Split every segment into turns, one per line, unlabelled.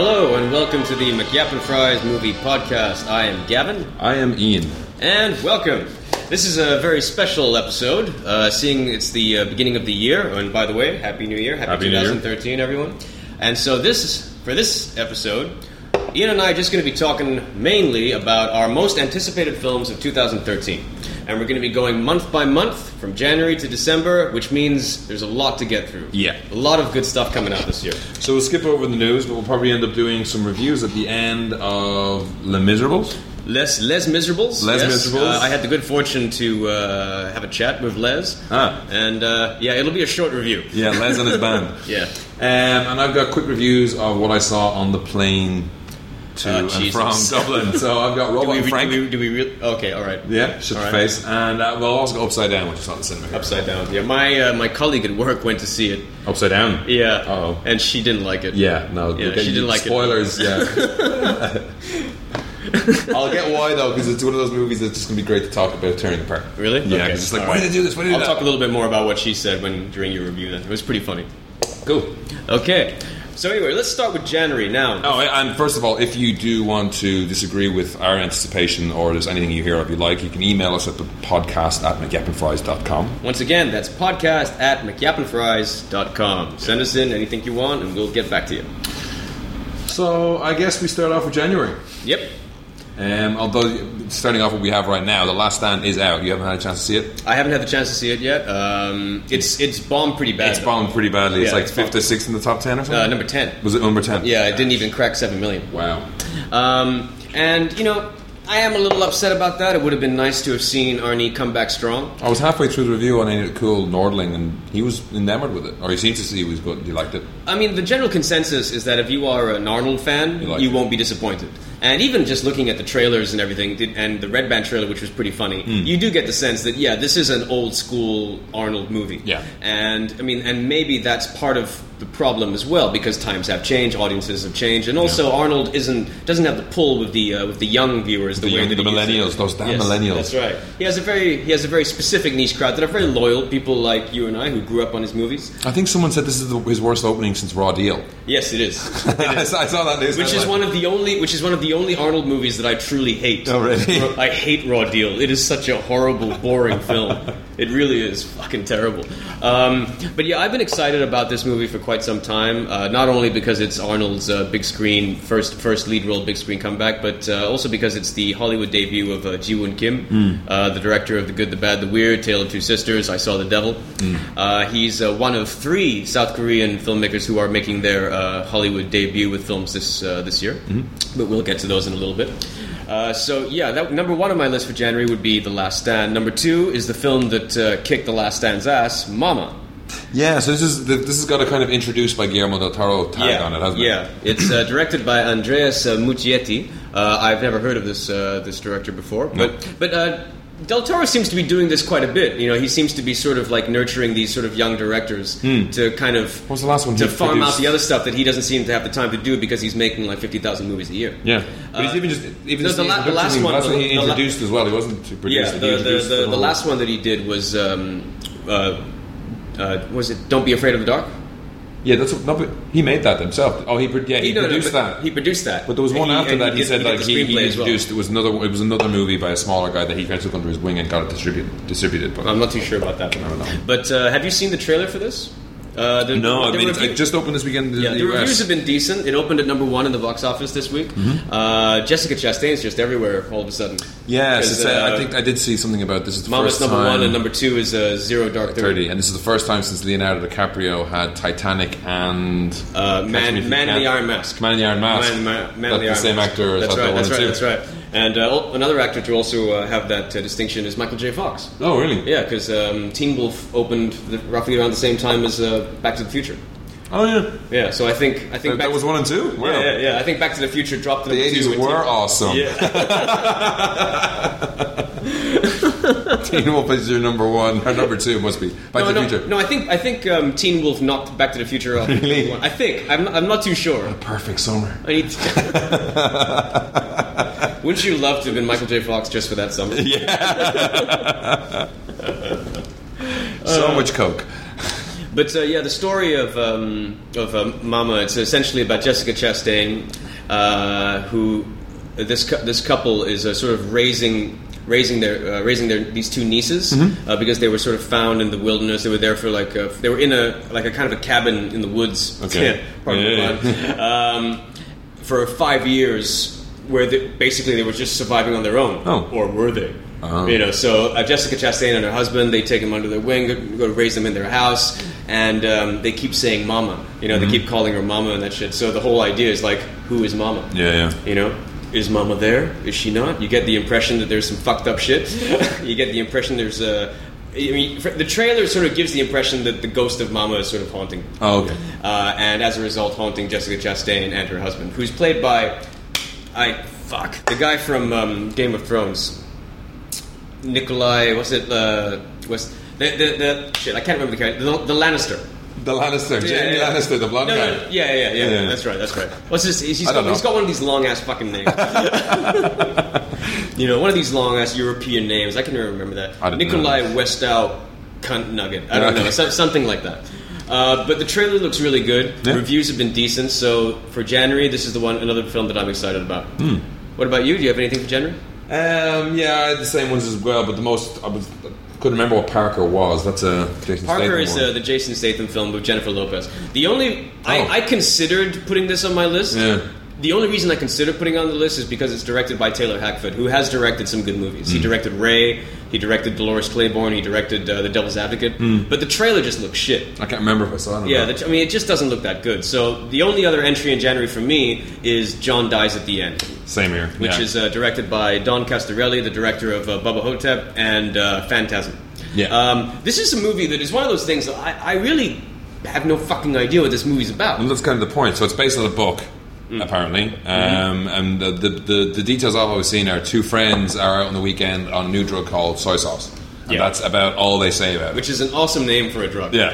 welcome to the McYappin Fries Movie Podcast. I am Gavin,
I am Ian.
and welcome. This is a very special episode, uh, seeing it's the uh, beginning of the year. And by the way, Happy New Year, Happy,
Happy New Year.
2013, everyone. And so this is, for this episode, Ian and I are just going to be talking mainly about our most anticipated films of 2013. And we're going to be going month by month from January to December, which means there's a lot to get through.
Yeah.
A lot of good stuff coming out this year.
So we'll skip over the news, but we'll probably end up doing some reviews at the end of Les Miserables.
Les Les Miserables.
Les Miserables.
Uh, I had the good fortune to uh, have a chat with Les.
Ah.
And uh, yeah, it'll be a short review.
Yeah, Les and his band.
Yeah.
Um, and I've got quick reviews of what I saw on the plane to
Oh,
and
Jesus.
from Dublin. So I've got Robot
Do we,
and Frank.
do we, do we re- okay, all right.
yeah, shut
All
your
right.
face. And uh, well, I've also got Upside Down, which is not the cinema. here.
Upside down. Yeah, my uh, my colleague at work went to see it.
Upside Down.
Yeah.
Uh-oh.
And she didn't like it.
Yeah, no.
Yeah,
they-
she didn't like it.
spoilers. Yeah. I'll get why though, because it's one of those movies that's just gonna be great to talk about tearing apart.
Really?
Yeah,
Okay.
'cause it's like,
All
why
right.
did they do this? Why did they
I'll
do
talk a
that?
little bit more about what she said when during your review. Then it was pretty funny.
Cool.
Okay. So anyway, let's start with January now.
Oh, and first of all, if you do want to disagree with our anticipation or there's anything you hear of you like, you can email us at the podcast at mcgeppinfries.com.
Once again, that's podcast at mcyappinfries.com. Send us in anything you want, and we'll get back to you.
So I guess we start off with January.
Yep.
Um, although starting off what we have right now, The Last Stand is out. You haven't had a chance to see it.
I haven't had the chance to see it yet. Um, it's it's bombed pretty bad.
It's bombed pretty badly. it's
Yeah,
like
it's
fifth
bombed.
or sixth in the top ten or something.
Uh, number ten.
Was it Uh, number ten?
Yeah, it didn't even crack seven million.
Wow.
Um, and you know, I am a little upset about that. It would have been nice to have seen Arnie come back strong.
I was halfway through the review on Ain't It Cool Nordling, and he was enamored with it, or he seemed to see he was good. He liked it.
I mean, the general consensus is that if you are an Arnold fan, you,
You like it.
won't be disappointed. And even just looking at the trailers and everything, did- and the Red Band trailer, which was pretty funny,
Hmm.
you do get the sense that yeah, this is an old school Arnold movie.
Yeah.
and I mean, and maybe that's part of the problem as well because times have changed, audiences have changed, and also Arnold isn't doesn't have the pull with the uh, with the young viewers the,
The
way
young-
that
the
he used to.
millennials, those damn millennials.
That's right. He has a very he has a very specific niche crowd that are very loyal people like you and I who grew up on his movies.
I think someone said this is the, his worst opening since Raw Deal.
Yes, it is.
I saw I saw that news.
which is one of the only which is one of the only Arnold movies that I truly hate.
Oh, really?
I hate Raw Deal. It is such a horrible, boring film. It really is fucking terrible. Um, but yeah, I've been excited about this movie for quite some time. Uh, not only because it's Arnold's uh, big screen first first lead role, big screen comeback, but uh, also because it's the Hollywood debut of uh, Ji Woon Kim,
Hmm.
uh, the director of The Good, the Bad, the Weird, Tale of Two Sisters, I Saw the Devil.
Hmm.
Uh, he's uh, one of three South Korean filmmakers who are making their uh, Hollywood debut with films this uh, this year.
Hmm.
But we'll get to those in a little bit. Uh, so yeah, that, number one on my list for January would be The Last Stand. Number two is the film that uh, kicked The Last Stand's ass, Mama.
Yeah, so this is th- this has got a kind of introduced by Guillermo del Toro tag
yeah.
on it, hasn't
yeah.
it?
it's uh, directed by Andreas uh, Muccietti. Uh, I've never heard of this uh, this director before,
No.
but but. Uh, Del Toro seems to be doing this quite a bit. You know, he seems to be sort of like nurturing these sort of young directors to kind of
Hmm. What was the last one
to
he
farm out
produced?
the other stuff that he doesn't seem to have the time to do because he's making like fifty thousand movies a year.
Yeah, but
Uh,
he's even just even
no,
just
the la- the
introduction,
last one-
that's what
the-
he
the la-
introduced as well. He wasn't to produce.
Yeah,
it, he
the, the,
introduced
the, the
whole-
last one that he did was um, uh, uh, was it Don't Be Afraid of the Dark?
Yeah, that's what, no, but he made that himself. Oh, he pro- yeah he,
no, no,
produced
but
that.
He produced that.
but there was one
And
after
and
that. He,
did-
said
did
like
the
he, he
screenplay as well.
introduced it was another it was another movie by a smaller guy that he kind of took under his wing and got it distributed distributed. But
I'm not too sure about that.
don't know.
But uh, have you seen the trailer for this? Uh, the,
no, I
the
mean it's
review-
it just opened this weekend. In
yeah,
the,
the
US.
reviews have been decent. It opened at number one in the box office this week.
Mm-hmm.
Uh, Jessica Chastain's just everywhere all of a sudden.
Yes,
Because,
it's, uh,
uh,
I think I did see something about this. It's the
Mama's
first
number
time
one and number two is uh, Zero Dark Thirty.
thirty, and this is the first time since Leonardo DiCaprio had Titanic and
Uh,
Catch
man,
Me If You
man in
Can.
the Iron Mask.
Man in the Iron Mask.
Man, man, man
Ah,
in the,
That's the
Iron
same
Mask.
actor as
That's
Hot
right.
Dog
That's
One
right.
and
That's right. And uh, al- another actor to also uh, have that uh, distinction is Michael J. Fox.
Oh, really?
Yeah, because um, Teen Wolf opened the, roughly around the same time as uh, Back to the Future.
Oh, yeah.
Yeah, so I think I think Back
That, that was
to,
one and two. Wow.
yeah, yeah, yeah, I think Back to the Future dropped to
The
number two
eighties
with
were
Teen-
awesome.
Yeah,
Teen Wolf is your number one, or number two must be. Back
no,
to the
no,
Future.
no. I think I think um, Teen Wolf knocked Back to the Future off.
Really?
I think I'm not, I'm not too sure.
Perfect summer.
I need. Wouldn't you love to have been Michael J. Fox just for that summer?
so much coke.
But uh, yeah, the story of um, of um, Mama. It's essentially about Jessica Chastain. Uh, uh, who this cou- this couple is uh, sort of raising raising their uh, raising their these two nieces
Mm-hmm.
uh, because they were sort of found in the wilderness. They were there for like a, they were in a like a kind of a cabin in the woods.
Okay.
Pardon
Yeah,
the pun. Um, for five years, where they, basically they were just surviving on their own,
Oh.
or were they?
Uh-huh.
You know, so uh, Jessica Chastain and her husband, they take him under their wing, go- go to raise them in their house, and um, they keep saying "mama." You
Mm-hmm.
know, they keep calling her "mama" and that shit. So the whole idea is like, who is "mama"?
Yeah, yeah.
You know, is Mama there? Is she not? You get the impression that there's some fucked up shit. you get the impression there's a. I mean, fr- the trailer sort of gives the impression that the ghost of Mama is sort of haunting,
Oh, okay.
uh, and as a result, haunting Jessica Chastain and her husband, who's played by, I fuck the guy from um, Game of Thrones, Nikolai. What's it? Uh, what's the, the, the shit? I can't remember the character. The, the Lannister.
The Lannister,
Yeah,
Jamie
yeah.
Lannister, the blonde
No,
guy.
no, no. Yeah, yeah, yeah,
Yeah.
That's right. That's right. What's this? He's
I
got,
don't
he's
know.
got one of these long ass fucking names. you know, one of these long ass European names. I can never remember that.
I don't know.
Nikolai Westow cunt nugget. I don't
Okay.
know. So, something like that. Uh, but the trailer looks really good.
Yeah.
Reviews have been decent. So for January, this is the one another film that I'm excited about.
Hmm.
What about you? Do you have anything for January?
Um, yeah, I had the same ones as well, but the most I was couldn't remember what Parker was. That's a Jason
Parker
Statham
is
one.
uh, the Jason Statham film with Jennifer Lopez. The only
Oh.
I, I considered putting this on my list.
Yeah.
The only reason I considered putting it on the list is because it's directed by Taylor Hackford, who has directed some good movies.
Hmm.
He directed Ray, he directed Dolores Claiborne, he directed uh, The Devil's Advocate.
Hmm.
But the trailer just looks shit.
I can't remember if I saw it. Or
Yeah,
not.
the, I mean, it just doesn't look that good. So the only other entry in January for me is John Dies at the End
same here.
which
yeah.
is uh, directed by Don Castorelli, the director of uh, Bubba Hotep and uh, Phantasm.
Yeah.
Um, this is a movie that is one of those things that I, I really have no fucking idea what this movie's
And
about.
that's kind of the point. So it's based on a book,
Mm.
apparently.
Mm-hmm.
Um, and the, the, the, the details I've always seen are two friends are out on the weekend on a new drug called soy sauce. And
Yeah.
that's about all they say about it.
Which is an awesome name for a drug.
yeah.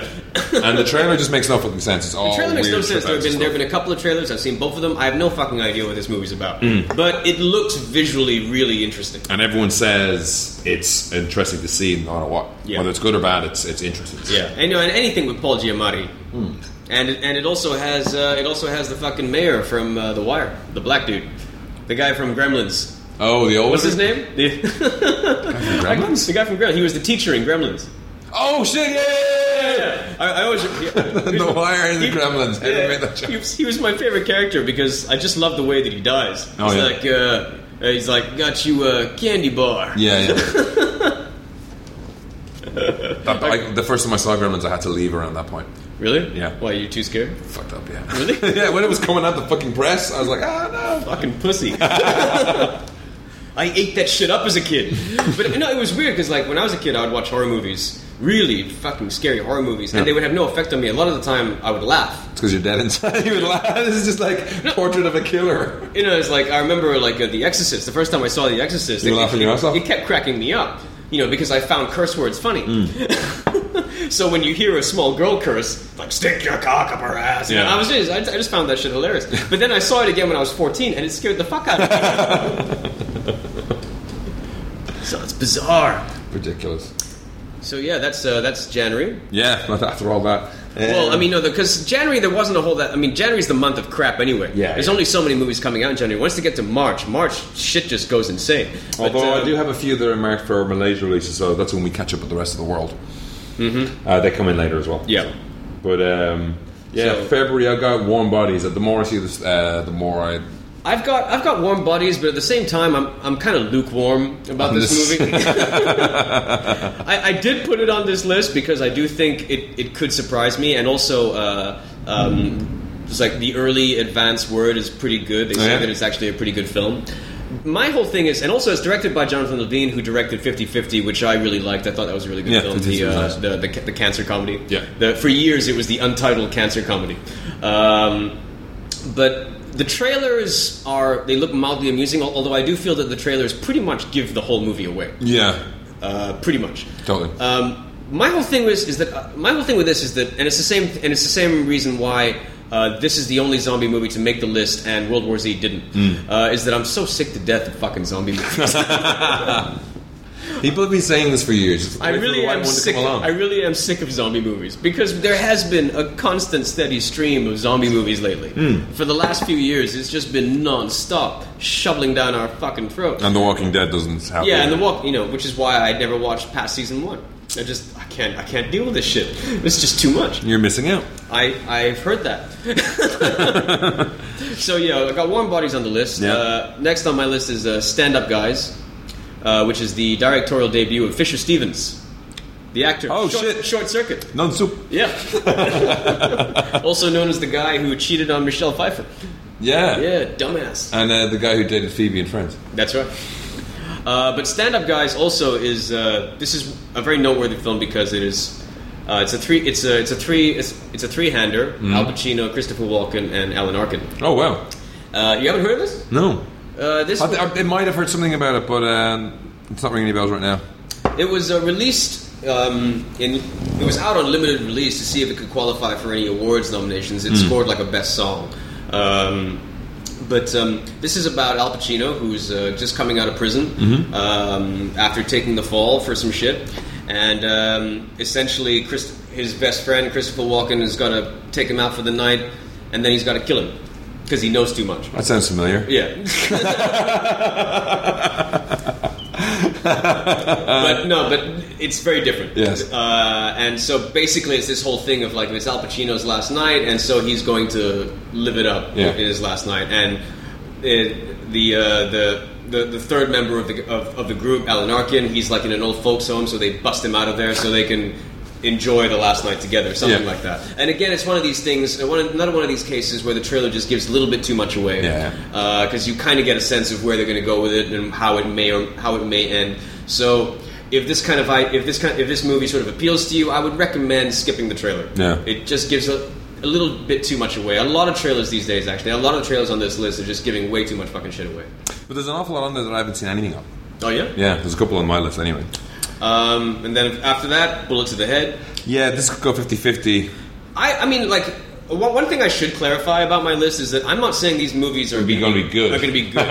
and the trailer just makes no fucking sense. It's all
The trailer makes no
weird
sense. There have,
trip-outs
been,
and
there
stuff.
have been a couple of trailers. I've seen both of them. I have no fucking idea what this movie's about.
Hmm.
But it looks visually really interesting.
and everyone says it's interesting to see, no matter what.
Yeah.
Whether it's good or bad, it's it's interesting.
Yeah, and, you know, and anything with Paul Giamatti,
Hmm.
and it, and it also has uh, it also has the fucking mayor from uh, The Wire, the black dude, the guy from Gremlins.
Oh, the old.
What's his name? I couldn't-
Gremlins?
The guy from Gremlins. He was the teacher in Gremlins.
Oh shit! Yeah.
I, I always.
The Wire and the Gremlins. I never made that joke.
He was, he was my favorite character because I just love the way that he dies. He's
Oh, yeah.
like, uh, he's like, got you a candy bar.
Yeah, yeah. That- I- the first time I saw Gremlins, I had to leave around that point.
Really?
Yeah.
Why you're too scared?
Fucked up, yeah.
Really?
yeah, when it was coming out the fucking press, I was like, ah, no.
fucking pussy. I ate that shit up as a kid. But no, it was weird because like when I was a kid, I would watch horror movies, really fucking scary horror movies, and they would have no effect on me. A lot of the time, I would laugh.
It's because you're dead inside. you would laugh. This is just like portrait of a killer.
You know, it's like I remember like uh, The Exorcist. The first time I saw The Exorcist,
You
it,
were laughing your ass off?
it kept cracking me up. You know, because I found curse words funny.
Hmm.
so when you hear a small girl curse, like "stick your cock up her ass," you know,
Yeah.
I was just, I, I just found that shit hilarious. But then I saw it again when I was fourteen, and it scared the fuck out of me. so it's bizarre.
Ridiculous.
So yeah, that's uh, that's January.
Yeah, but after all that.
Well,
um,
I mean, no, because January there wasn't a whole that. I mean, January's the month of crap anyway.
Yeah,
There's
yeah.
only so many movies coming out in January. Once they get to March, March shit just goes insane. But,
Although
uh,
I do have a few that are marked for Malaysia releases, so that's when we catch up with the rest of the world. Mm-hmm. Uh, they come in later as well.
Yeah.
But um, yeah,
So-
February I got warm bodies. The more I see this, uh, the more I.
I've got I've got warm bodies, but at the same time, I'm I'm kind of lukewarm about this
This-
movie. I, I did put it on this list because I do think it, it could surprise me, and also. Uh, um, it's like the early advance word is pretty good. They say
Oh, yeah?
that it's actually a pretty good film. My whole thing is, and also it's directed by Jonathan Levine, who directed 50 50, which I really liked. I thought that was a really good
Yeah,
film.
50
The,
was
uh,
nice.
the, the, ca- the cancer comedy.
Yeah.
The, for years, it was the untitled cancer comedy. Um, but the trailers are they look mildly amusing al- although i do feel that the trailers pretty much give the whole movie away
Yeah,
uh, pretty much
totally.
um, my whole thing was is that uh, my whole thing with this is that and it's the same and it's the same reason why uh, this is the only zombie movie to make the list and world war z didn't uh, is that i'm so sick to death of fucking zombie movies
People have been saying this for years. Just
I
wait for the
really
right
am
one to
sick.
come along.
I really am sick of zombie movies because there has been a constant, steady stream of zombie movies lately.
Hmm.
For the last few years, it's just been non-stop shoveling down our fucking throats.
and The Walking Dead doesn't happen.
yeah, and the walk, you know, which is why I never watched past season one. I just I can't I can't deal with this shit. It's just too much.
You're missing out.
I I've heard that. so yeah, I got warm bodies on the list.
Yeah.
Uh, next on my list is uh, Stand Up Guys, uh, which is the directorial debut of Fisher Stevens, the actor.
Oh,
short,
shit.
Short Circuit.
Non soup.
Yeah. also known as the guy who cheated on Michelle Pfeiffer.
Yeah.
Yeah, dumbass.
And uh, the guy who dated Phoebe in Friends.
That's right. Uh, but Stand Up Guys also is uh, this is a very noteworthy film because it is uh, it's a three it's a it's a three it's, it's a three hander Al Pacino, Christopher Walken, and Alan Arkin.
Oh wow.
Uh, you haven't heard of this?
No.
Uh, this
I, th- I, I might have heard something about it, but um, it's not ringing any bells right now.
it was uh, released um, in it was out on limited release to see if it could qualify for any awards nominations. It scored like a best song. Um, but um, this is about Al Pacino, who's uh, just coming out of prison um, after taking the fall for some shit, and um, essentially, Chris, his best friend Christopher Walken is gonna take him out for the night, and then he's gotta kill him because he knows too much.
That sounds familiar.
Yeah. but no, but it's very different.
Yes.
Uh, and so basically, it's this whole thing of like it's Al Pacino's last night, and so he's going to live it up
Yeah.
in his last night. And it, the, uh, the the the third member of the of, of the group, Alan Arkin, he's like in an old folks home, so they bust him out of there so they can enjoy the last night together, something
Yeah.
like that. And again, it's one of these things, one of, another one of these cases where the trailer just gives a little bit too much away
Yeah.
because Uh, you kind of get a sense of where they're going to go with it and how it may or how it may end. So if this kind of I- if this kind if this movie sort of appeals to you, I would recommend skipping the trailer.
Yeah.
it just gives a, a little bit too much away. A lot of trailers these days, actually, a lot of trailers on this list are just giving way too much fucking shit away.
But there's an awful lot on there that I haven't seen anything of.
Oh yeah.
Yeah, there's a couple on my list anyway.
Um, and then after that, bullet to the head.
Yeah, this could go 50 50.
I I mean like. One one thing I should clarify about my list is that I'm not saying these movies are
Be
going to
gonna be good.
Are going to be good.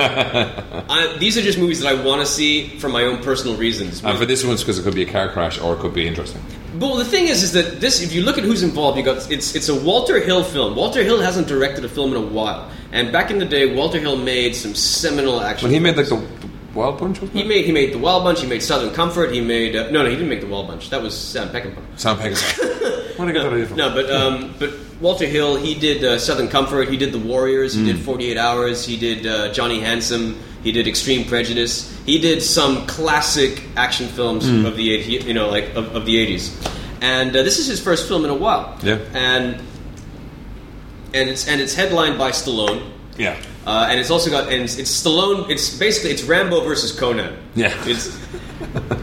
I, these are just movies that I want to see for my own personal reasons.
And Uh, for this one, it's because it could be a car crash or it could be interesting.
Well, the thing is, is that this, if you look at who's involved, you got it's it's a Walter Hill film. Walter Hill hasn't directed a film in a while, and back in the day, Walter Hill made some seminal action.
But he made like
films.
the, the Wild Bunch, wasn't
he made he made the Wild Bunch. He made Southern Comfort. He made uh, no no he didn't make the Wild Bunch. That was Sam Peckinpah.
Sam Peckinpah. Where did I get that idea from?
No, but um, but Walter Hill he did uh, Southern Comfort. He did The Warriors. He did Forty Eight Hours. He did uh, Johnny Handsome. He did Extreme Prejudice. He did some classic action films of the eight- you know like of, of the eighties, and uh, this is his first film in a while.
Yeah.
and and it's and it's headlined by Stallone.
Yeah.
Uh, and it's also got and it's, it's Stallone. It's basically it's Rambo versus Conan.
Yeah.
It's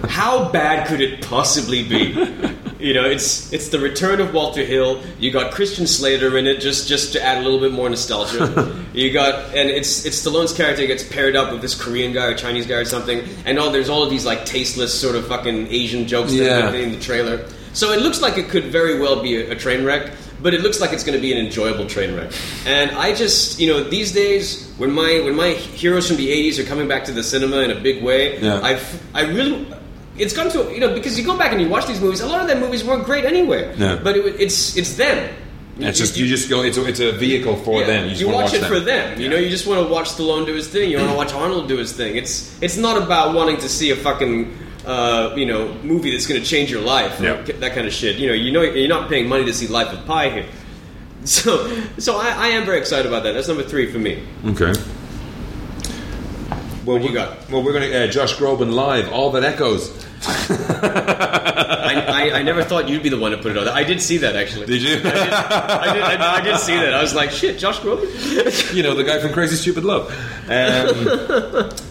how bad could it possibly be? You know, it's it's the return of Walter Hill. You got Christian Slater in it, just just to add a little bit more nostalgia. you got and it's it's Stallone's character gets paired up with this Korean guy or Chinese guy or something, and all there's all of these like tasteless sort of fucking Asian jokes that
Yeah.
are in the trailer. So it looks like it could very well be a, a train wreck, but it looks like it's going to be an enjoyable train wreck. And I just, you know, these days when my when my heroes from the '80s are coming back to the cinema in a big way,
Yeah.
I f- I really. It's gone to you know because you go back and you watch these movies. A lot of their movies weren't great anyway,
Yeah.
but it, wa- it's it's them.
It's just, you just go, it's a, it's a vehicle for
yeah,
them. You, just wanna
watch, it
them.
for them. You know, you just want to watch Stallone do his thing. You want to watch Arnold do his thing. It's it's not about wanting to see a fucking uh, you know movie that's going to change your life.
Yeah.
that kind of shit. You know, you know, you're not paying money to see Life of Pi here. So, so I, I am very excited about that. That's number three for me.
Okay. Well,
you
we
got?
Well, we're going to uh, Josh Groban live. All that echoes.
I, I, I never thought you'd be the one to put it on. I did see that actually.
Did you?
I did, I, did, I did see that. I was like, shit, Josh Groban.
you know, the guy from Crazy Stupid Love. Um,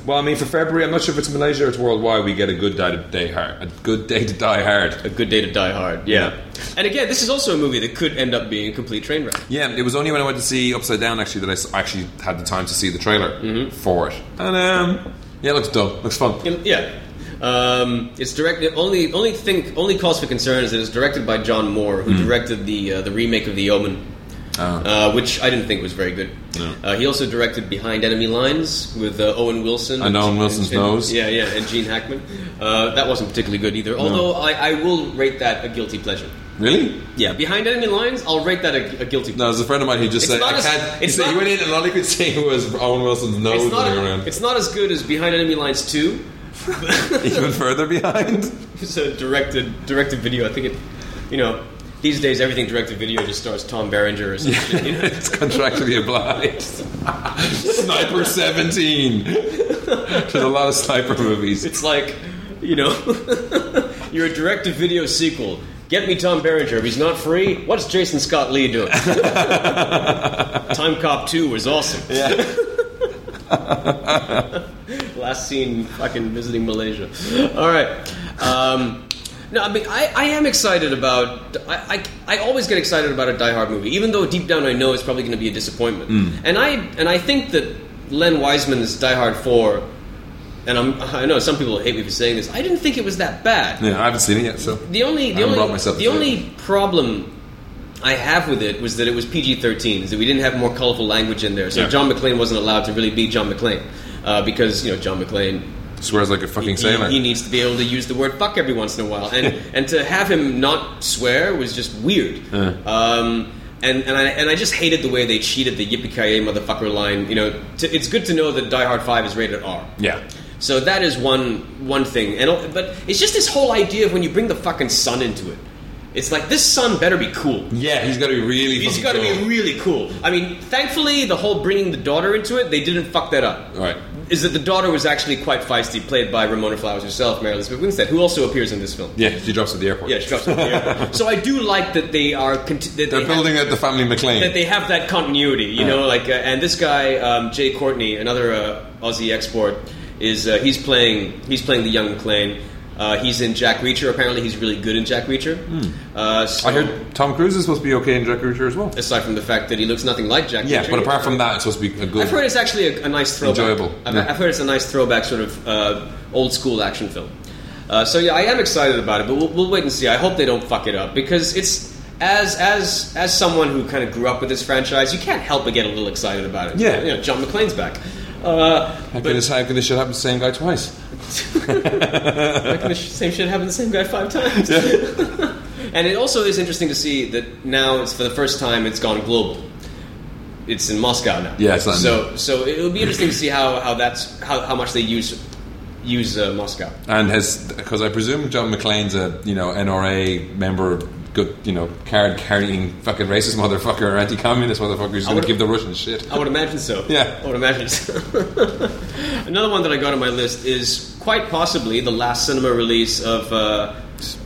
well, I mean, for February, I'm not sure if it's Malaysia or it's worldwide. We get a good day to die hard. A good day to die hard.
a good day to die hard. Yeah. And again, this is also a movie that could end up being a complete train wreck.
Yeah, it was only when I went to see Upside Down actually that I s- actually had the time to see the trailer for it. And um, yeah, it looks dope. Looks fun.
Mm-hmm. Yeah. Um, it's directed only only thing only cause for concern is that it's directed
Hmm.
by John Moore, who directed the uh, the remake of The Omen,
Oh.
uh, which I didn't think was very good.
No.
Uh, he also directed Behind Enemy Lines with uh, Owen Wilson.
And Owen
Gene-
Wilson's
and-
nose.
Yeah, yeah, and Gene Hackman. Uh, that wasn't particularly good either. Although I, I will rate that a guilty pleasure.
Really?
Yeah, Behind Enemy Lines, I'll rate that a, a guilty
No,
pleasure.
there's a friend of mine who just
It's
said,
not
I
as-
can't. He
it's
said, he
not-
went in and all he could see was Owen Wilson's nose
it's,
moving
not,
around.
it's not as good as Behind Enemy Lines 2.
Even further behind.
It's a directed, directed video. I think it, you know, these days everything directed video just stars Tom Berenger or something. you know?
It's contractually obliged. Sniper 17. There's a lot of sniper movies.
It's like, you know, you're a direct to video sequel. Get me Tom Berenger. If he's not free, what's Jason Scott Lee doing? Time Cop 2 was awesome. Last seen fucking visiting Malaysia. All right. Um, no, I mean, I, I am excited about. I, I, I always get excited about a Die Hard movie, even though deep down I know it's probably going to be a disappointment.
Mm.
And I and I think that Len Wiseman's Die Hard Four, and I'm, I know some people hate me for saying this. I didn't think it was that bad.
Yeah, I haven't seen it yet, so.
The only
I
the
haven't brought
only
myself
the
to see
only problem I have with it was that it was PG thirteen, is that we didn't have more colorful language in there. So
Yeah.
John McClane wasn't allowed to really be John McClane uh, because you know John McClane.
Swears like a fucking
He,
sailor.
he needs to be able to use the word "fuck" every once in a while, and and to have him not swear was just weird.
Uh.
Um, and and I and I just hated the way they cheated the "yippee ki motherfucker" line. You know, to, it's good to know that Die Hard Five is rated R.
yeah.
So that is one one thing, and but it's just this whole idea of when you bring the fucking sun into it. It's like this sun better be cool.
Yeah, he's got to be really.
He's
fucking
got to be
cool.
really cool. I mean, thankfully, the whole bringing the daughter into it, they didn't fuck that up.
Right.
Is that the daughter was actually quite feisty, played by Ramona Flowers herself, Mary Elizabeth Winstead, who also appears in this film.
Yeah, she drops at the airport.
Yeah, she drops out of the airport. So I do like that they are conti- that
They're
they have-
building out the family McLean.
that they have that continuity, you know,
Yeah.
like uh, and this guy um, Jay Courtney, another uh, Aussie export, is uh, he's playing he's playing the young McLean. Uh, he's in Jack Reacher. Apparently, he's really good in Jack Reacher. Uh, so,
Hmm. I heard Tom Cruise is supposed to be okay in Jack Reacher as well.
aside from the fact that he looks nothing like Jack.
Yeah,
Reacher,
but apart from that, it's supposed to be a good.
I've heard it's actually a, a nice throwback.
Enjoyable,
I've,
yeah.
I've heard it's a nice throwback, sort of uh, old school action film. Uh, so yeah, I am excited about it, but we'll, we'll wait and see. I hope they don't fuck it up because it's as as as someone who kind of grew up with this franchise, you can't help but get a little excited about it.
Yeah.
you know, John McClane's back. Uh,
how, can this, how can this shit happen to the same guy twice?
Like, the sh- same shit happened to the same guy five times. and it also is interesting to see that now it's for the first time it's gone global. It's in Moscow now.
Yeah, it's not in-
so so it'll be interesting to see how, how that's how, how much they use use uh, Moscow.
And has because I presume John McLean's a you know NRA member, good you know card carrying fucking racist motherfucker or anti-communist motherfucker who's going to
would've-
give the Russians shit.
I would imagine so.
Yeah.
I would imagine so. Another one that I got on my list is quite possibly the last cinema release of uh,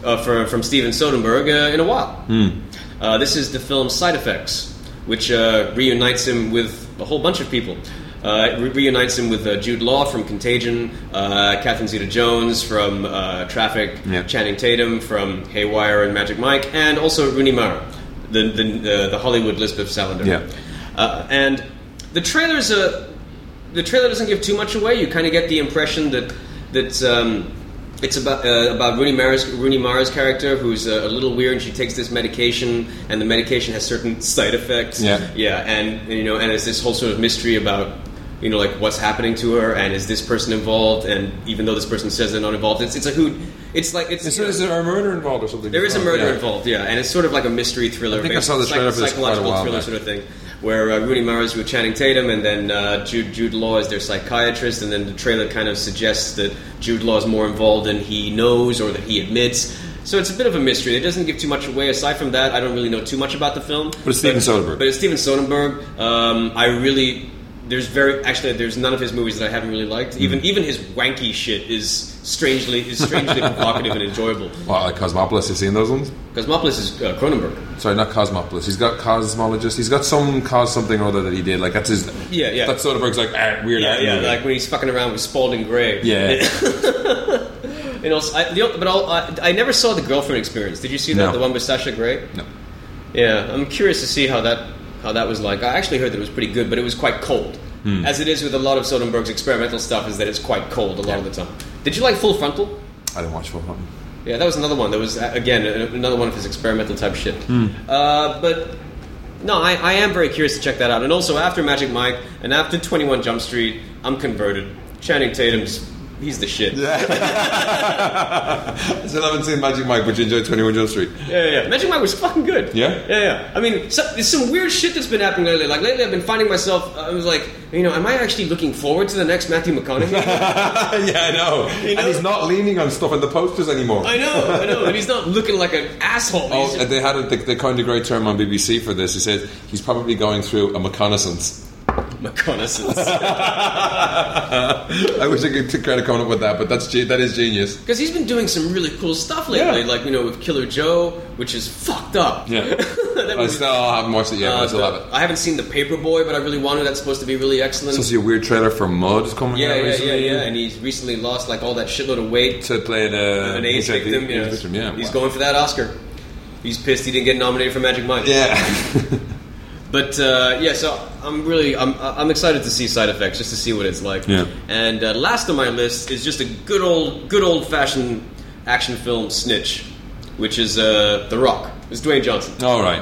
uh, for, from Steven Soderbergh uh, in a while.
Hmm.
Uh, this is the film Side Effects, which uh, reunites him with a whole bunch of people. Uh, it re- reunites him with uh, Jude Law from Contagion, uh, Catherine Zeta-Jones from uh, Traffic,
Yeah.
Channing Tatum from Haywire and Magic Mike, and also Rooney Mara, the the, uh, the Hollywood Lisbeth Salander.
Yeah.
Uh, and the trailer's a the trailer doesn't give too much away. You kind of get the impression that that um, it's about uh, about Rooney Mara's Rooney Mara's character, who's uh, a little weird, and she takes this medication, and the medication has certain side effects.
Yeah.
yeah, and and, you know, and it's this whole sort of mystery about you know like what's happening to her, and is this person involved? And even though this person says they're not involved, it's it's a who. It's like it's.
Is there, is there a murder involved or something?
There is a murder
Yeah.
involved, yeah, and it's sort of like a mystery thriller.
I think I
based-
saw the
psych-
trailer for this quite a
psychological
while
thriller
back.
sort of thing, where uh, Rooney Mara's with Channing Tatum, and then uh, Jude Jude Law is their psychiatrist, and then the trailer kind of suggests that Jude Law is more involved than he knows or that he admits. So it's a bit of a mystery. It doesn't give too much away. Aside from that, I don't really know too much about the film.
But it's Steven Soderbergh.
But it's Steven Soderbergh. Um, I really there's very actually there's none of his movies that I haven't really liked.
Hmm.
Even even his wanky shit is strangely is strangely provocative and enjoyable.
Well, like Cosmopolis, you seen those ones?
Cosmopolis is uh, Cronenberg.
Sorry, not Cosmopolis. He's got Cosmologist. He's got some cause something or other that he did. Like that's his.
Yeah, yeah.
That's Soderbergh's like art, weird
Yeah,
art.
yeah,
movie.
like when he's fucking around with Spalding Gray.
yeah.
You know, s- I, the, but I'll, I, I never saw the girlfriend experience. Did you see that?
No.
The one with Sasha Gray.
no.
Yeah, I'm curious to see how that how that was like. I actually heard that it was pretty good, but it was quite cold. As it is with a lot of Soderbergh's experimental stuff, is that it's quite cold a lot of the time. Did you like Full Frontal?
I didn't watch Full Hunting. Hmm.
Yeah, that was another one. That was uh, again a- another one of his experimental type shit. Uh, but no, I, I am very curious to check that out. And also after Magic Mike and after Twenty One Jump Street, I'm converted. Channing Tatum's he's the shit. Yeah,
I still haven't seen Magic Mike, but you enjoyed 21 Jump Street.
yeah, yeah. Magic Mike was fucking good.
Yeah?
yeah, yeah. I mean, so, there's some weird shit that's been happening lately. Like lately, I've been finding myself. uh, I was like, you know, am I actually looking forward to the next Matthew McConaughey?
yeah, I know.
know-
And he's not leaning on stuff in the posters anymore.
I know, I know, and he's not looking like an asshole.
Oh,
He's-
and they had a, the, the kind of great term on BBC for this. He said he's probably going through a reconnaissance.
reconnaissance.
I wish I could kind of come up with that, but that's ge- that is genius.
Because he's been doing some really cool stuff lately,
Yeah.
like you know with Killer Joe, which is fucked up.
Yeah,
That
I
movie-
still haven't watched it yet, but I
Uh,
still have it.
I haven't seen the Paperboy, but I really wanted. That's supposed to be really excellent.
So see a weird trailer for Mud is coming
yeah,
out
yeah, yeah,
recently.
yeah. And he's recently lost like all that shitload of weight.
to play the
An AIDS
HIV
victim. Yeah,
yeah.
he's
wow.
going for that Oscar. He's pissed he didn't get nominated for Magic Mike.
Yeah.
But uh, yeah, so I'm really I'm, I'm excited to see Side Effects just to see what it's like.
Yeah.
And uh, last on my list is just a good old good old fashioned action film snitch, which is uh, The Rock. It's Dwayne Johnson.
All right.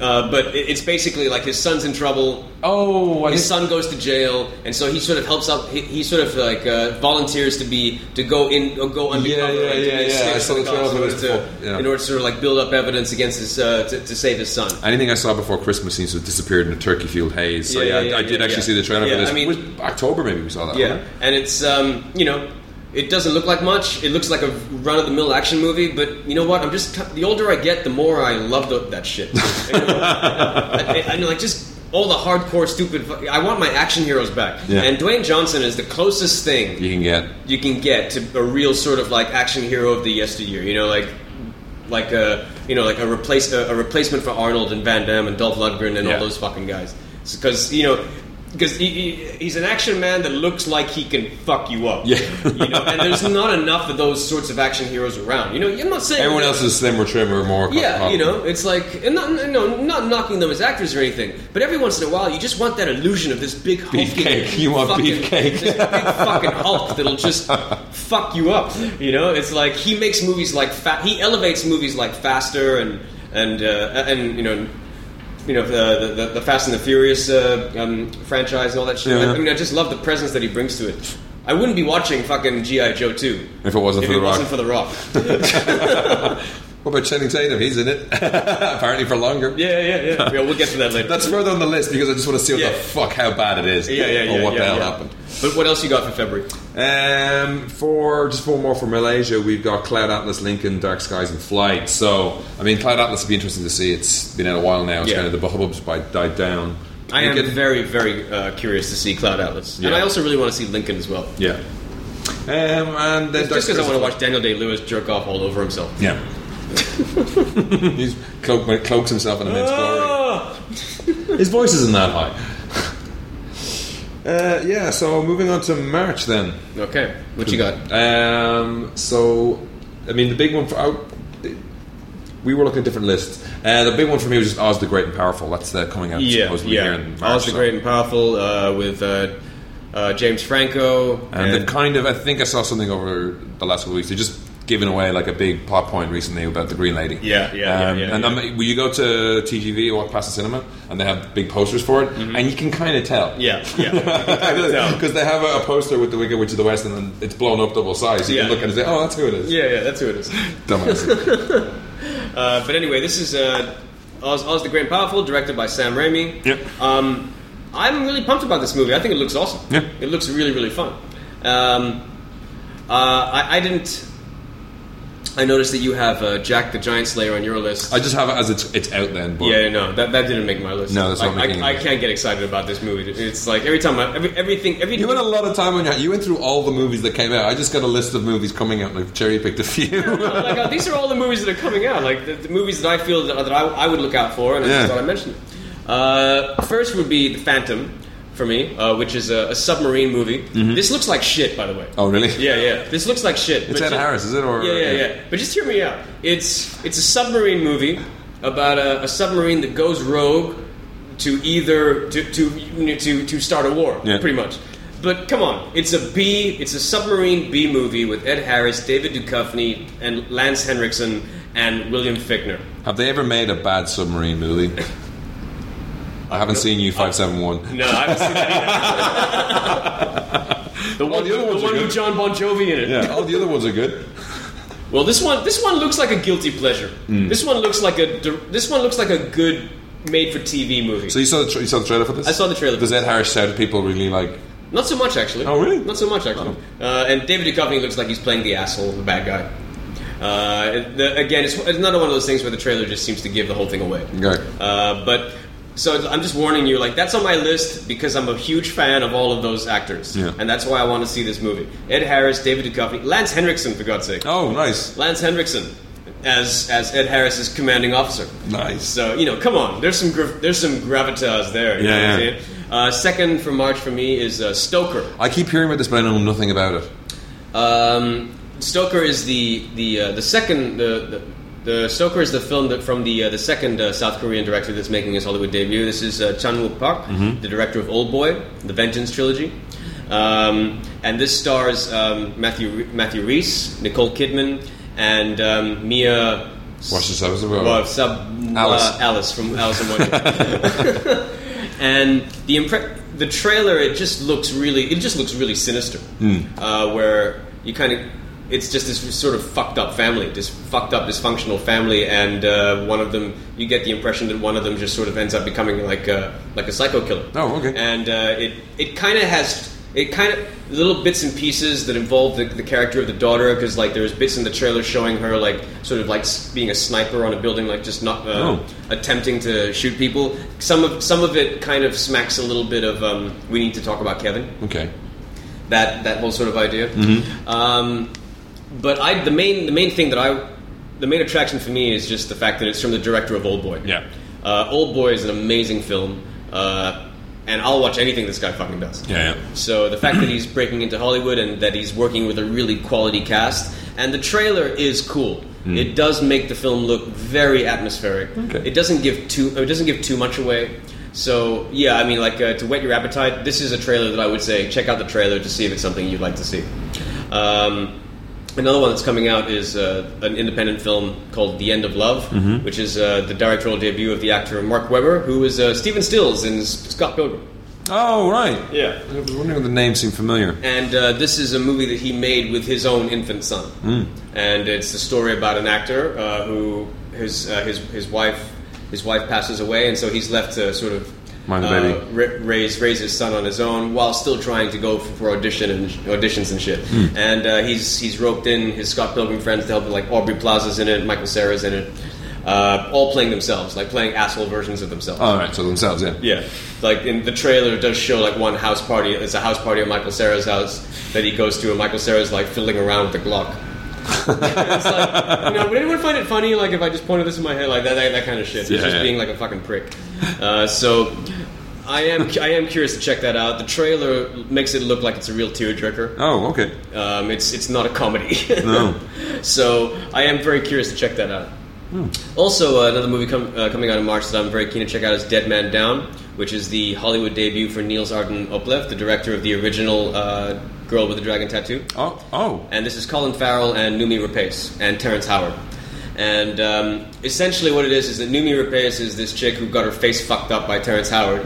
Uh, but it, it's basically like his son's in trouble.
Oh, I
His
think-
son goes to jail, and so he sort of helps out. He, he sort of like uh, volunteers to be to go in, or go undercover,
yeah,
and to be
yeah,
a
yeah.
snitch
I
for
saw the trailer
cops in
for
order
this
to,
before. Yeah.
in order to sort of like build up evidence against his uh, to, to save his son.
Anything I saw before Christmas seems to have disappeared in a turkey-fueled haze. So
Yeah,
yeah,
yeah,
I, I
yeah,
did
yeah,
actually
yeah.
see the trailer
Yeah,
for this.
I mean-
it was October maybe we saw that.
Yeah,
wasn't it?
and it's um, you know, it doesn't look like much. It looks like a run of the mill action movie, but you know what? I'm just the older I get, the more I love the, that shit. You know? I, I, I know, like just all the hardcore stupid. fu- I want my action heroes back,
Yeah.
and Dwayne Johnson is the closest thing
You can get.
you can get to a real sort of like action hero of the yesteryear. You know, like like a you know like a replace a, a replacement for Arnold and Van Damme and Dolph Lundgren and all
Yeah.
those fucking guys. Because you know. Because he, he, he's an action man that looks like he can fuck you up,
Yeah.
you know. And there's not enough of those sorts of action heroes around, you know. I'm not saying
Everyone else is slimmer, trimmer, more.
yeah,
popular.
you know, it's like, and not, no, not knocking them as actors or anything, but every once in a while, you just want that illusion of this big hulking
Beefcake. You want
fucking-
beefcake.
this big fucking Hulk that'll just fuck you up. You know, it's like he makes movies like fa- he elevates movies like Faster and and uh, and you know. You know the, the the Fast and the Furious uh, um, franchise and all that shit.
Yeah.
I, mean, I just love the presence that he brings to it. I wouldn't be watching fucking GI Joe two
If it wasn't
if it
for The Rock.
wasn't for The Rock.
What about Channing Tatum? He's in it. Apparently for longer.
yeah, yeah, yeah. yeah. We'll get to that later.
That's further on the list because I just want to see what
Yeah.
the fuck how bad it is.
Yeah, yeah, yeah.
Or what
yeah,
the hell
yeah.
happened.
But what else you got for February?
Um, for just one more for Malaysia, we've got Cloud Atlas, Lincoln, Dark Skies, and Flight. So, I mean, Cloud Atlas would be interesting to see. It's been out a while now. It's
Yeah.
kind of the hubbub's by died down.
I am
Lincoln-
very, very uh, curious to see Cloud Atlas, and
Yeah.
I also really want to see Lincoln as well.
yeah. Um, and then
Just because I want to watch
that.
Daniel Day Lewis jerk off all over himself.
Yeah. He's cloak, cloaks himself in immense glory.
Ah!
His voice isn't that high. Uh, yeah, so moving on to March then.
Okay, what you got?
Um, so, I mean, the big one for I, we were looking at different lists. Uh, the big one for me was just Oz the Great and Powerful. That's uh, coming out
Yeah,
supposedly here
yeah.
in March.
Oz the
so-
Great and Powerful uh, with uh, uh, James Franco
And
and
they've kind of, I think I saw something over the last couple of weeks. They're just giving away like a big plot point recently about the Green Lady. Um,
Yeah, yeah, yeah, yeah,
and
yeah.
I'm- will you go to TGV or walk past the cinema, and they have big posters for it, and you can kind of tell.
Mm-hmm. yeah, yeah. tell.
Because they have a, a poster with the Wicked Witch of the West, and then it's blown up double size. So you
Yeah.
can look at it and say, "Oh, that's who it is."
Yeah, yeah, that's who it is.
Dumbass.
Uh, but anyway, this is uh, Oz, Oz the Great and Powerful, directed by Sam Raimi.
Yep.
Um, I'm really pumped about this movie. I think it looks awesome.
Yeah.
It looks really, really fun. Um, uh, I, I didn't. I noticed that you have uh, Jack the Giant Slayer on your list.
I just have it as it's, it's out then. But
yeah, no, that, that didn't make my list.
No, that's not
Like,
making
I, I
it.
can't get excited about this movie. It's like every time I every, everything every.
You went a lot of time on your. You went through all the movies that came out. I just got a list of movies coming out, and I've cherry picked a few.
like, uh, these are all the movies that are coming out, like the, the movies that I feel that, that I, I would look out for, and I
Yeah.
just thought I mentioned. it. Uh, first would be The Phantom for me, uh, which is a, a submarine movie. This looks like shit, by the way.
Mm-hmm. oh, really?
Yeah, yeah. This looks like shit.
It's
but
Ed
ju-
Harris, is it? Or
Yeah, yeah, yeah. But just hear me out. It's it's a submarine movie about a, a submarine that goes rogue to either to to to, to start a war,
Yeah.
pretty much. But come on, it's a B. It's a submarine B movie with Ed Harris, David Duchovny, and Lance Henriksen and William Fickner.
Have they ever made a bad submarine movie? I haven't seen you five seven one.
No, I haven't seen that either. the one,
the other
Oh, the
ones are
one with
good.
John Bon Jovi in it.
Yeah, all Oh, the other ones are good.
Well, this one, this one looks like a guilty pleasure.
Hmm.
This one looks like a, this one looks like a good made-for-TV movie.
So you saw the tra- you saw the trailer for this?
I saw the trailer.
Does Ed Harris shout at people really like?
Not so much, actually.
Oh, really? Oh.
Not so much, actually. Uh, and David Duchovny looks like he's playing the asshole, the bad guy. Uh, it- the, again, it's, it's another one of those things where the trailer just seems to give the whole thing away.
Okay.
Uh, but so I'm just warning you, like that's on my list because I'm a huge fan of all of those actors,
Yeah.
and that's why I want to see this movie. Ed Harris, David Duchovny, Lance Henriksen, for God's sake,
Oh, nice,
Lance Henriksen as as Ed Harris's commanding officer.
nice.
So you know, come on. There's some grav- there's some gravitas there. You
Yeah,
know what I'm
yeah.
saying? Uh, second for March for me is uh, Stoker.
I keep hearing about this, but I know nothing about it.
Um, Stoker is the the uh, the second the, the the Stoker is the film that from the uh, the second uh, South Korean director that's making his Hollywood debut. This is uh, Chan Wook Park,
Mm-hmm.
the director of Old Boy, the Vengeance trilogy, um, and this stars um, Matthew Re- Matthew Reese, Nicole Kidman, and um, Mia.
Watch this episode. Well,
Well, sub
Alice.
uh, Alice from Alice in Wonderland. and the impre- the trailer, it just looks really, it just looks really sinister.
Hmm.
Uh, where you kind of, it's just this sort of fucked up family, this fucked up dysfunctional family, and uh, one of them, you get the impression that one of them just sort of ends up becoming like a like a psycho killer.
Oh, okay.
And uh, it it kind of has. It kind of little bits and pieces that involve the, the character of the daughter because like there's bits in the trailer showing her like sort of like s- being a sniper on a building like just not uh,
Oh.
attempting to shoot people. Some of some of it kind of smacks a little bit of um, we need to talk about Kevin
okay.
that that whole sort of idea.
Mm-hmm.
Um, but I the main the main thing that I the main attraction for me is just the fact that it's from the director of Old Boy.
Yeah.
uh, Old Boy is an amazing film, uh, and I'll watch anything this guy fucking does.
Yeah, yeah.
So the fact that he's breaking into Hollywood and that he's working with a really quality cast, and the trailer is cool. It does make the film look very atmospheric.
Okay.
It doesn't give too. It doesn't give too much away. So yeah, I mean, like uh, to whet your appetite, this is a trailer that I would say check out the trailer to see if it's something you'd like to see. Um, another one that's coming out is uh, an independent film called The End of Love, which is uh, the directorial debut of the actor Mark Webber, who is uh, Stephen Stills in S- Scott Pilgrim.
Oh, right.
Yeah.
I was wondering if the name seemed familiar.
And uh, this is a movie that he made with his own infant son.
Mm.
And it's the story about an actor uh, who his, uh, his his wife his wife passes away, and so he's left to sort of
Mind the
uh,
baby.
ra- raise raise his son on his own while still trying to go for, for audition and auditions and shit.
Mm.
And uh, he's he's roped in his Scott Pilgrim friends to help him, like Aubrey Plaza's in it, Michael Sarah's in it, uh, all playing themselves, like playing asshole versions of themselves.
All Oh, right, so themselves, yeah.
Yeah, like in the trailer does show like one house party. It's a house party at Michael Sarah's house that he goes to, and Michael Sarah's like fiddling around with the Glock. it's like, you know, would anyone find it funny? Like if I just pointed this in my head, like that, that, that kind of shit. It's
Yeah,
just
yeah.
being like a fucking prick. Uh, so. I am, I am curious to check that out. The trailer makes it look like it's a real tearjerker.
Oh, okay.
Um, it's, it's not a comedy.
No.
So I am very curious to check that out. Also, uh, another movie com- uh, coming out in March that I'm very keen to check out is Dead Man Down, which is the Hollywood debut for Niels Arden Oplev, the director of the original uh, Girl with the Dragon Tattoo.
Oh, oh.
And this is Colin Farrell and Numi Rapace and Terrence Howard. And um, essentially, what it is is that Numi Rapace is this chick who got her face fucked up by Terrence Howard,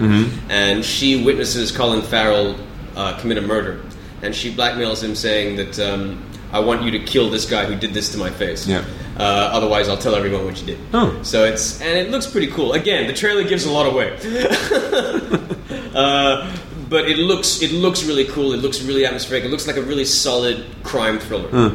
and she witnesses Colin Farrell uh, commit a murder, and she blackmails him saying that um, I want you to kill this guy who did this to my face.
Yeah.
Uh, otherwise, I'll tell everyone what you did.
Oh.
So it's and it looks pretty cool. Again, the trailer gives a lot away. Uh, but it looks it looks really cool. It looks really atmospheric. It looks like a really solid crime thriller.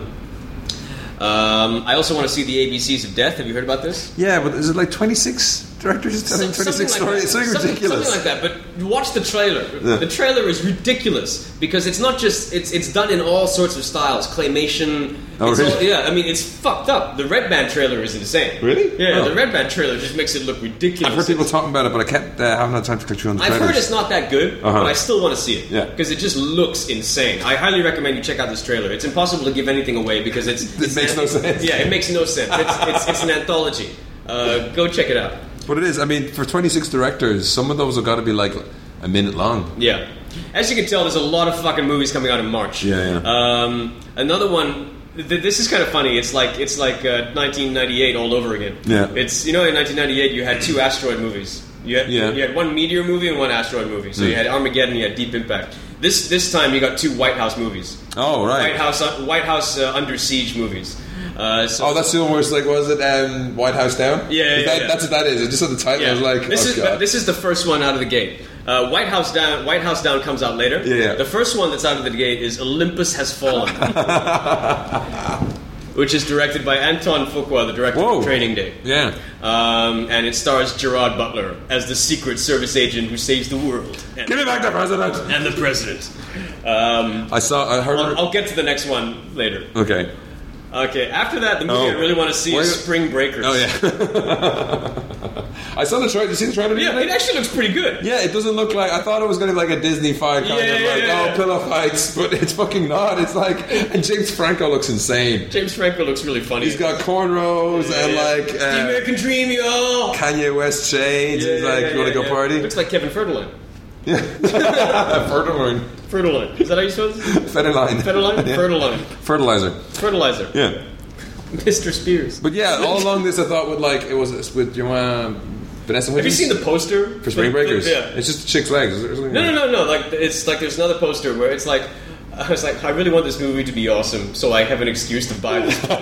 Um, I also want to see the ABCs of Death. Have you heard about this?
Yeah, but is it like 26 directors telling
Some-
26
something like
stories?
that.
It's something ridiculous.
Something like that. But watch the trailer.
Yeah.
The trailer is ridiculous because it's not just it's it's done in all sorts of styles. Claymation.
Oh,
it's
really?
all- yeah, I mean it's fucked up. The Red Band trailer is insane.
Really?
Yeah,
Oh.
the Red Band trailer just makes it look ridiculous.
I've heard people talking about it, but I can't, uh, haven't had time to click through on the
I've
trailers.
heard it's not that good,
Uh-huh.
but I still want to see it
Yeah.
because it just looks insane. I highly recommend you check out this trailer. It's impossible to give anything away because it's
It
it's
makes no sense.
Yeah, it makes no sense. It's it's, it's an anthology. Uh, go check it out.
But it is. I mean, for 26 directors, some of those have got to be like a minute long.
Yeah, as you can tell, there's a lot of fucking movies coming out in March.
Yeah, yeah.
Um, another one. Th- this is kind of funny. It's like it's like uh, 1998 all over again.
Yeah.
It's you know in 1998 you had two asteroid movies. You had
Yeah. Hmm.
you had one meteor movie and one asteroid movie. So you had Armageddon, you had Deep Impact. This this time you got two White House movies.
Oh right.
White House White House uh, under siege movies. Uh, so
Oh, that's the one where it's like, was it um, White House Down?
Yeah,
Is
yeah,
that,
yeah.
That's what that is. I just saw the title. I was like,
this
oh
is
god.
this is the first one out of the gate. Uh, White House down. White House down comes out later.
Yeah, yeah.
The first one that's out of the gate is Olympus Has Fallen, which is directed by Anton Fuqua, the director
Whoa.
of Training Day.
yeah.
Um, and it stars Gerard Butler as the Secret Service agent who saves the world and,
Give me back the president.
and the president. Um,
I saw. I heard.
I'll, I'll get to the next one later.
okay.
Okay, after that, the movie
Oh.
I really want to see
Wait.
is Spring Breakers.
Oh yeah. I saw the trailer. Did you see the trailer?
Yeah, it actually looks pretty good.
Yeah, it doesn't look like I thought it was going to be like a Disney fight kind
Yeah,
of
yeah,
like
yeah,
oh
yeah.
pillow fights, but it's fucking not. It's like and James Franco looks insane.
James Franco looks really funny.
He's got cornrows and like
It's the
uh,
American Dream, y'all.
Kanye West shades. He's like, you want to go party?
Looks like Kevin Federline.
Uh, fertilizer,
Federline. Is that how you spell this?
Federline.
Federline.
Yeah.
Federline.
fertilizer.
Fertilizer.
Yeah,
Mr. Spears.
but yeah, all along this, I thought would like it was with your um, Vanessa.
Have you seen the poster
for Spring Breakers?
Yeah.
It's just the chick's legs.
No, no, no, no. Like it's like there's another poster where it's like. I was like, I really want this movie to be awesome, so I have an excuse to buy this. poster.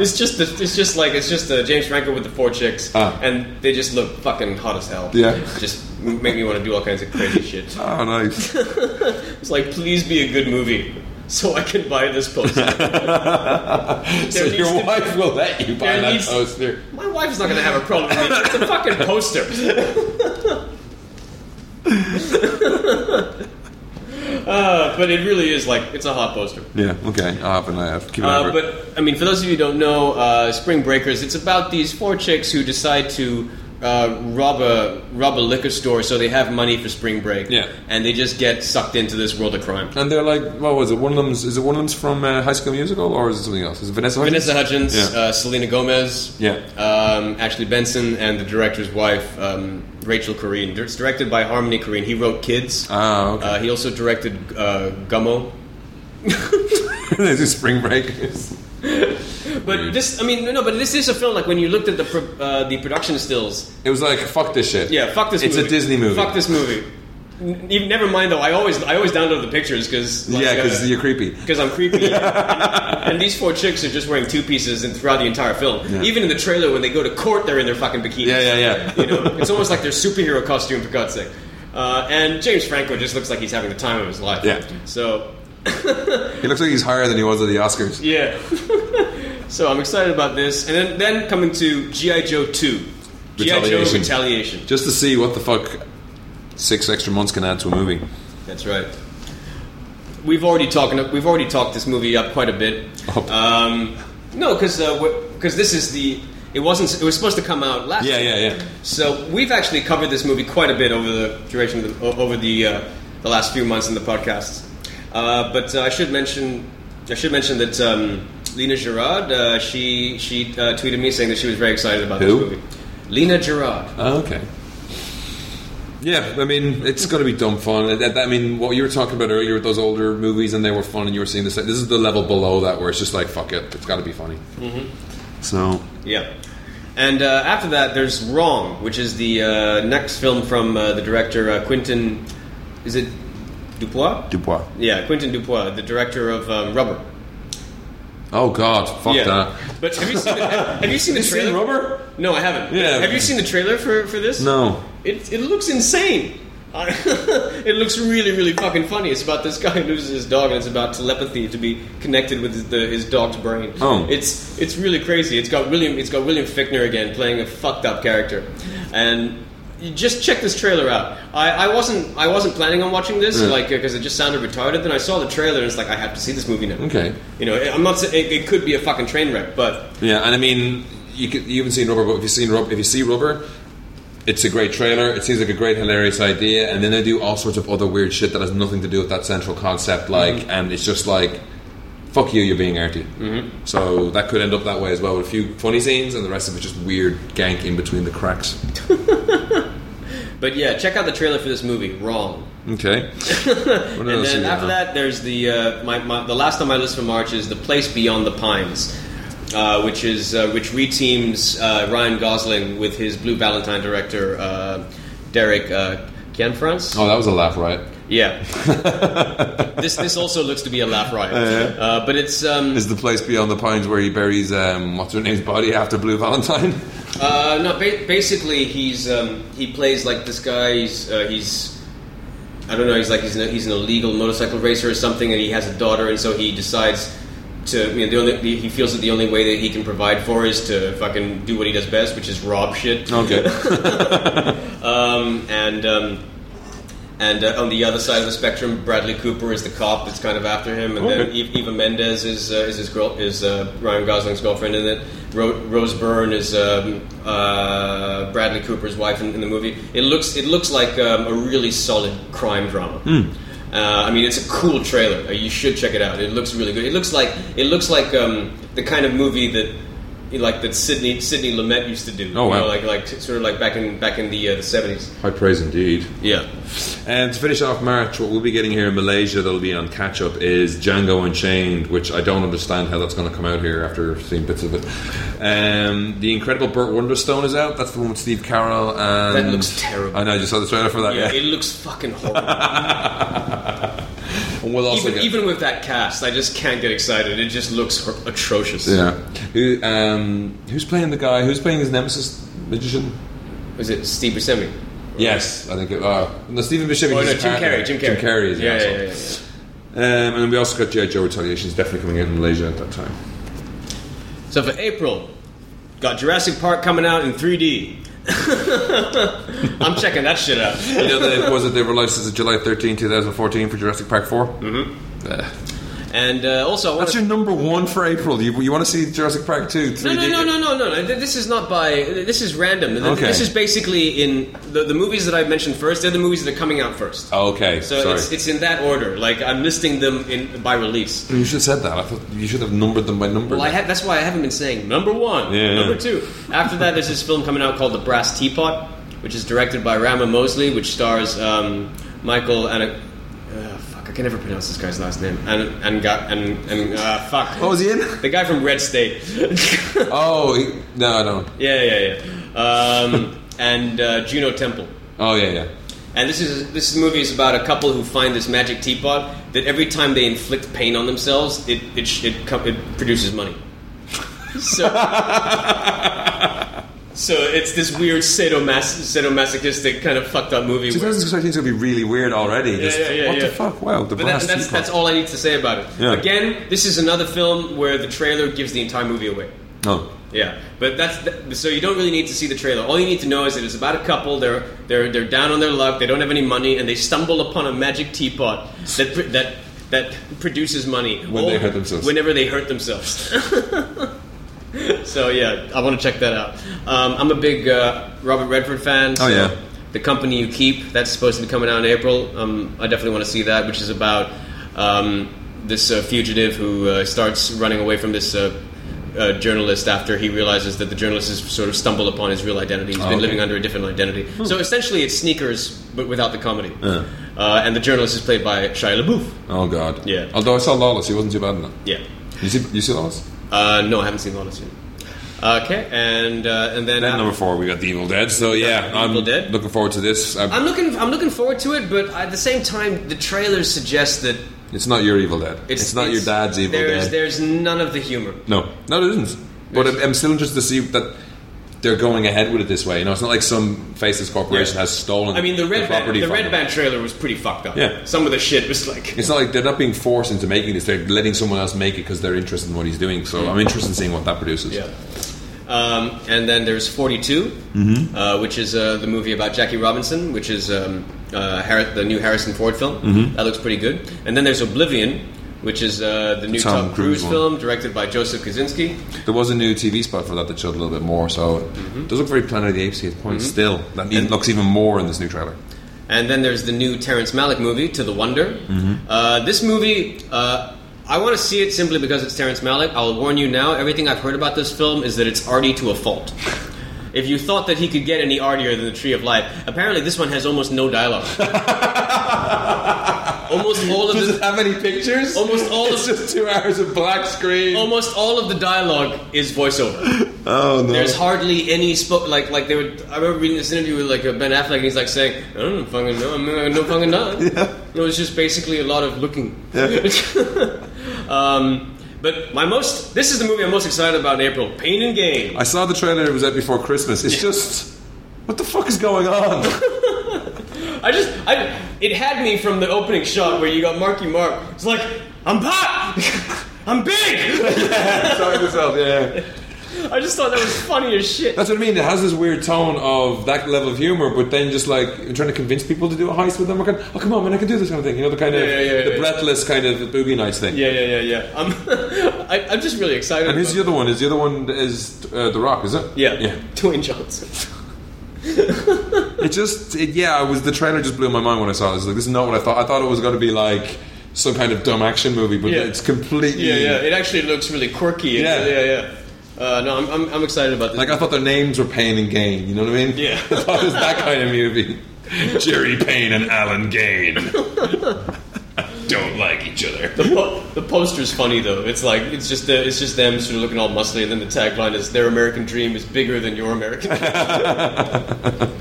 it's just, the, it's just like, it's just uh, James Franco with the four chicks,
Ah.
and they just look fucking hot as hell.
Yeah.
just make me want to do all kinds of crazy shit.
Oh, nice.
It's like, please be a good movie so I can buy this poster.
so
needs
your
to be-
wife will let you buy
There
that
needs-
poster.
My wife's not going to have a problem with it. It's a fucking poster. uh, but it really is like, it's a hot poster.
Yeah. Okay. I'll have an eye out. Keep an eye
Uh,
out.
but, I mean, for those of you who don't know, uh, Spring Breakers, it's about these four chicks who decide to. Uh, rob a rob a liquor store so they have money for spring break
Yeah.
and they just get sucked into this world of crime
And they're like, what was it? One of them's is it one of them's from uh, High School Musical or is it something else? Is it Vanessa? Hudgens?
Vanessa Hudgens,
Yeah.
uh, Selena Gomez,
Yeah.
um, Ashley Benson, and the director's wife, um, Rachel Corrine. It's directed by Harmony Corrine. He wrote Kids.
Ah, okay.
Uh, he also directed uh, Gummo.
There's a Spring Breakers.
But
Weird.
this, I mean, no, but this is a film like when you looked at the pro- uh, the production stills.
It was like fuck this shit.
Yeah, fuck this.
It's a
movie.
Disney movie.
Fuck this movie. N- even- never mind though. I always I always download the pictures uh, because
Yeah, because you're creepy.
because I'm creepy. and, and these four chicks are just wearing two pieces and throughout the entire film.
Yeah.
Even in the trailer, when they go to court, they're in their fucking bikinis.
Yeah, yeah, yeah.
You know, it's almost like their superhero costume for God's sake. Uh, and James Franco just looks like he's having the time of his life.
Yeah.
So
He looks like he's higher than he was at the Oscars.
yeah. so I'm excited about this, and then then coming to GI Joe Two, GI Joe
Retaliation.
Retaliation.
Just to see what the fuck six extra months can add to a movie.
That's right. We've already talking. We've already talked this movie up quite a bit.
Up.
Um, no, because because this is the. It wasn't. It was supposed to come out last.
Yeah,
year.
yeah, yeah.
So we've actually covered this movie quite a bit over the duration of the, o- over the uh, the last few months in the podcasts. Uh, but uh, I should mention I should mention that um, Lena Gerard uh, she she uh, tweeted me saying that she was very excited about
Who?
this movie. Lena Gerard.
Oh, okay. Yeah, I mean, it's going to be dumb fun. I, I- I mean, what you were talking about earlier with those older movies and they were fun and you were seeing this. This is the level below that where it's just like, fuck it, it's got to be funny. Mm-hmm. So,
Yeah. And uh, after that, there's Wrong, which is the uh, next film from uh, the director uh, Quentin. Is it Dupois?
Dubois.
yeah, Quentin Dupois, the director of um, Rubber.
Oh, God, fuck
yeah.
that.
But have you seen the, have you seen the trailer?
rubber?
No, I haven't.
Yeah.
Have you seen the trailer for, for this?
No.
It, it looks insane. I- it looks really, really fucking funny. It's about this guy who loses his dog, and it's about telepathy to be connected with his, the, his dog's brain.
Oh.
it's it's really crazy. It's got William. It's got William Fickner again playing a fucked up character, and you just check this trailer out. I, I wasn't I wasn't planning on watching this
Mm.
like because it just sounded retarded. Then I saw the trailer, and it's like I have to see this movie now.
Okay.
You know, I'm not. sa- It, it could be a fucking train wreck, but
Yeah, and I mean, you, could, you haven't seen Rubber, but if you seen Rubber, if you see Rubber, it's a great trailer. It seems like a great, hilarious idea, and then they do all sorts of other weird shit that has nothing to do with that central concept. Like, and it's just like, fuck you, you're being arty. Mm-hmm. So that could end up that way as well, with a few funny scenes and the rest of it just weird gank in between the cracks.
but yeah, check out the trailer for this movie. Wrong.
Okay. What
And
else
then
you
after uh,
got?
that, there's the uh, my, my, the last on my list for March is the place beyond the pines, uh, which is uh, which reteams uh, Ryan Gosling with his Blue Valentine director uh, Derek uh, Canfrance.
Oh, that was a laugh, right?
Yeah, this this also looks to be a laugh riot, uh, but it's um,
Is the place beyond the pines where he buries um, what's her name's body after Blue Valentine?
Uh, no, ba- basically he's um, he plays like this guy. He's uh, he's I don't know. He's like he's an, he's an illegal motorcycle racer or something, and he has a daughter, and so he decides to. You know, the only he feels that the only way that he can provide for her is to fucking do what he does best, which is rob shit.
Okay.
Um, and um, and uh, on the other side of the spectrum, Bradley Cooper is the cop that's kind of after him, and then
Okay.
Eve, Eva Mendes is uh, is his girl is uh, Ryan Gosling's girlfriend in it. Ro- Rose Byrne is um, uh, Bradley Cooper's wife in, in the movie. It looks it looks like um, a really solid crime drama.
Hmm.
Uh, I mean, it's a cool trailer. Uh, You should check it out. It looks really good. It looks like it looks like um, the kind of movie that. Like that Sydney Sydney Lumet used to do,
Oh,
you
wow.
know, like like sort of like back in back in the uh, the seventies.
High praise indeed.
Yeah.
And to finish off March, what we'll be getting here in Malaysia that'll be on catch up is Django Unchained, which I don't understand how that's going to come out here after seeing bits of it. Um, the Incredible Burt Wonderstone is out. That's the one with Steve Carroll. And
That looks terrible.
I know. I just saw the trailer for that. Yeah.
It looks fucking horrible.
And we'll also
even,
get.
even with that cast, I just can't get excited. It just looks hor- atrocious.
yeah. Who, um, who's playing the guy? Who's playing his nemesis? Magician?
Was it Steve Buscemi?
Yes, I think. It, uh, no, Stephen Bishop.
Oh
is
no,
his
Jim
partner.
Carrey. Jim Carrey.
Jim Carrey is the
yeah,
asshole.
yeah, yeah, yeah.
Um, and then we also got G.I. Joe Retaliation. It's definitely coming out in Malaysia at that time.
So for April, got Jurassic Park coming out in 3D. I'm checking that shit out.
You know, they, was it they were licensed to July 13, 2014 for Jurassic Park 4? Mm-hmm.
And uh, also, I want
that's your number one for April. You, you want to see Jurassic Park 2, 3D?
No, no, no, no, no, no, no. Th- This is not by. This is random. Th-
Okay.
This is basically in the, the movies that I've mentioned first. They're the movies that are coming out first.
Oh, okay,
so
sorry.
it's, it's in that order. Like I'm listing them in by release.
you should have said that. I thought you should have numbered them by number.
Well, I ha- that's why I haven't been saying number one,
Yeah.
number two. After that, there's this film coming out called The Brass Teapot, which is directed by Rama Mosley, which stars um, Michael and uh, fuck, I can never pronounce this guy's last name. And and got and and uh, fuck.
oh, is he in?
the guy from Red State.
Oh, he, no, I don't.
yeah, yeah, yeah. Um, and uh, Juno Temple.
Oh, yeah, yeah.
And this is this movie is about a couple who find this magic teapot that every time they inflict pain on themselves, it it sh- it, com- it produces money. So, so it's this weird sadomas- sadomasochistic kind of fucked up movie. Where,
2013 is going to be really weird already. Just,
yeah, yeah,
what the
yeah.
fuck? Wow, the
but that,
blast.
that's that's all I need to say about it.
Yeah.
Again, this is another film where the trailer gives the entire movie away.
No.
Yeah, but that's th- so you don't really need to see the trailer. All you need to know is that it's about a couple. They're they're they're down on their luck. They don't have any money, and they stumble upon a magic teapot that pr- that that produces money
When they
Or
hurt themselves.
Whenever they hurt themselves. so yeah, I want to check that out. Um, I'm a big uh, Robert Redford fan.
Oh,
so
yeah.
The Company You Keep that's supposed to be coming out in April. Um, I definitely want to see that, which is about um, this uh, fugitive who uh, starts running away from this. Uh, uh, journalist after he realizes that the journalist has sort of stumbled upon his real identity. He's been
okay.
living under a different identity. So essentially, it's sneakers but without the comedy. Hmm. Uh, and the journalist is played by Shia LaBeouf.
Oh, God.
Yeah.
Although I saw Lawless, he wasn't too bad in that.
Yeah.
You see, you see Lawless?
Uh, no, I haven't seen Lawless yet. Okay, and uh, and then,
Then number four, we got The Evil Dead. So, yeah, I'm
Evil Dead.
looking forward to this. I'm-
I'm looking. I'm looking forward to it, but at the same time, the trailers suggest that
It's not your Evil Dead.
it's,
It's, not your dad's Evil
there's,
Dead.
There's none of the humor.
no, no, it isn't. But I'm, I'm still interested to see that they're going ahead with it this way. You know, it's not like some faceless corporation
Yeah.
has stolen.
I mean, the red band,
property
the
from
red
them.
band trailer was pretty fucked up.
Yeah.
some of the shit was like.
It's not like they're not being forced into making this. They're letting someone else make it because they're interested in what he's doing. So I'm interested in seeing what that produces.
Mm-hmm. Yeah. Um, and then there's 42,
Mm-hmm.
uh, which is uh, the movie about Jackie Robinson, which is um, uh, Har- the new Harrison Ford film.
Mm-hmm.
That looks pretty good. And then there's Oblivion, which is uh, the new
Tom
Tom, Cruise,
Cruise one.
film directed by Joseph Kaczynski.
There was a new TV spot for that that showed a little bit more. So
Mm-hmm.
it does look very Planet of the Apes at points. Still, that even, looks even more in this new trailer.
And then there's the new Terrence Malick movie, To the Wonder.
Mm-hmm.
Uh, this movie, uh, I want to see it simply because it's Terrence Malick. I'll warn you now, everything I've heard about this film is that it's arty to a fault. If you thought that he could get any artier than the Tree of Life, apparently this one has almost no dialogue. Almost all of
Does
the
it have any pictures?
Almost all
It's
of-
just two hours of black screen.
almost all of the dialogue is voiceover.
oh no!
There's hardly any spoke like like they would. I remember reading this interview with like uh, Ben Affleck, and he's like saying, "I don't fucking know, I'm uh, no fucking know." It was just basically a lot of looking. um, but my most this is the movie I'm most excited about in April: Pain and Gain.
I saw the trailer. It was out before Christmas. It's just what the fuck is going on?
I just I it had me from the opening shot where you got Marky Mark. It's like I'm hot, I'm big.
Sorry, myself. Yeah,
I just thought that was funny as shit.
that's what I mean. It has this weird tone of that level of humor, but then just like trying to convince people to do a heist with them. Or kind oh come on, man, I can do this kind of thing. You know, the kind of
Yeah, yeah, yeah,
the
yeah.
breathless kind of boogie nights thing.
Yeah, yeah, yeah, yeah. I'm I, I'm just really excited.
And
about
who's the other one? Is the other one is uh, The Rock? Is it?
Yeah,
yeah.
Dwayne Johnson.
It just, it, yeah, it was the trailer just blew my mind when I saw it. I was like, this is not what I thought. I thought it was going to be like some kind of dumb action movie, but
Yeah.
it's completely.
Yeah, yeah. It actually looks really quirky. Yeah,
Yeah.
yeah, yeah. Uh, no, I'm, I'm, I'm excited about this.
Like I thought their names were Pain and Gain. You know what I mean?
Yeah.
I thought it was that kind of movie. Jerry Payne and Alan Gain don't like each other.
the, po- the poster's funny though. It's like it's just the, it's just them sort of looking all muscly, and then the tagline is "Their American Dream is bigger than your American." Dream."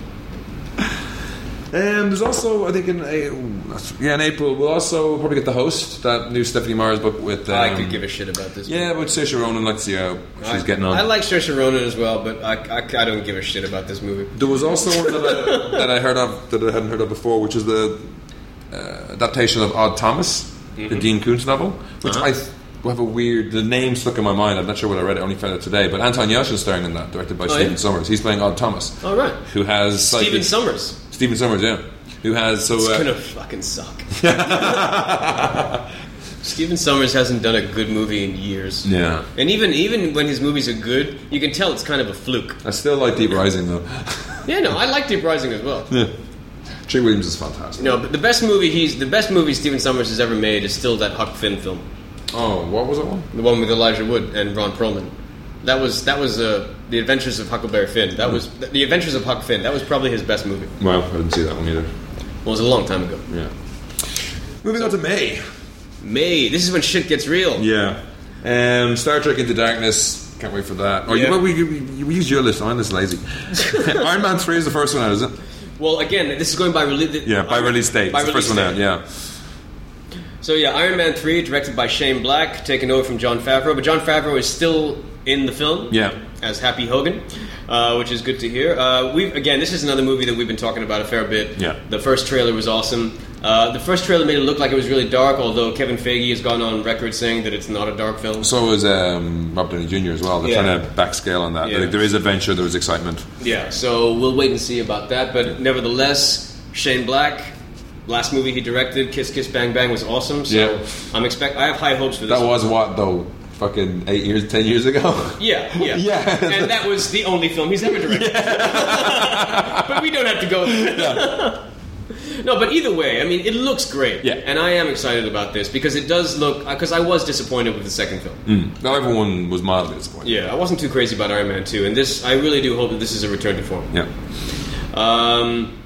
And there's also, I think, in A- yeah, in April we'll also probably get the host that new Stephanie Meyer's book with. Um,
I could give a shit about this.
Yeah, but Saoirse Ronan. Let's see how she's
I,
getting on.
I like Saoirse Ronan as well, but I, I, I don't give a shit about this movie.
There was also one that I, that I heard of that I hadn't heard of before, which is the uh, adaptation of Odd Thomas,
Mm-hmm.
the Dean Koontz novel, which
Uh-huh.
I th- have a weird the name stuck in my mind. I'm not sure what I read. I only found it today. But Anton Yashin's starring in that, directed by
Oh, yeah?
Stephen Sommers. He's playing Odd Thomas,
All right,
who has slightly-
Stephen Summers.
Stephen Sommers, yeah, who has so.
It's
Uh,
gonna fucking suck. Stephen Summers hasn't done a good movie in years.
Yeah.
And even even when his movies are good, you can tell it's kind of a fluke.
I still like Deep Rising though.
Yeah, no, I like Deep Rising as well.
Trick Williams is fantastic.
No, but the best movie he's the best movie Steven Summers has ever made is still that Huck Finn film,
Oh, what was it one?
the one with Elijah Wood and Ron Perlman. That was that was uh, the Adventures of Huckleberry Finn. That was
Hmm.
the Adventures of Huck Finn. That was probably his best movie.
Well, I didn't see that one either.
Well, it was a long time ago.
Yeah. Moving on to May.
May. This is when shit gets real.
Yeah. Um, Star Trek Into Darkness. Can't wait for that. Or
Yeah.
you, well, we, we, we used your list. I'm just lazy. Iron Man 3 is the first one out, is it?
Well, again, this is going by release.
Yeah, by release date.
By
it's the
release
first one out,
date.
yeah.
So yeah, Iron Man three, directed by Shane Black, taken over from John Favreau, but John Favreau is still in the film.
Yeah.
as Happy Hogan, uh, which is good to hear. Uh, we again, this is another movie that we've been talking about a fair bit.
Yeah.
the first trailer was awesome. Uh, the first trailer made it look like it was really dark, although Kevin Feige has gone on record saying that it's not a dark film.
So is um, Rob Downey Jr. as well. They're
Yeah.
trying to backscale on that.
Yeah.
Like, there is adventure, there is excitement.
Yeah, so we'll wait and see about that. But nevertheless, Shane Black, last movie he directed, Kiss Kiss Bang Bang, was awesome. So
Yeah.
I'm expect I have high hopes for this.
That was what, though? Fucking eight years, ten years ago?
Yeah, yeah,
Yeah.
And that was the only film he's ever directed. but we don't have to go there. no, but either way, I mean, it looks great.
Yeah.
And I am excited about this because it does look. Because I was disappointed with the second film.
Hmm. Now everyone was mildly disappointed.
Yeah, I wasn't too crazy about Iron Man 2, and this, I really do hope that this is a return to form.
Yeah.
Um,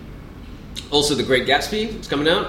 also, The Great Gatsby is coming out.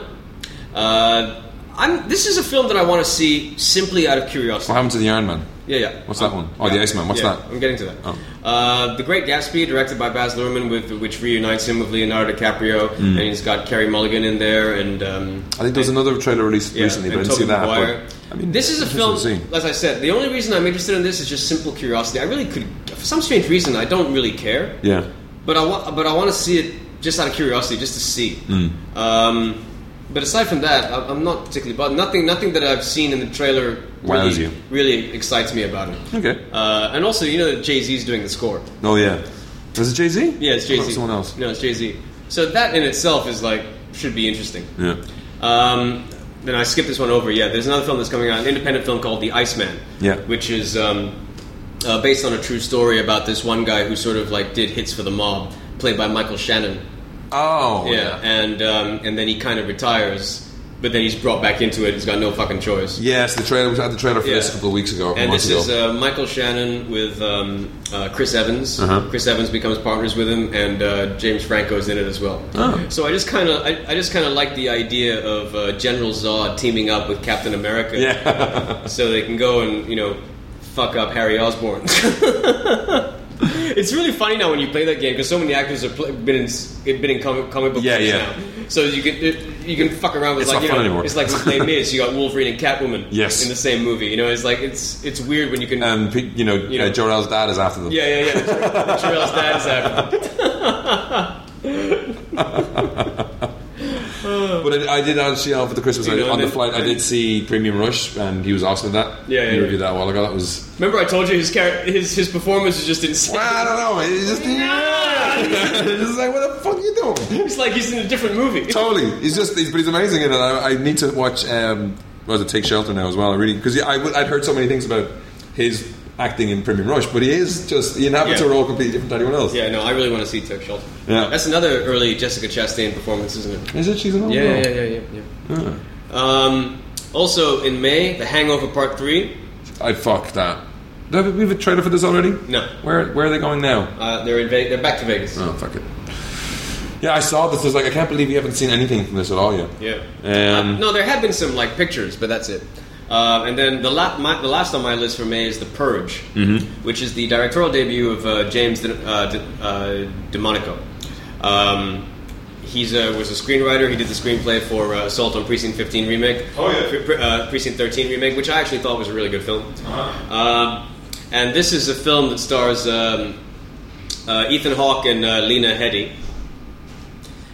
Uh, I'm, this is a film that I want to see simply out of
What
curiosity.
happened to the Iron Man?
Yeah, yeah.
What's that one? Oh, the Iceman. What's
Yeah,
that?
I'm getting to that.
Oh.
Uh, the Great Gatsby, directed by Baz Luhrmann, with which reunites him with Leonardo DiCaprio, and he's got Kerry Mulligan in there, and um,
Mm. I think there was another trailer released
yeah,
recently,
and
but I didn't
Tobey
see that.
Maguire.
But, I mean,
this is a
it's
film.
interesting to see.
As I said, the only reason I'm interested in this is just simple curiosity. I really could, for some strange reason, I don't really care.
Yeah.
But I want, but I want to see it just out of curiosity, just to see.
Mm. Hmm.
Um, but aside from that, I, I'm not particularly. But nothing, nothing that I've seen in the trailer
Wows
really,
you.
really excites me about it.
Okay.
Uh, and also, you know that Jay Z's doing the score.
Oh yeah, was it Jay Z?
Yeah, it's Jay Z.
Someone else.
No, it's Jay Z. So that in itself is like should be interesting.
Yeah.
Um, then I skipped this one over. Yeah, there's another film that's coming out, an independent film called The Iceman.
Yeah.
which is um, uh, based on a true story about this one guy who sort of like did hits for the mob, played by Michael Shannon.
Oh
Yeah, and um, and then he kind of retires, but then he's brought back into it. He's got no fucking choice.
Yes, the trailer. We had the trailer for this a
Yeah.
couple of weeks ago. or
And
months
this
ago.
is uh, Michael Shannon with um, uh, Chris Evans.
Uh-huh.
Chris Evans becomes partners with him, and uh, James Franco is in it as well.
Oh.
So I just kind of, I, I just kind of like the idea of uh, General Zod teaming up with Captain America,
yeah,
so they can go and you know fuck up Harry Osborn. it's really funny now when you play that game because so many actors have pl- been in, s- been in comic, comic book
Yeah,
movies
yeah.
now. So you can it, you can fuck around with
It's
like
not
you
fun
know
anymore.
it's like with Les Mis, you got Wolverine and Catwoman
Yes.
in the same movie. You know it's like it's it's weird when you can
and Pete- you know, you
know.
know, Jor-El's dad is after them.
yeah yeah yeah. Charles dad is after.
But I, I did actually uh, for the Christmas
You know,
I, on
and
the
then-
flight. I did see Premium Rush, and he was asking that.
Yeah, yeah,
you
yeah.
reviewed that a while ago. That was
Remember I told you his char- his his performance is just insane.
Well, I don't know. It's just it's just like what the fuck you doing?
It's like he's in a different movie.
Totally. He's just he's, but he's amazing in it. I, I need to watch. Um, what was it Take Shelter now as well? I really because I would- I'd heard so many things about his acting in Premium Rush, but he is just he inhabits
Yeah.
a role completely different to anyone else.
Yeah, no, I really want to see Tech Shelter.
Yeah.
That's another early Jessica Chastain performance, isn't it?
Is it? She's an old
Yeah,
girl.
yeah, yeah, yeah. yeah. Um, also in May, The Hangover Part Three.
I'd fuck Ah. that. Do we have a trailer for this already?
No.
Where where are they going now?
Uh, they're in Ve- they're back to Vegas.
Oh fuck it. Yeah, I saw this. I was like, I can't believe you haven't seen anything from this at all yet.
Yeah.
Um,
Uh, No, there have been some like pictures, but that's it. Uh, and then the, la- my, the last on my list for May is The Purge, which is the directorial debut of uh, James De- uh, De- uh, DeMonico. Um, he's a, was a screenwriter. He did the screenplay for uh, Assault on Precinct 15 remake.
Oh, yeah.
Pre- pre- uh, Precinct 13 remake, which I actually thought was a really good film.
Uh-huh.
Um, and this is a film that stars um, uh, Ethan Hawke and uh, Lena Headey.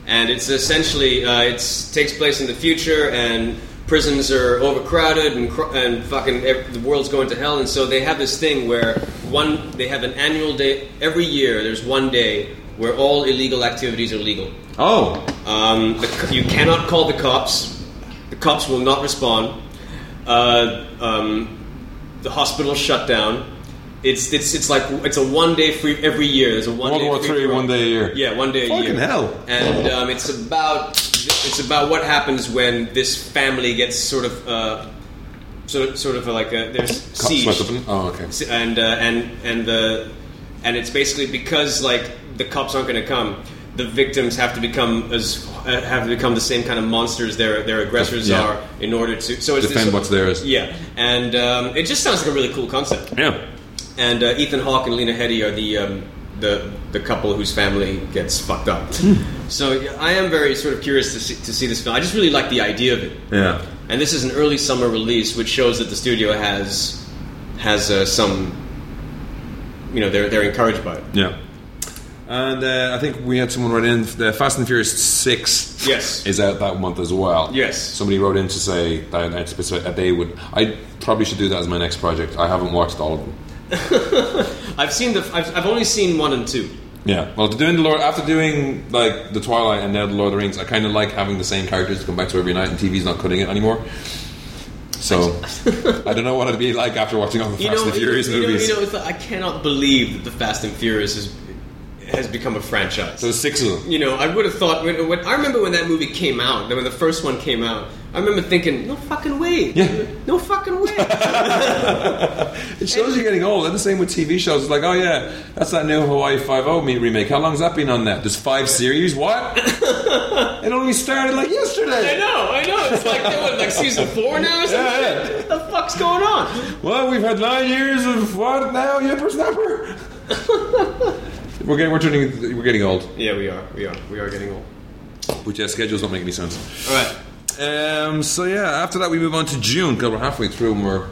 And it's essentially uh, it takes place in the future, and prisons are overcrowded, and cr- and fucking ev- the world's going to hell. And so they have this thing where one they have an annual day every year. There's one day where all illegal activities are legal.
Oh,
Um, the, c- you cannot call the cops. The cops will not respond. Uh, um, the hospital shut down. It's, it's, it's like it's a one day free every year. There's a one
World
day
War
free
Three,
for all.
one day a year.
Yeah, one day a
Fucking
year.
hell.
And um, it's about it's about what happens when this family gets sort of uh, sort of, sort of like a, there's
Cops
siege
swept up in- Oh, okay.
S- and uh, and and the and it's basically because like the cops aren't going to come the victims have to become as uh, have to become the same kind of monsters their their aggressors
Yeah.
are in order to so it's
Defend
this,
what's theirs.
yeah and um, it just sounds like a really cool concept
Yeah.
and uh, Ethan Hawke and Lena Headey are the um, the the couple whose family gets fucked up
Hmm.
so yeah, I am very sort of curious to see, to see this film I just really like the idea of it
Yeah.
and this is an early summer release, which shows that the studio has has uh, some, you know, they're they're encouraged by it.
Yeah. And uh, I think we had someone write in. The Fast and Furious Six
Yes.
is out that month as well.
Yes.
Somebody wrote in to say that, it's specific- that they would. I probably should do that as my next project. I haven't watched all of them.
I've seen the I've, I've only seen one and two.
Yeah. Well, doing the Lord after doing like the Twilight and now the Lord of the Rings, I kind of like having the same characters to come back to every night, and TV's not cutting it anymore. So I don't know what it'd be like after watching all the
You
Fast
know,
and Furious
you know,
movies.
You know, it's like, I cannot believe that the Fast and Furious is, has become a franchise.
so there's six of them.
you know, I would have thought when, when I remember when that movie came out, when the first one came out. I remember thinking, no fucking way,
Yeah.
no fucking way.
It shows you're getting old. And the same with TV shows. It's like, oh yeah, that's that new Hawaii Five O meet remake. How long's that been on that? There's five series. What? it only started like
I
yesterday.
know, I know. It's like that was like season four now. Or something.
Yeah, yeah.
What the fuck's going on?
Well, we've had nine years of what now? Yipper snapper. we're getting we're turning we're getting old.
Yeah, we are. We are. We are getting old.
Which yeah, schedules don't make any sense.
All right.
Um, so yeah, after that we move on to June because we're halfway through and we're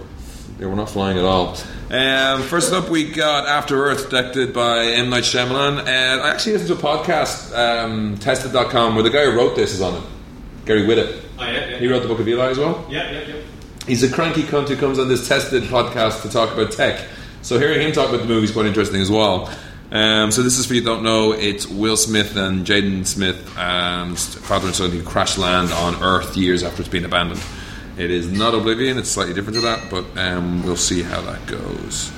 yeah, we're not flying at all. Um, first up, we got After Earth, directed by M Night Shyamalan. And I actually listened to a podcast, um, Tested.com, where the guy who wrote this is on it, Gary Whittaker.
Oh, yeah, yeah.
He wrote the Book of Eli as well.
Yeah, yeah, yeah.
He's a cranky cunt who comes on this tested podcast to talk about tech. So hearing him talk about the movie is quite interesting as well. Um, so this is for you don't know. It's Will Smith and Jaden Smith, um, father and son, who crash land on Earth years after it's been abandoned. It is not Oblivion. It's slightly different to that, but um, we'll see how that goes.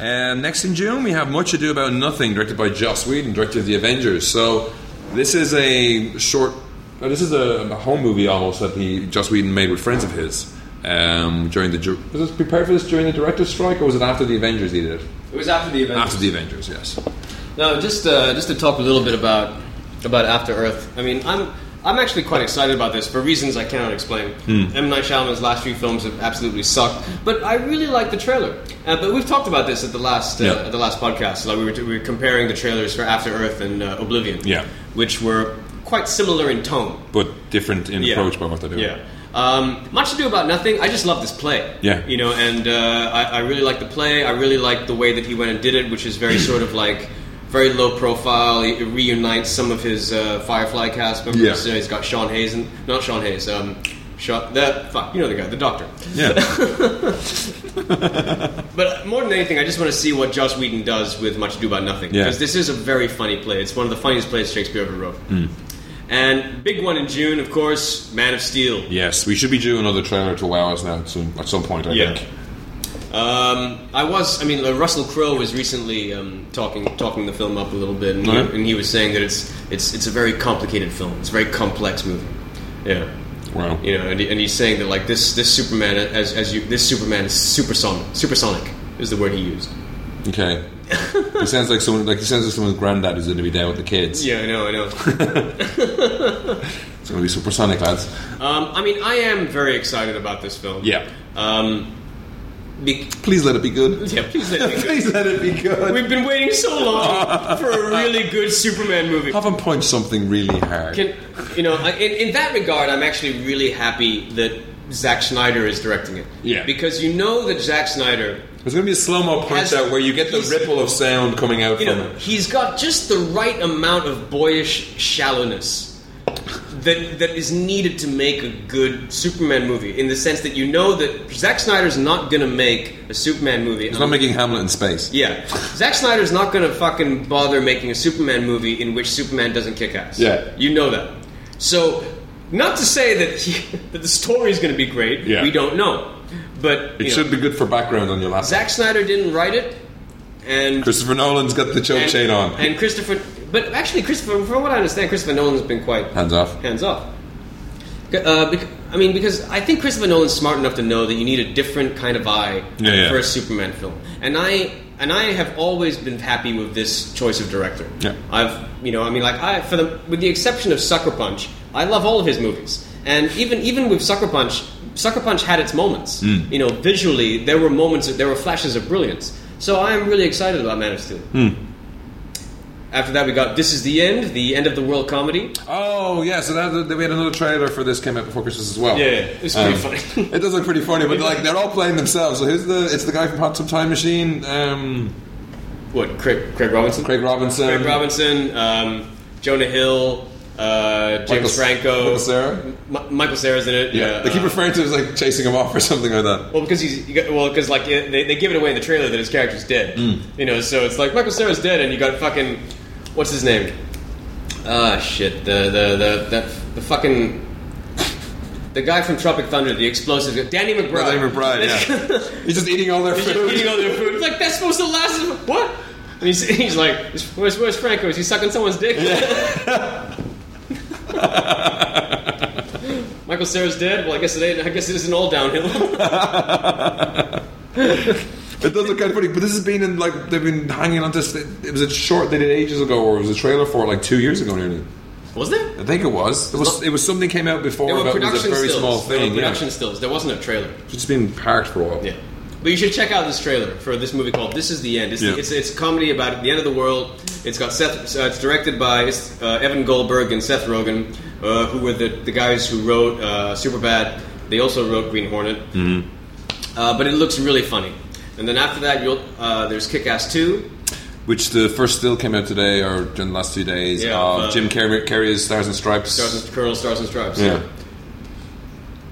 Um, next in June, we have Much Ado About Nothing, directed by Joss Whedon, director of The Avengers. So this is a short No, this is a, a home movie almost that he Joss Whedon made with friends of his um, during the. ju- Was this prepared for this during the director's strike, or was it after the Avengers he did it?
It was after the event.
After the Avengers, yes.
Now, just uh, just to talk a little bit about about After Earth. I mean, I'm I'm actually quite excited about this for reasons I cannot explain. M Night Shyamalan's last few films have absolutely sucked, but I really like the trailer. Uh, but we've talked about this at the last uh,
Yeah.
at the last podcast. Like we were, we were comparing the trailers for After Earth and uh, Oblivion,
Yeah.
which were quite similar in tone.
But different in
Yeah.
approach by what they're doing.
Yeah. Um, much ado about nothing. I just love this play.
Yeah.
You know, and uh, I, I really like the play. I really like the way that he went and did it, which is very sort of like very low profile. He reunites some of his uh, Firefly cast members.
Yeah.
So he's got Sean Hayes and not Sean Hayes. Um, Sean, the fuck, you know the guy, the doctor.
Yeah.
But more than anything, I just want to see what Joss Whedon does with Much Ado About Nothing.
Yeah.
Because this is a very funny play. It's one of the funniest plays Shakespeare ever wrote.
Hmm.
And big one in June, of course, Man of Steel.
yes, we should be due another trailer to wow us now soon, at some point, I
Yeah.
think.
Um, I was. I mean, uh, Russell Crowe was recently um, talking talking the film up a little bit, and, he,
Right.
and he was saying that it's it's it's a very complicated film. It's a very complex movie. Yeah,
Wow.
you know, and, he, and he's saying that like this this Superman as as you this Superman is supersonic. Supersonic is the word he used.
Okay. it sounds like someone like it sounds like someone's granddad is going to be down with the kids.
Yeah, I know, I know.
It's going to be supersonic, lads.
um, I mean, I am very excited about this film.
Yeah.
Um, be-
Please let it be good.
yeah, please let me go.
Please let it be good.
We've been waiting so long for a really good Superman movie.
haven't punched something really hard.
Can, you know, I- in, in that regard, I'm actually really happy that Zack Snyder is directing it.
Yeah.
Because you know that Zack Snyder,
There's going to be a slow mo punch
Has-
out where you get the
he's-
ripple of sound coming out
you
from
know,
it.
he's got just the right amount of boyish shallowness. That, that is needed to make a good Superman movie in the sense that you know that Zack Snyder's not gonna make a Superman movie.
He's not making Hamlet in space.
yeah, Zack Snyder's not gonna fucking bother making a Superman movie in which Superman doesn't kick ass.
Yeah.
You know that. So, not to say that, he, that the story is going to be great.
Yeah.
We don't know. But
It
you know,
should be good for background on your laptop.
Zack Snyder didn't write it, and
Christopher Nolan's got the choke
and,
chain on.
and Christopher. But actually, Christopher, from what I understand, Christopher Nolan's been quite
Hands off.
hands off. Uh, bec- I mean, because I think Christopher Nolan's smart enough to know that you need a different kind of eye
Yeah, yeah.
for a Superman film, and I and I have always been happy with this choice of director.
Yeah.
I've you know I mean like I for the with the exception of Sucker Punch, I love all of his movies, and even even with Sucker Punch, Sucker Punch had its moments.
Mm.
You know, visually there were moments, there were flashes of brilliance. So I am really excited about Man of Steel.
Hmm.
After that, we got This Is the End, the end of the world comedy.
Oh yeah, so that, that we had another trailer for this came out before Christmas as well. Um,
Yeah, yeah, it's pretty funny.
it does look pretty funny, but like they're all playing themselves. So who's the? It's the guy from Hot Tub Time Machine, um,
What Craig, Craig Robinson?
Craig Robinson.
Craig Robinson, um, Jonah Hill, uh, James
Michael-
Franco,
Michael Cera?
Mi- Michael Cera's in it.
Yeah,
Yeah,
they keep
uh,
referring to it as like chasing him off or something like that.
Well, because he's you got- well, because like it- they, they give it away in the trailer that his character's dead.
Hmm.
You know, so it's like Michael Cera's dead, and you got fucking what's his name? Ah, shit, the the the that the fucking the guy from Tropic Thunder, the explosive Danny McBride.
Danny McBride, yeah. He's just eating all their
He's just
food.
eating all their food. He's like, that's supposed to last. What? And he's, he's like, where's, where's Franco? Is he sucking someone's dick? Michael Sarah's dead. Well, I guess it ain't. I guess it isn't all downhill.
It does look kind of funny, but this has been in like they've been hanging on this. It was a short they did ages ago, or it was a trailer for it like two years ago nearly.
was there?
I think it was. It was. It was something came out before,
There were
but it
production
was a very
stills.
small
there
thing.
were
Yeah.
production stills. There wasn't a trailer.
It's just been parked for a while.
Yeah. But you should check out this trailer for this movie called "This Is the End." It's,
Yeah.
it's, it's a comedy about the end of the world. It's got Seth. Uh, it's directed by uh, Evan Goldberg and Seth Rogen, uh, who were the, the guys who wrote uh, Superbad. They also wrote Green Hornet.
Mm-hmm.
Uh, but it looks really funny. And then after that, you'll, uh, there's Kick-Ass Two.
Which the first still came out today or during the last two days
Yeah,
of
but-
Jim Carrey, Carrey's Stars and Stripes.
Stars and Colonel Stars and Stripes.
yeah.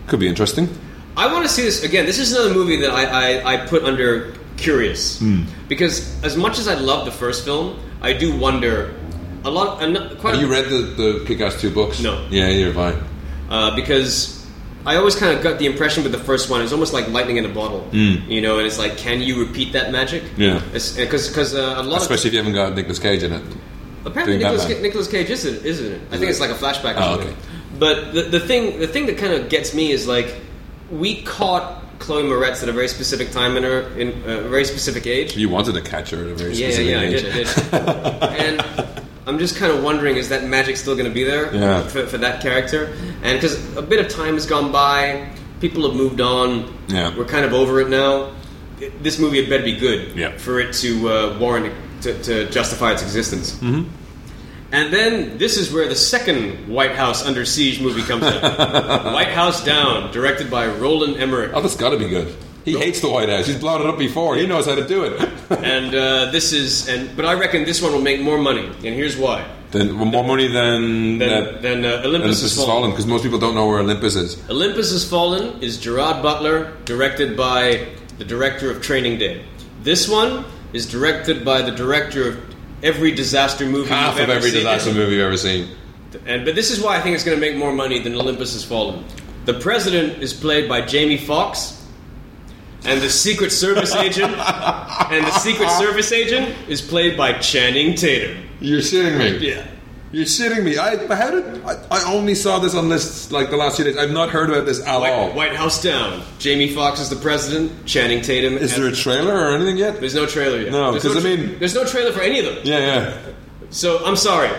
Could be interesting.
I want to see this again. This is another movie that I, I, I put under curious
Hmm.
because as much as I love the first film, I do wonder a lot. I'm not, quite
Have you read the, the Kick Ass 2 books?
No.
Yeah, you're fine.
uh, because I always kind of got the impression with the first one, it was almost like lightning in a bottle, you know. And it's like, can you repeat that magic?
Hmm. Yeah.
because because uh, a lot
Especially if you haven't got Nicolas Cage in it.
of apparently
doing
Nicolas,
Batman.
Nicolas Cage is in, isn't it? I think
it?
it's like a flashback. or
Oh,
something.
okay.
But the, the thing the thing that kind of gets me is like we caught Chloe Moretz at a very specific time in her in a very specific age.
You wanted to catch her at a very
Yeah,
specific
yeah, yeah, I
age.
did, I did. and I'm just kind of wondering, is that magic still going to be there
Yeah.
for, for that character? And because a bit of time has gone by, people have moved on.
Yeah.
We're kind of over it now. It- This movie had better be good
Yeah.
for it to uh, warrant it- to, to justify its existence. Mm-hmm. And then this is where the second White House Under Siege movie comes in. White House Down, directed by Roland Emmerich.
Oh, that's got to be good. He hates the White House. He's blown it up before. He knows how to do it.
And uh, this is and but I reckon this one will make more money, and here's why.
then well, more money than
Then,
that
then uh, Olympus, has
Olympus has
fallen. Ah,
fallen because most people don't know where Olympus is.
Olympus Has Fallen is Gerard Butler, directed by the director of Training Day. This one is directed by the director of every disaster movie.
Half
you've
of
ever
every
seen.
disaster movie you've ever seen.
And but this is why I think it's going to make more money than Olympus Has Fallen. The president is played by Jamie Foxx, and the Secret Service agent and the Secret Service agent is played by Channing Tatum.
You're shitting me.
Yeah.
You're shitting me. I but how did I, I only saw this on lists like the last few days. I've not heard about this at all.
White, White House down. Jamie Foxx is the president. Channing Tatum
Is
as-
there a trailer or anything yet?
There's no trailer yet.
No,
There's
'cause I
tra-
mean-
there's no trailer for any of them.
Yeah, yeah.
So I'm sorry,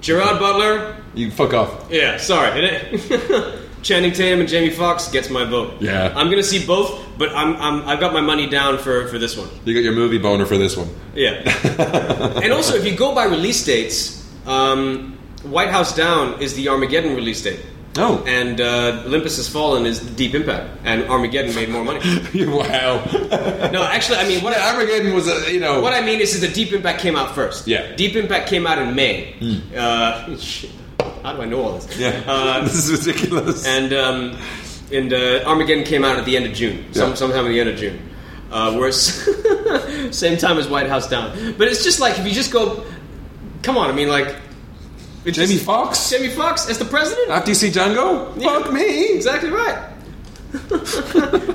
Gerard Butler.
You fuck off.
Yeah, sorry. It- Channing Tatum and Jamie Foxx gets my vote.
Yeah.
I'm gonna see both, but I'm, I'm I've got my money down for for this one.
You got your movie boner for this one.
Yeah. and also, if you go by release dates, um, White House Down is the Armageddon release date,
No.
and uh, Olympus Has Fallen is Deep Impact, and Armageddon made more money.
wow.
No, actually, I mean what.
But Armageddon was a you know
What I mean is, is that Deep Impact came out first.
Yeah. Hmm.
Deep Impact came out in May. Uh, shit. how do I know all this?
yeah.
Uh,
this is ridiculous.
and um, and uh, Armageddon came out at the end of June. Some,
Yeah.
Sometime at the end of June. Uh, where it's same time as White House Down. But it's just like if you just go, come on. I mean, like it's
Jamie
just-
Foxx?
Jamie Fox as the president.
After you see Django?
Yeah.
Fuck me.
exactly right.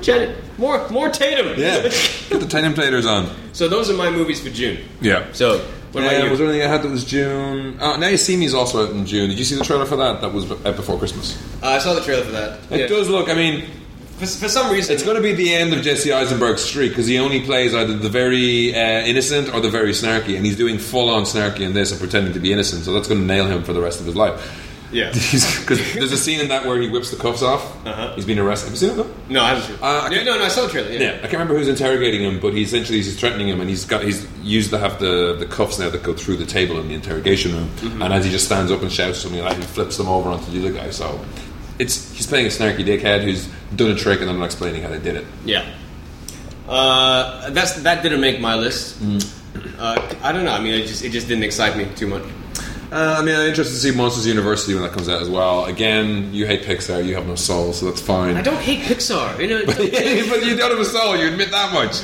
Janet, more more Tatum.
Yeah. Get the titanium taters on.
So those are my movies for June.
Yeah.
So what about
Um,
you?
was there anything I had that was June? Oh, now you see me's also out in June. Did you see the trailer for that? That was b- uh, before Christmas.
Uh, I saw the trailer for that.
It
Yeah.
does look. I mean,
For, for some reason,
it's going to be the end of Jesse Eisenberg's streak because he only plays either the very uh, innocent or the very snarky, and he's doing full-on snarky in this and pretending to be innocent. So that's going to nail him for the rest of his life.
Yeah.
Because there's a scene in that where he whips the cuffs off.
Uh-huh.
He's been arrested. Have you seen it? though?
No, I haven't. seen it.
Uh,
no, no, no, I saw the trailer. Yeah.
Yeah, I can't remember who's interrogating him, but he essentially he's threatening him, and he's got he's used to have the, the cuffs now that go through the table in the interrogation room. And as he just stands up and shouts something, like that, he flips them over onto the other guy. So it's he's playing a snarky dickhead who's done a trick, and I'm not explaining how they did it.
Yeah. Uh, that's that didn't make my list. Uh, I don't know. I mean, it just it just didn't excite me too much.
Uh, I mean, I'm interested to see Monsters University when that comes out as well. Again, you hate Pixar, you have no soul, so that's fine.
I don't hate Pixar. You know, it's-
but you don't have a soul. You admit that much.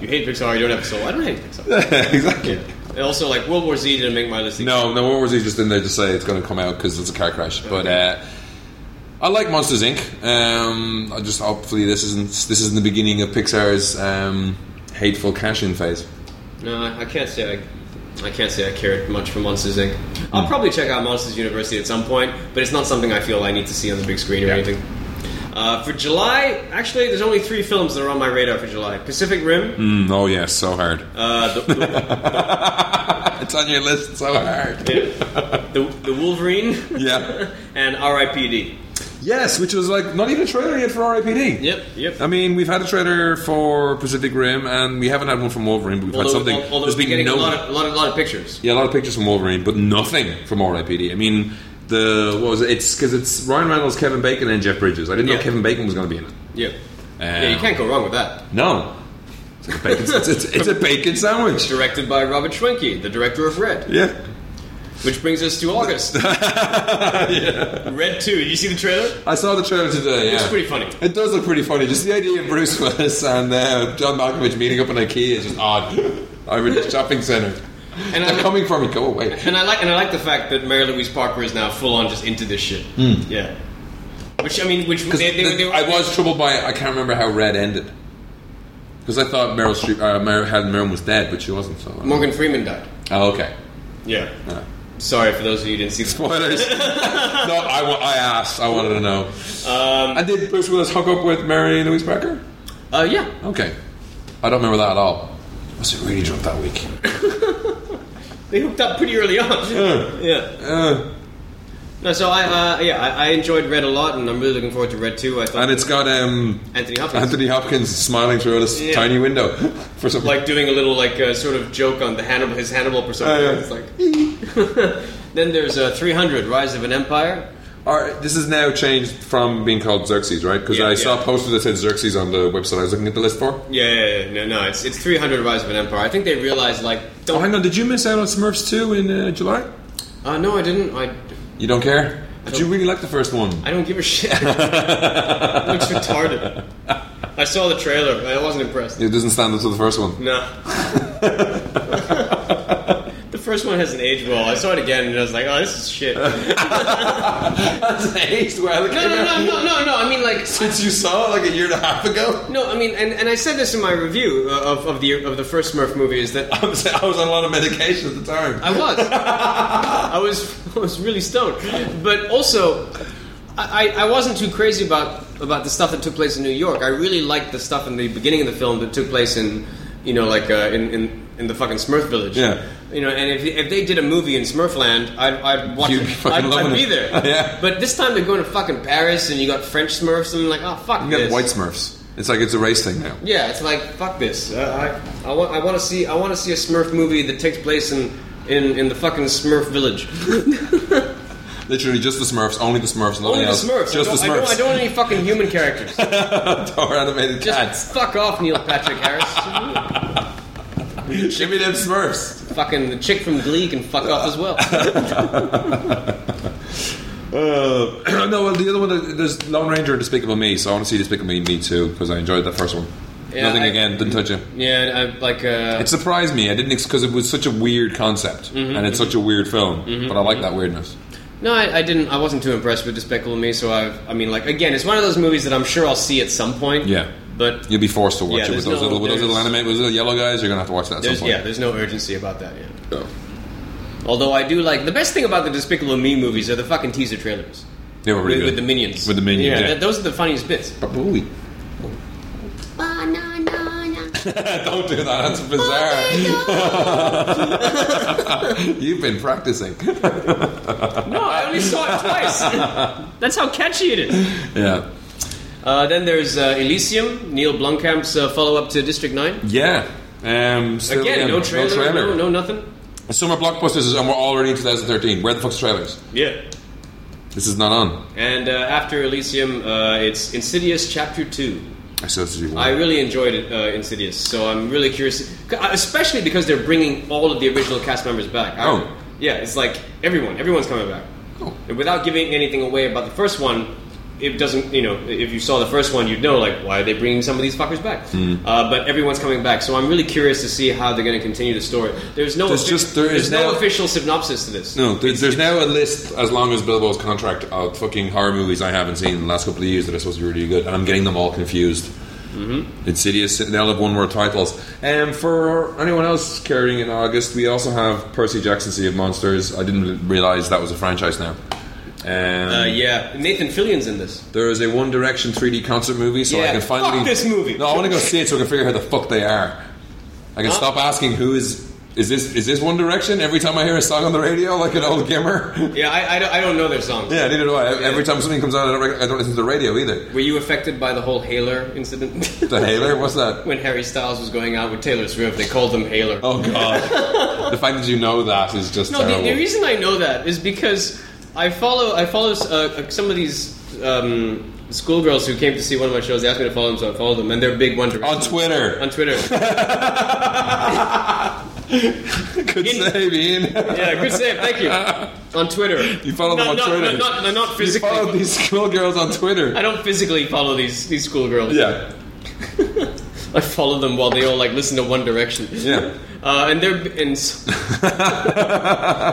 you hate Pixar. You don't have a soul. I don't hate Pixar.
exactly.
And also, like World War Z didn't make my list.
No, no, World War Z is just in there to say it's going to come out because it's a car crash. But uh, I like Monsters Inc. Um, I just hopefully this isn't this isn't the beginning of Pixar's um, hateful cash-in phase.
no, I, I can't say. I, I can't say I cared much for Monsters Inc.
Hmm.
I'll probably check out Monsters University at some point, but it's not something I feel I need to see on the big screen or
Yeah.
anything. Uh, for July, actually, there's only three films that are on my radar for July: Pacific Rim,
Mm, oh yes, so hard.
uh, the, the-
It's on your list, so hard.
the, the Wolverine
Yeah.
and R.I.P.D.
Yes, which was like not even a trailer yet for R.I.P.D.
Yep, yep.
I mean, we've had a trailer for Pacific Rim, and we haven't had one from Wolverine. But we've
although,
had something.
al- although
there's
we're
been
getting
no
a lot of, lot, of, lot of pictures.
Yeah, a lot of pictures from Wolverine, but nothing from R.I.P.D. I mean, the what was it? It's because it's Ryan Reynolds, Kevin Bacon, and Jeff Bridges. I didn't
Yeah.
know Kevin Bacon was going to be in it. Um,
Yeah. yeah, you can't go wrong with that.
No, it's, like a bacon, it's, it's, it's a bacon sandwich.
Directed by Robert Schwenke, the director of Red,
Yeah,
which brings us to August. Red Two. Did you see the trailer?
I saw the trailer today. Yeah.
It's pretty funny.
It does look pretty funny. Just the idea of Bruce Willis and uh, John Malkovich meeting up in IKEA is just odd. I'm in the shopping center.
And
They're
I,
coming for me. Go away.
and I like and I like the fact that Mary Louise Parker is now full on just into this shit. Yeah. Which I mean, which they, they,
Because
they, they,
Hmm. I was troubled by I can't remember how Red ended because I thought Meryl Streep, uh, Meryl, Helen Mirren was dead, but she wasn't. So
Morgan Freeman died.
oh, okay.
Yeah.
Yeah.
Sorry for those of you who didn't see the
Spoilers. no, I, wa- I asked. I wanted to know. and did Bruce Willis hook up with Mary Louise Becker?
Uh, yeah.
Okay. I don't remember that at all. I was really drunk that week.
They hooked up pretty early on. yeah.
Uh,
No, so I, uh, yeah, I, I enjoyed Red a lot, and I'm really looking forward to Red 2. I thought
and it's got um,
Anthony Hopkins.
Anthony Hopkins smiling through this
Yeah.
tiny window for some
like doing a little like uh, sort of joke on the Hannibal his Hannibal persona.
Oh, yeah.
It's like then there's uh, 300 Rise of an Empire.
Or, this is now changed from being called Xerxes, right? Because
Yeah,
I saw
yeah.
a poster that said Xerxes on the website I was looking at the list for.
Yeah, yeah, yeah, no, no, it's it's 300 Rise of an Empire. I think they realized like
Oh,
don't.
hang on. Did you miss out on Smurfs 2 in uh, July?
Uh, no, I didn't. I
You don't care? But you really like the first one.
I don't give a shit. looks retarded. I saw the trailer. but I wasn't impressed.
It doesn't stand up to the first one.
No. the first one hasn't aged well. I saw it again and I was like, oh, this is shit. No,
That's aged well.
no, no, no, no, no. I mean, like,
Since you saw it like a year and a half ago.
no, I mean, and, and I said this in my review uh, of, of the of the first Smurf movie is that
I was on a lot of medication at the time.
I was. I was I was really stoned. But also I, I I wasn't too crazy about about the stuff that took place in New York. I really liked the stuff in the beginning of the film that took place in you know like uh, in, in in the fucking Smurf village.
Yeah.
You know, and if, if they did a movie in Smurfland, I'd, I'd watch
You'd
it.
be
I'd,
fucking loving
I'd be
it.
there.
Yeah.
But this time they're going to fucking Paris, and you got French Smurfs, and I'm like, oh fuck
You
this.
got white Smurfs. It's like it's a race thing now.
Yeah, it's like fuck this. Uh, I, I want I want to see I want to see a Smurf movie that takes place in in, in the fucking Smurf village.
Literally just the Smurfs, only the Smurfs, nothing
Only the
else.
Smurfs.
Oh, Just
I, don't,
the
I, don't, I
Smurfs.
don't want any fucking human characters.
Or animated
Just
cats.
fuck off, Neil Patrick Harris.
Give me them Smurfs.
fucking the chick from Glee can fuck off as well.
Uh, no, well, the other one, uh, there's Lone Ranger and Despicable Me, so I want to see Despicable Me, me too, because I enjoyed that first one.
Yeah,
nothing
I-
again, didn't touch you.
Yeah, I, like uh,
It surprised me. I didn't because it was such a weird concept, and it's such a weird film. but I like that weirdness.
no, I, I didn't. I wasn't too impressed with Despicable Me. So I, I mean, like again, it's one of those movies that I'm sure I'll see at some point.
Yeah.
but
You'll be forced to watch
Yeah,
it with
there's
those
no-
little with those little
there's-
anime with those little yellow guys. You're gonna have to watch that at some
there's
point.
yeah, there's no urgency about that yet.
So,
Although I do like the best thing about the Despicable Me movies are the fucking teaser trailers
they were really
with, with
good.
the minions.
With the minions, yeah.
th- those are the funniest bits.
Babooey. Don't do that. That's bizarre. You've been practicing.
No, I only saw it twice. That's how catchy it is.
Yeah.
Uh, then there's uh, Elysium, Neil Blomkamp's uh, follow-up to District 9.
Yeah. Um, still,
Again, no trailer, no, no, nothing.
Summer blockbusters, and we're already in 2013. Where the fuck's trailers?
Yeah.
This is not on.
And uh, after Elysium, uh, it's Insidious Chapter 2.
I still have to do
I
one.
really enjoyed it, uh, Insidious, so I'm really curious, c- especially because they're bringing all of the original cast members back. I-
Oh.
Yeah, it's like everyone, everyone's coming back.
Cool.
And without giving anything away about the first one, it doesn't, you know, if you saw the first one, you'd know, like, why are they bringing some of these fuckers back?
Hmm.
Uh, but everyone's coming back, so I'm really curious to see how they're going to continue the story. There's no,
There's just- there is
there's no
now-
official synopsis to this.
No, there, there's now a list as long as Bilbo's contract of fucking horror movies I haven't seen in the last couple of years that are supposed to be really good, and I'm getting them all confused.
Mm-hmm.
Insidious, they'll have one more titles. And for anyone else carrying in August, we also have Percy Jackson Sea of Monsters. I didn't realize that was a franchise now. Um,
Uh, yeah, Nathan Fillion's in this.
There is a One Direction 3D concert movie, so
Yeah,
I can
fuck
finally
this movie.
No, I want to go see it so I can figure out who the fuck they are. I can
Huh?
stop asking who is is this is this One Direction every time I hear a song on the radio like an old gimmer.
Yeah, I, I, don't, I don't know their songs.
Yeah, neither do I. Every time something comes on, I don't, rec- I don't listen to the radio either.
Were you affected by the whole Hailer incident?
The Hailer, what's that?
when Harry Styles was going out with Taylor Swift, they called him Hailer.
Oh god, the fact that you know that is just
No, the,
terrible.
the reason I know that is because I follow I follow uh, some of these um, schoolgirls who came to see one of my shows. They asked me to follow them, so I followed them, and they're big One Direction
on Twitter,
on Twitter.
good save, Ian.
yeah, good save. Thank you. On Twitter,
You follow them
No,
on
no,
Twitter.
no, not, no, not
You
physically.
followed these schoolgirls on Twitter.
I don't physically follow these these schoolgirls.
Yeah,
I follow them while they all like listen to One Direction.
yeah,
Uh, and they're and s-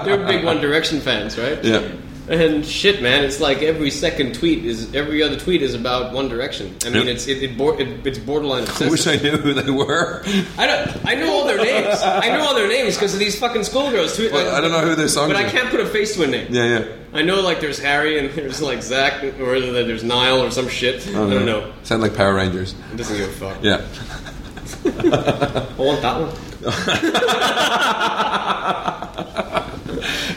they're big One Direction fans, right?
yeah.
And shit, man, it's like every second tweet is every other tweet is about One Direction. I mean,
Yep.
it's it, it, bor- it it's borderline
I
obsessive.
wish I knew who they were.
I don't. I know all their names. I know all their names because of these fucking schoolgirls. Who,
Well, I don't know who their songs
But I
are.
can't put a face to a name.
Yeah, yeah.
I know like there's Harry and there's like Zach or that there's Niall or some shit. I don't, know.
Sound like Power Rangers.
It doesn't give a fuck.
Oh, Yeah.
I want that one.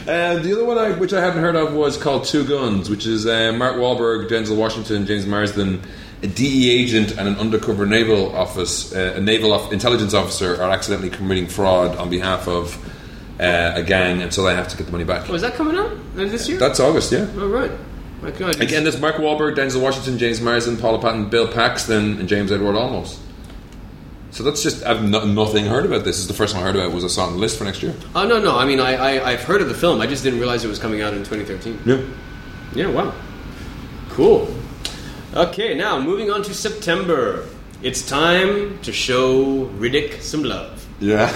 And the other one I, which I hadn't heard of was called Two Guns, which is uh, Mark Wahlberg, Denzel Washington, James Marsden. A DE agent and an undercover naval office, uh, a naval of- intelligence officer, are accidentally committing fraud on behalf of uh, a gang, and so they have to get the money back.
Oh, is that coming out Uh, this year?
That's August, yeah.
All right. My God.
Again,
Again,
there's Mark Wahlberg, Denzel Washington, James Marsden, Paula Patton, Bill Paxton, and James Edward Olmos. So that's just I've no, nothing heard about this. This is the first one I heard about. It was a song on the list for next year.
oh no, no. I mean, I, I I've heard of the film. I just didn't realize it was coming out in 2013.
Yeah.
Yeah, wow. Cool. Okay, now moving on to September. It's time to show Riddick some love.
Yeah.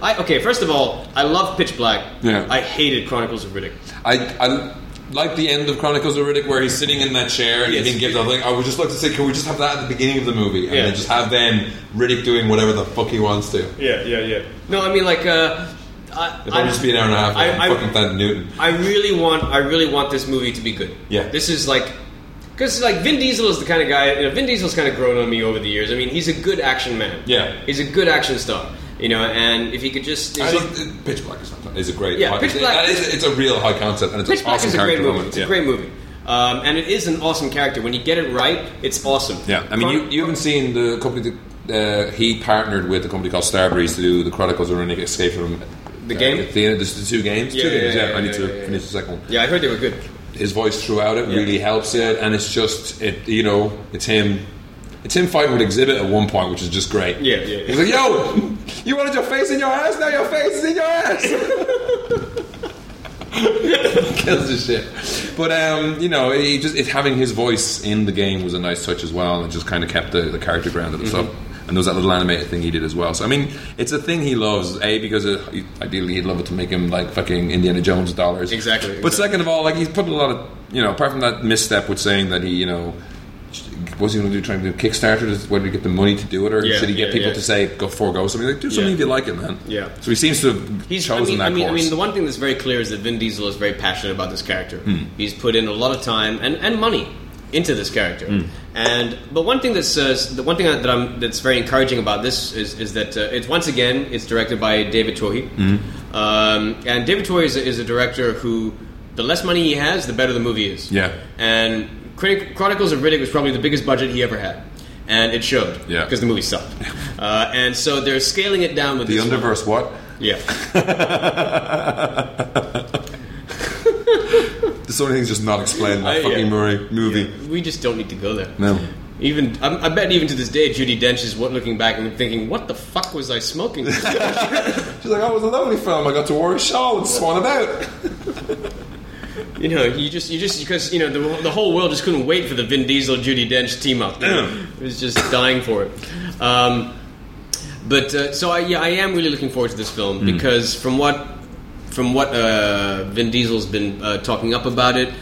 I, okay, first of all, I love Pitch Black.
Yeah.
I hated Chronicles of Riddick.
I, I like the end of Chronicles of Riddick where he's sitting in that chair and
Yes.
he can give the thing. I would just like to say, can we just have that at the beginning of the movie and
Yeah.
then just have then Riddick doing whatever the fuck he wants to.
Yeah, yeah, yeah. No, I mean like uh, I,
It'll probably just be an hour and a half.
I- I-
I, fucking Thad Newton.
I really want I really want this movie to be good.
Yeah.
This is like because like Vin Diesel is the kind of guy. You know, Vin Diesel's kind of grown on me over the years. I mean, he's a good action man.
Yeah.
He's a good action star. You know, and if he could just it's
I think
like-
that uh, Pitch Black is, fantastic. is a great.
Yeah,
high-
Pitch Black-
that is- it's a real high concept and it's
Pitch
an
Black
awesome
is a great
character
movie.
moment.
It's a
Yeah.
great movie. Um, and it is an awesome character. When you get it right, it's awesome.
Yeah, I mean, you, you haven't seen the company that uh, he partnered with, a company called Starbreeze, to do the Chronicles of Riddick Escape from
The
uh,
game?
The, the, the two games.
Yeah,
two
yeah,
games.
yeah,
Yeah,
yeah,
I need
yeah,
to
yeah, yeah.
finish the second one.
Yeah, I heard they were good.
His voice throughout it really helps it, and it's just it. You know, it's him. It's him fighting with Exhibit at one point, which is just great.
Yeah, yeah,
He's
yeah.
like, "Yo, you wanted your face in your ass. Now your face is in your ass." Kills the shit. But um, you know, he just it, having his voice in the game was a nice touch as well, and just kind of kept the, the character grounded and stuff.
Mm-hmm.
And there was that little animated thing he did as well. So I mean, it's a thing he loves. A because it, ideally he'd love it to make him like fucking Indiana Jones dollars.
Exactly,
But
exactly.
second of all, like he's put a lot of you know, apart from that misstep with saying that he you know. Was he going to do trying to do Kickstarter? Whether to get the money to do it, or
Yeah,
should he get
yeah,
people
yeah.
to say go forego something? Like do something
Yeah.
if you like it, man.
Yeah.
So he seems to have
He's, I
chosen
mean,
that
I mean, I
course.
mean, the one thing that's very clear is that Vin Diesel is very passionate about this character.
Hmm.
He's put in a lot of time and, and money into this character.
Hmm.
And but one thing that's uh, the one thing that I'm that's very encouraging about this is, is that uh, it's once again it's directed by David Tohey,
Hmm.
um, and David Tohey is a, is a director who the less money he has, the better the movie is.
Yeah.
And Chronic- Chronicles of Riddick was probably the biggest budget he ever had, and it showed.
Yeah.
Because the movie sucked, uh, and so they're scaling it down with
The
this one.
underverse what?
Yeah.
There's so many things just not explained in that
I-
fucking
Oh, yeah.
Murray movie.
We just don't need to go there.
No.
Even I, I bet even to this day, Judy Dench is what, looking back and thinking, "What the fuck was I smoking?"
She's like, oh, it was a lovely film. I got to wear a shawl and swan about.
you know, you just you just because you know the, the whole world just couldn't wait for the Vin Diesel Judy Dench team up. it was just dying for it. Um, but uh, so I, yeah, I am really looking forward to this film because from what from what uh, Vin Diesel's been uh, talking up about it,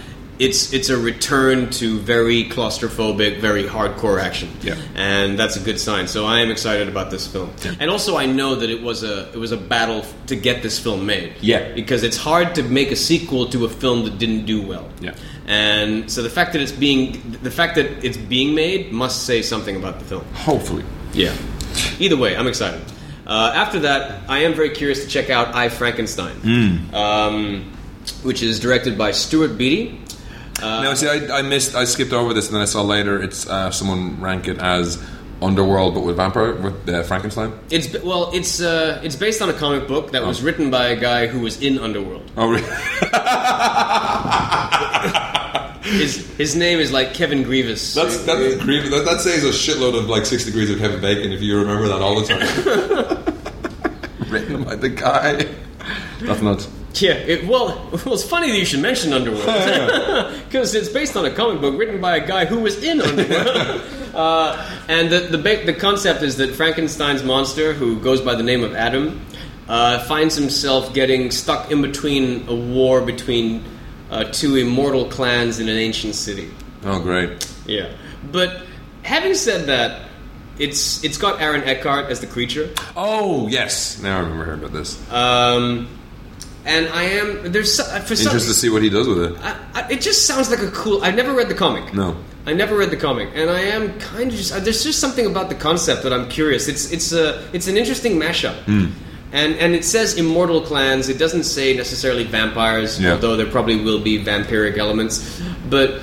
it's it's a return to very claustrophobic, very hardcore action.
Yeah.
and that's a good sign. So I am excited about this film, and also I know that it was a it was a battle f- to get this film made.
Yeah.
because it's hard to make a sequel to a film that didn't do well.
Yeah.
and so the fact that it's being the fact that it's being made must say something about the film.
Hopefully.
Yeah. Either way, I'm excited. Uh, after that, I am very curious to check out I Frankenstein,
Hmm.
um, which is directed by Stuart Beatty.
no, see, I, I missed, I skipped over this and then I saw later it's uh, someone rank it as Underworld but with vampire, with uh, Frankenstein.
It's well, it's uh, it's based on a comic book that was written by a guy who was in Underworld.
Oh, really?
His his name is like Kevin Grievous.
That's, that's grievous. That, that says a shitload of like six degrees of Kevin Bacon if you remember that all the time. Written by the guy. That's nuts.
yeah. It, well, well, it's funny that you should mention Underworld because it's based on a comic book written by a guy who was in Underworld. Uh, and the the, ba- the concept is that Frankenstein's monster, who goes by the name of Adam, uh, finds himself getting stuck in between a war between uh, two immortal clans in an ancient city.
Oh, great.
Yeah, but having said that, it's it's got Aaron Eckhart as the creature.
Oh yes, now I remember hearing about this.
Um, and I am there's so- for some
Interested to see what he does with it.
I, I, it just sounds like a cool. I've never read the comic.
No.
I never read the comic, and I am kind of just uh, there's just something about the concept that I'm curious. It's it's a it's an interesting mashup.
Hmm.
And, and it says immortal clans. It doesn't say necessarily vampires,
Yeah.
although there probably will be vampiric elements. But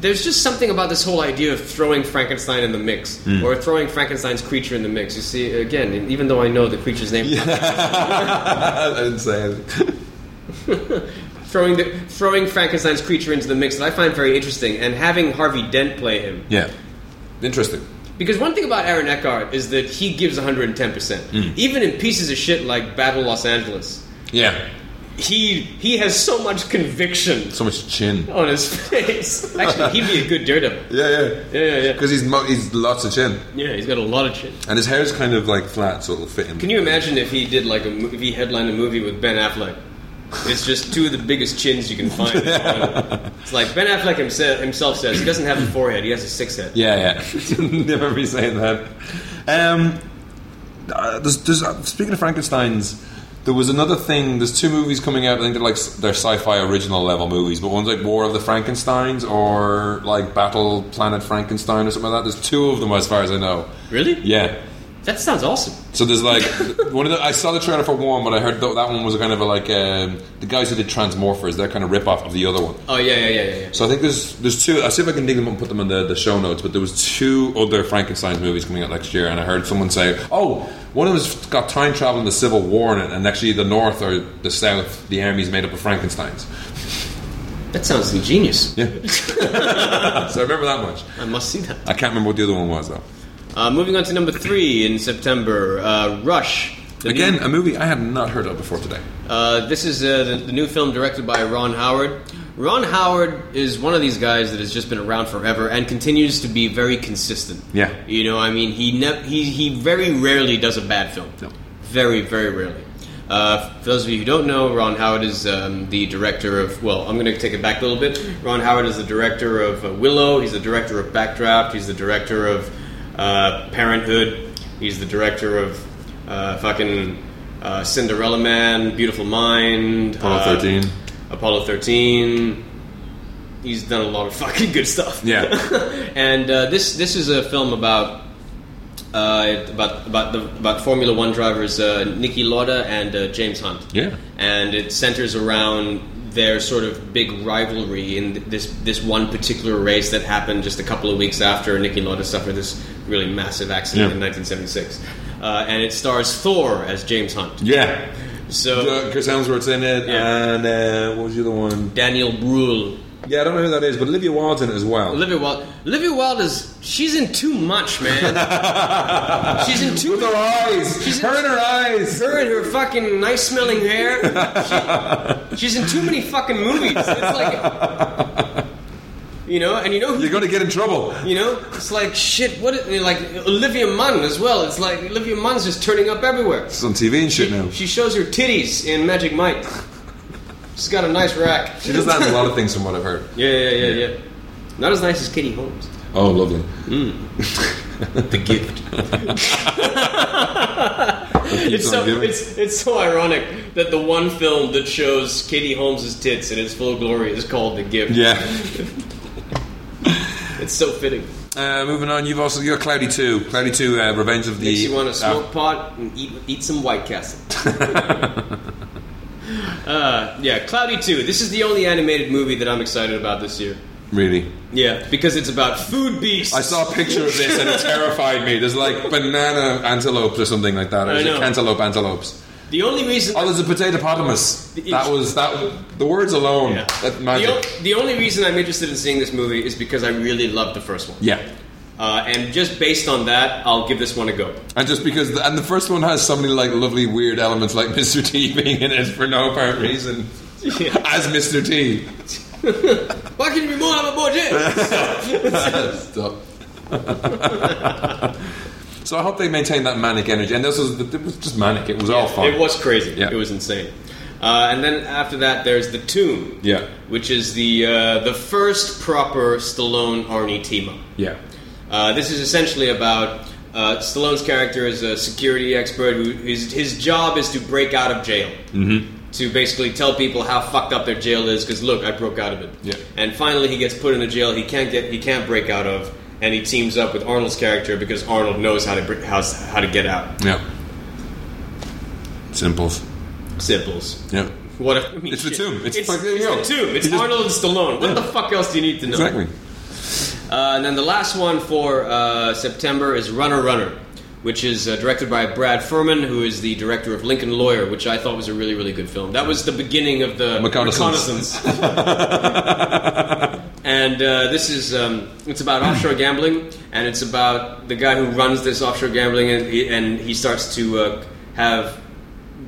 there's just something about this whole idea of throwing Frankenstein in the mix,
Hmm.
or throwing Frankenstein's creature in the mix. You see, again, e-, even though I know the creature's name,
I didn't say it.
throwing the, throwing Frankenstein's creature into the mix that I find very interesting, and having Harvey Dent play him.
Yeah, interesting.
Because one thing about Aaron Eckhart is that he gives 110%.
Hmm.
Even in pieces of shit like Battle Los Angeles,
Yeah,
he he has so much conviction
so much chin.
on his face. Actually, he'd be a good daredevil.
Yeah, yeah,
Yeah, yeah, yeah.
Because he's mo- he's lots of chin,
Yeah, he's got a lot of chin.
and his hair's kind of like flat, so it'll fit him.
Can you imagine if he did like a mo- if he headlined a movie with Ben Affleck? It's just two of the biggest chins you can find. It's like Ben Affleck himself, himself says he doesn't have a forehead; he has a six head.
Yeah, yeah. Never be saying that. Um, uh, there's, there's, uh, speaking of Frankenstein's, there was another thing. There's two movies coming out. I think they're like s- they're sci-fi original level movies, but one's like War of the Frankenstein's or like Battle Planet Frankenstein or something like that. There's two of them as far as I know.
Really?
Yeah.
That sounds awesome.
So there's like one of the, I saw the trailer for one, but I heard th- that one was kind of a, like um, the guys who did Transmorphers. They're kind of rip off of the other one.
Oh yeah, yeah, yeah, yeah. yeah.
So I think there's there's two. I'll see if I can dig them up and put them in the, the show notes. But there was two other Frankenstein's movies coming out next year, and I heard someone say, "Oh, one of them's got time travel and the Civil War in it, and actually the North or the South, the army's made up of Frankenstein's."
That sounds ingenious.
Yeah. so I remember that much.
I must see that.
I can't remember what the other one was though.
Uh, moving on to number three in September, uh, Rush. The
Again,
new-
a movie I had not heard of before today.
uh, this is uh, the, the new film directed by Ron Howard. Ron Howard is one of these guys that has just been around forever and continues to be very consistent.
Yeah.
you know, I mean, he ne- he he very rarely does a bad film.
No.
very very rarely. Uh, for those of you who don't know, Ron Howard is um, the director of. Well, I'm going to take it back a little bit. Ron Howard is the director of uh, Willow. He's the director of Backdraft. He's the director of uh, Parenthood. He's the director of uh, fucking uh, Cinderella Man, Beautiful Mind,
Apollo
uh,
13.
Apollo 13. He's done a lot of fucking good stuff.
Yeah.
and uh, this this is a film about uh, about about the about Formula One drivers uh, Nicky Lauda and uh, James Hunt.
Yeah.
and it centers around their sort of big rivalry in th- this this one particular race that happened just a couple of weeks after Nicky Lauda suffered this really massive accident
Yeah.
in 1976. Uh, and it stars Thor as James Hunt.
Yeah,
So
uh, Chris Hemsworth's in it,
Yeah.
and uh, what was the other one?
Daniel Bruhl.
Yeah, I don't know who that is, but Olivia Wilde's in it as well.
Olivia Wilde. Olivia Wilde is she's in too much, man. she's in too
With her eyes,
She's in-
her and her eyes.
her and her fucking nice smelling hair. She, she's in too many fucking movies. It's like, you know, and you know who.
You're going to get in trouble.
You know, it's like shit. What it, like Olivia Munn as well. It's like Olivia Munn's just turning up everywhere.
It's on TV and shit now.
She shows her titties in Magic Mike. She's got a nice rack.
She does that in a lot of things from what I've heard.
Yeah, yeah, yeah, yeah. Not as nice as Katie Holmes.
Oh, lovely.
Mm. The gift. it's, so, it's, it's so ironic that the one film that shows Katie Holmes' tits in its full glory is called The Gift.
yeah.
It's so fitting.
Uh, moving on, you've also you're Cloudy Two, Cloudy Two, uh, Revenge of the.
Makes you want to smoke
Uh,
pot and eat, eat some White Castle. uh, yeah, Cloudy 2. This is the only animated movie that I'm excited about this year.
really,
Yeah, because it's about food beasts.
I saw a picture of this and it terrified me. There's like banana antelopes or something like that. Or
I
is it
know.
cantaloupe antelopes?
the only reason.
Oh, there's a potato potamus. That was that. The words alone,
Yeah.
that
the,
magic.
o- the only reason I'm interested in seeing this movie is because I really loved the first one.
yeah.
Uh, and just based on that, I'll give this one a go.
And just because, the, and the first one has so many like lovely weird elements, like Mr. T being in it for no apparent reason, as Mr. T.
Why can't you be more of a boy, Jay?
Stop. so I hope they maintain that manic energy. And this was, it was just manic. It was all fun.
It was crazy.
Yeah.
It was insane. Uh, and then after that, there's the Tomb.
Yeah.
Which is the uh, the first proper Stallone Arnie team up.
Yeah.
Uh, this is essentially about Uh, Stallone's character is a security expert who his, his job is to break out of jail.
Mm-hmm.
To basically tell people how fucked up their jail is because look, I broke out of it.
Yeah.
And finally, he gets put in a jail he can't get he can't break out of, and he teams up with Arnold's character because Arnold knows how to br- how, how to get out.
Yeah. Simples.
Simples.
Yeah.
What a, I mean,
It's the
shit.
tomb. It's
it's,
fucking-
it's the tomb. It's
You just-
Arnold and Stallone. What
Yeah.
the fuck else do you need to know?
Exactly.
Uh, and then the last one for uh, September is Runner Runner, which is uh, directed by Brad Furman, who is the director of Lincoln Lawyer, which I thought was a really, really good film. That was the beginning of the
Reconnaissance.
reconnaissance. and uh, this is um, it's about offshore gambling, and it's about the guy who runs this offshore gambling, and he, and he starts to uh, have.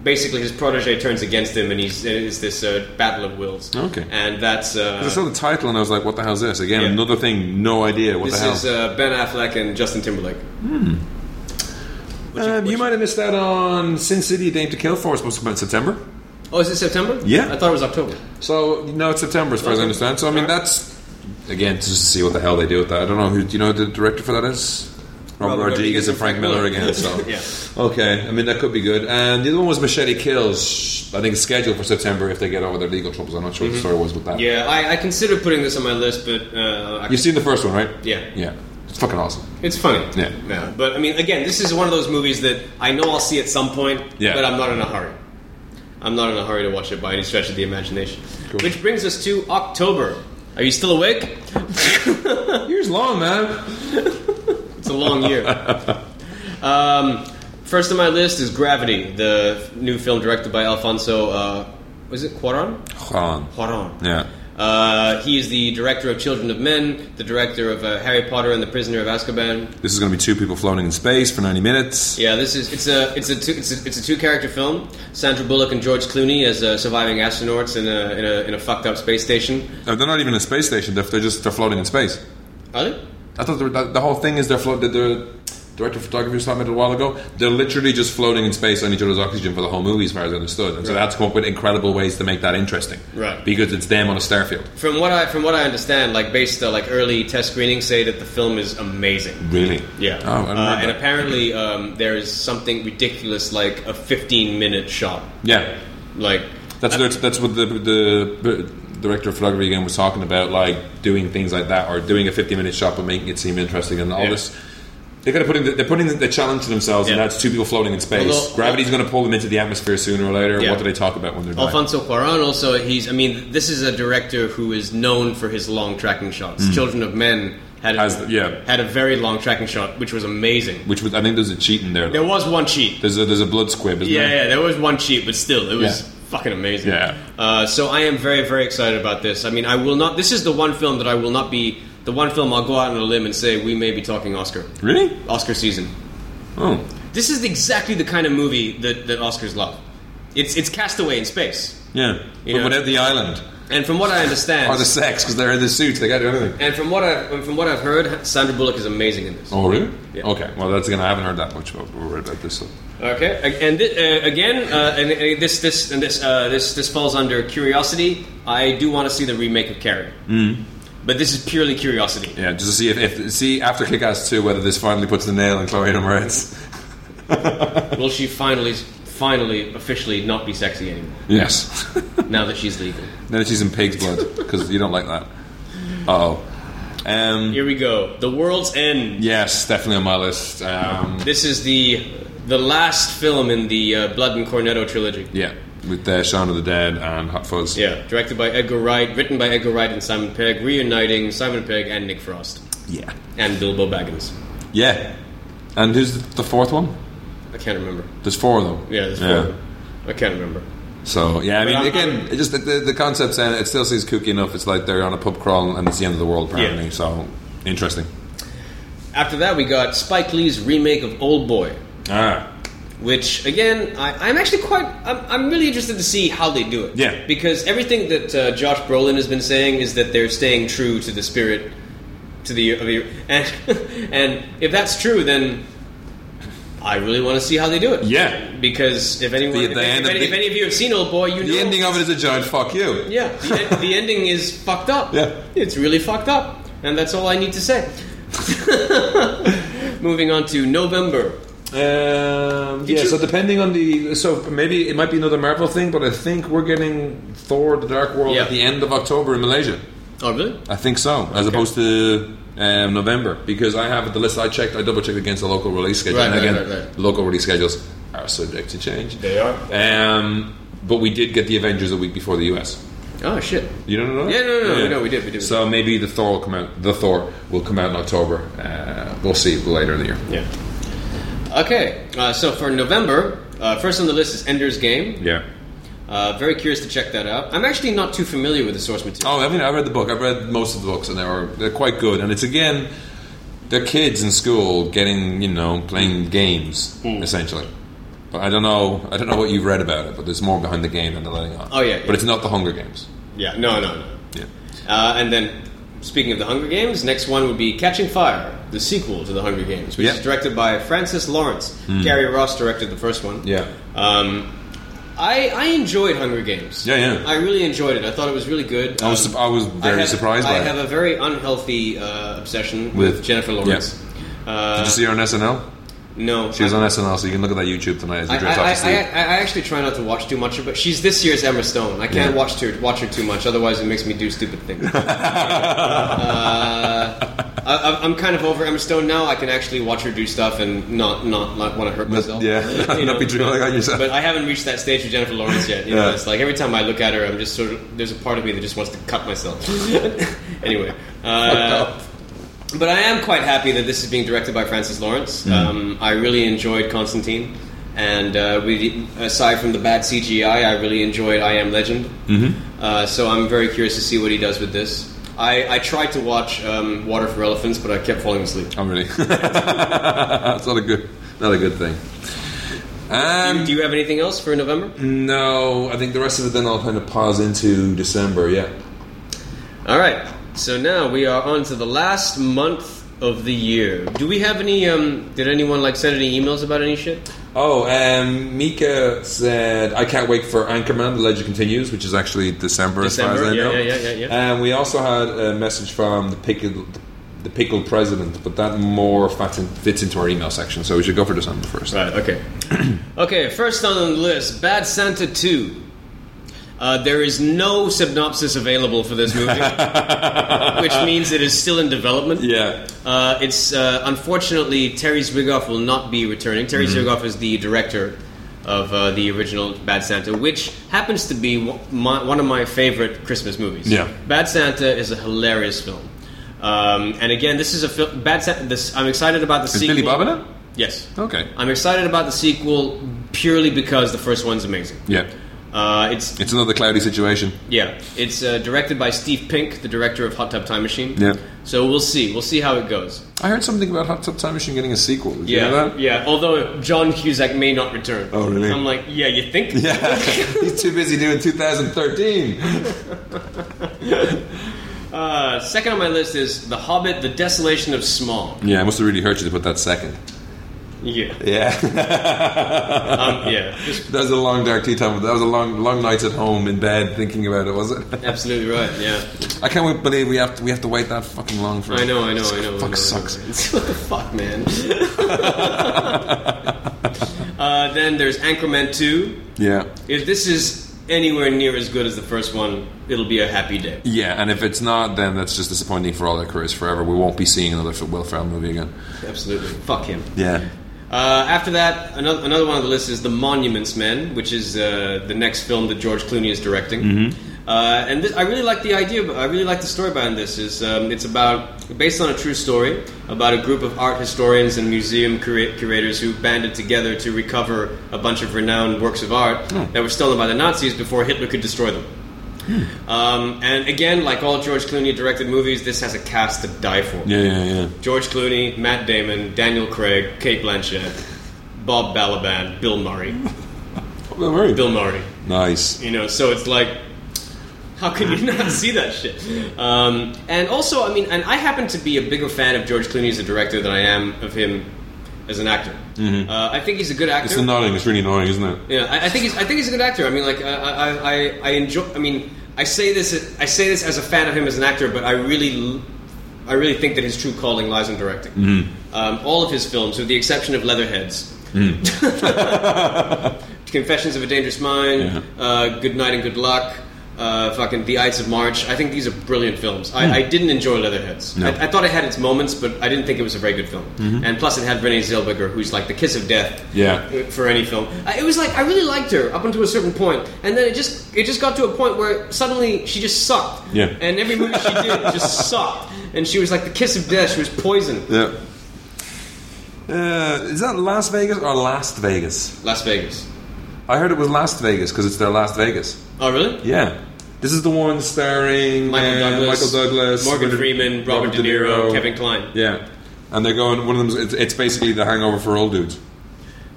Basically, his protege turns against him, and he's it's this uh, battle of wills.
Okay.
and that's uh,
I saw the title and I was like, what the hell's this? Again,
Yeah.
another thing, no idea what
this
the hell.
is uh, Ben Affleck and Justin Timberlake.
Um, you might have missed out on Sin City, Dame to Kill for. It's supposed to come out in September.
Oh, is it September?
Yeah.
I thought it was October.
So, no, it's September as far as I understand. So, I mean, that's, again, just to see what the hell they do with that. I don't know who, do you know who the director for that is? Robert,
Robert
Rodriguez
Rodriguez
and Frank Miller again, so.
Yeah.
Okay, I mean, that could be good. And the other one was Machete Kills, I think it's scheduled for September if they get over their legal troubles. I'm not sure what the story was with that.
Yeah, I, I considered putting this on my list, but uh, I-
You've seen the first one, right?
Yeah.
Yeah. It's fucking awesome.
it's funny.
Yeah.
But I mean, again, this is one of those movies that I know I'll see at some point,
Yeah.
but I'm not in a hurry. I'm not in a hurry to watch it by any stretch of the imagination.
Cool.
Which brings us to October. Are you still awake?
Years long, man.
It's a long year. um, first on my list is Gravity, the new film directed by Alfonso. Uh, was it Cuaron?
Hold on.
Cuaron.
Yeah.
Uh, he is the director of Children of Men, the director of uh, Harry Potter and the Prisoner of Azkaban.
This is going to be two people floating in space for 90 minutes.
Yeah, this is it's a it's a two, it's a, it's a two character film. Sandra Bullock and George Clooney as uh, surviving astronauts in a, in a in a fucked up space station.
No, they're not even in a space station. They're, they're just they're floating in space.
Are they?
I thought the, the, the whole thing is they're floating. The director of photography was talking about it a while ago. They're literally just floating in space on each other's oxygen for the whole movie, as far as I understood. And so they had to come up with incredible ways to make that interesting.
Right.
Because it's them on a starfield.
From what I from what I understand, like based uh, like early test screenings say that the film is amazing.
Really?
Yeah,
Oh, I remember
uh, and
that.
apparently um, there is something ridiculous like a 15 minute shot.
Yeah.
Like
That's what, that's what the, the director of photography again was talking about, like doing things like that, or doing a 50 minute shot but making it seem interesting and all
Yeah.
this. They're going to put in the, they're putting the, the challenge to themselves, and
Yeah.
that's two people floating in space.
Although- uh,
Gravity's going to pull them into the atmosphere sooner or later.
Yeah.
What do they talk about when they're dying?
Alfonso Cuarón also he's I mean this is a director who is known for his long tracking shots. Children of Men had
Mm-hmm. Has- yeah.
had a very long tracking shot which was amazing.
Which was, I think there's a cheat in there.
There was one cheat.
There's a there's a blood squib, isn't
Yeah,
there?
yeah, there was one cheat, but still it was
Yeah.
fucking amazing.
Yeah.
Uh, so I am very very excited about this. I mean I will not. This is the one film that I will not be. The one film I'll go out on a limb and say we may be talking Oscar.
Really?
Oscar season.
Oh,
This is exactly the kind of movie that, that Oscars love. It's it's Castaway in space,
yeah.
You
but
know.
without the island
and from what I understand,
or the sex, because they're in the suits, they got to do anything.
And from what I've and from what I've heard, Sandra Bullock is amazing in this.
Oh, really?
Yeah.
Okay. Well, that's again. I haven't heard that much about, about this. So.
Okay, a- and thi- uh, again, uh, and, and this this and this uh, this this falls under curiosity. I do want to see the remake of Carrie, but this is purely curiosity.
Yeah, just to see if, if see after Kick-Ass two whether this finally puts the nail in Chloe Moretz.
Will she finally finally officially not be sexy anymore
Yes.
now that she's legal?
then she's in pig's blood because you don't like that. Uh oh. Um,
Here we go. The world's end.
yes, definitely on my list. Um,
This is the the last film in the uh, Blood and Cornetto trilogy.
yeah, with uh, Shaun of the Dead and Hot Fuzz.
Yeah, directed by Edgar Wright, written by Edgar Wright and Simon Pegg, reuniting Simon Pegg and Nick Frost
Yeah.
and Bilbo Baggins.
Yeah. And who's the, the fourth one?
I can't remember.
There's four of them.
Yeah, there's four. um, I can't remember.
So yeah, I mean,
I'm-
again, it just the, the, the concept and it still seems kooky enough. It's like they're on a pub crawl and it's the end of the world apparently.
Yeah.
So interesting.
After that, we got Spike Lee's remake of Old Boy,
Ah,
which again, I, I'm actually quite. I'm, I'm really interested to see how they do it.
Yeah.
Because everything that uh, Josh Brolin has been saying is that they're staying true to the spirit, to the of the- and and if that's true, then. I really want to see how they do it.
Yeah.
because if anyone,
The-
if,
the
any-
end
if
of
any,
the-
if any of you have seen Old Boy, you know
the ending of it is a giant fuck you.
Yeah, the, en- the ending is fucked up.
Yeah.
It's really fucked up. And that's all I need to say. Moving on to November.
Um,
Did
yeah,
you-
so depending on the so maybe it might be another Marvel thing, but I think we're getting Thor: The Dark World
Yeah.
at the end of October in Malaysia.
Oh, really?
I think so, as opposed to um, November, because I have the list I checked. I double checked against the local release schedule,
Right,
and
right,
again,
right, right.
local release schedules are subject to change.
They are.
Um, but we did get the Avengers a week before the US.
Oh, shit.
You don't know? that?
Yeah, no, no, no, no, we did, we did.
So maybe the Thor will come out. The Thor will come out in October. Uh, we'll see later in the year.
Yeah. Okay, uh, so for November, uh, first on the list is Ender's Game.
Yeah.
Uh, very curious to check that out. I'm actually not too familiar with the source material.
Oh, I mean, I read the book. I've read most of the books, and they were they're quite good. And it's again, they're kids in school getting you know playing games
Hmm.
essentially. But I don't know. I don't know what you've read about it. But there's more behind the game than they're letting on.
Oh, yeah,
But
yeah.
it's not the Hunger Games.
Yeah, no, no, no.
Oh. Yeah.
Uh, and then, speaking of the Hunger Games, next one would be Catching Fire, the sequel to the Hunger Games, which
Yeah. Hmm.
is directed by Francis Lawrence. Gary Ross directed the first one.
Yeah.
Um, I, I enjoyed Hunger Games.
Yeah, yeah.
I really enjoyed it. I thought it was really good.
I was
Um,
sup- I was very
I have-
surprised by
I
it.
have a very unhealthy uh, obsession with,
With-
Jennifer Lawrence. Uh,
Did you see her on SNL?
no,
She was
I-
on SNL, so you can look at that YouTube tonight as
I,
you drift
I,
off to
I, I,
sleep.
I actually try not to watch too much of it. She's this year's Emma Stone. I can't
Yeah.
watch her watch her too much, otherwise it makes me do stupid things. uh, I, I'm- I'm kind of over Emma Stone now. I can actually watch her do stuff and not not, not want to hurt myself.
yeah,
You
not be
know?
drilling on yourself.
But I haven't reached that stage with Jennifer Lawrence yet. You know,
Yeah.
it's like every time I look at her, I'm just sort of there's a part of me that just wants to cut myself. anyway, uh, but I am quite happy that this is being directed by Francis Lawrence. Um, I really enjoyed Constantine, and uh, we, aside from the bad CGI, I really enjoyed I Am Legend. Mm-hmm. Uh, so I'm very curious to see what he does with this. I, I tried to watch um, Water for Elephants, but I kept falling asleep.
I'm Oh, really. That's not a good. Not a good thing. Um,
Do you have anything else for November?
No, I think the rest of it then I'll kind of pause into December, yeah.
All right. So now we are on to the last month of the year. Do we have any? Um, did anyone like send any emails about any shit?
Oh, um, Mika said, I can't wait for Anchorman, The Legend Continues, which is actually December, as far
December,
as I
yeah,
know.
yeah, yeah, yeah,
And we also had a message from the pickled, the pickled president, but that more fits, in, fits into our email section, so we should go for December first.
Right. Okay. okay. First on the list, Bad Santa Two. Uh, there is no synopsis available for this movie, which means it is still in development.
Yeah.
Uh, it's uh, unfortunately Terry Zwigoff will not be returning. Terry
Mm-hmm.
Zwigoff is the director of uh, the original Bad Santa, which happens to be w- my, one of my favorite Christmas movies.
Yeah.
Bad Santa is a hilarious film, um, and again, this is a film. Bad Santa. This I'm excited about the
Is
sequel.
Billy Bob in it?
Yes.
Okay.
I'm excited about the sequel purely because the first one's amazing.
Yeah.
Uh, it's
It's another cloudy situation.
yeah, it's uh, directed by Steve Pink, the director of Hot Tub Time Machine.
Yeah.
So we'll see. We'll see how it goes.
I heard something about Hot Tub Time Machine getting a sequel. Did
Yeah,
you know that?
yeah. Although John Cusack may not return.
Oh, really?
I'm like, yeah, you think?
Yeah. He's too busy doing 2013.
Uh, second on my list is The Hobbit: The Desolation of Smog.
Yeah, it must have really hurt you to put that second.
Yeah,
Yeah,
um, yeah. Just
that was a long dark tea time. That was a long, long nights at home in bed thinking about it, was it?
absolutely right. Yeah,
I can't wait, believe we have to, we have to wait that fucking long for.
I know, I know,
This
I know. I know, I
Fuck
know.
sucks.
what the fuck, man? uh, then there's Anchorman Two.
Yeah,
If this is anywhere near as good as the first one, it'll be a happy day.
yeah, and if it's not, then that's just disappointing for all their careers forever. We won't be seeing another Will Ferrell movie again.
Absolutely, fuck him.
Yeah,
Uh, after that, another, another one on the list is The Monuments Men, which is uh, the next film that George Clooney is directing. Uh, and this, I really like the idea, but I really like the story behind this. Is um, it's about based on a true story about a group of art historians and museum cura- curators who banded together to recover a bunch of renowned works of art that were stolen by the Nazis before Hitler could destroy them. Um, and again, like all George Clooney directed movies, this has a cast to die for.
yeah, yeah, yeah.
George Clooney, Matt Damon, Daniel Craig, Kate Blanchett, Bob Balaban, Bill Murray.
Bill Murray.
Bill Murray.
Nice.
You know, so it's like, how can you not see that shit? Um, and also, I mean, and I happen to be a bigger fan of George Clooney as a director than I am of him as an actor. Uh, I think he's a good actor.
Mm-hmm. It's the nodding. It's really annoying, isn't it?
Yeah, I, I think he's. I think he's a good actor. I mean, like I, I, I- I enjoy. I mean, I say this. I say this as a fan of him as an actor, but I really l- I really think that his true calling lies in directing. Um, all of his films, with the exception of Leatherheads, Confessions of a Dangerous Mind, uh, Good Night and Good Luck, uh, fucking The Ides of March. I think these are brilliant films. I, I didn't enjoy Leatherheads.
No.
I, I thought it had its moments, but I didn't think it was a very good film. And plus, it had Renee Zellweger, who's like the kiss of death
Yeah.
for any film. I, it was like I really liked her up until a certain point, and then it just it just got to a point where suddenly she just sucked.
Yeah.
And every movie she did just sucked, and she was like the kiss of death. She was poison.
Yeah. Uh, is that Las Vegas or Last Vegas?
Las Vegas.
I heard it was Last Vegas because it's their Las Vegas.
Oh really?
Yeah. This is the one starring
Michael
uh,
Douglas,
Michael Douglas,
Morgan
Richard-
Freeman, Robert, De, Niro, Kevin Kline.
Yeah. And they're going, one of them, it's, it's basically the hangover for old dudes.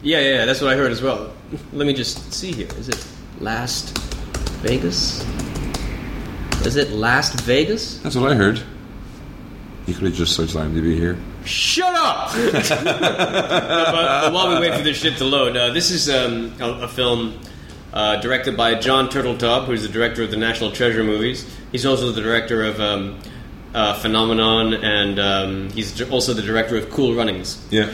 Yeah, yeah, yeah, that's what I heard as well. Let me just see here. Is it Last Vegas? Is it Last Vegas?
That's what I heard. You could have just searched IMDb here.
Shut up! but, but while we wait for this shit to load, uh, this is um, a, a film uh, directed by John Turteltaub, who's the director of the National Treasure movies. He's also the director of um, uh, Phenomenon, and um, he's d- also the director of Cool Runnings.
Yeah.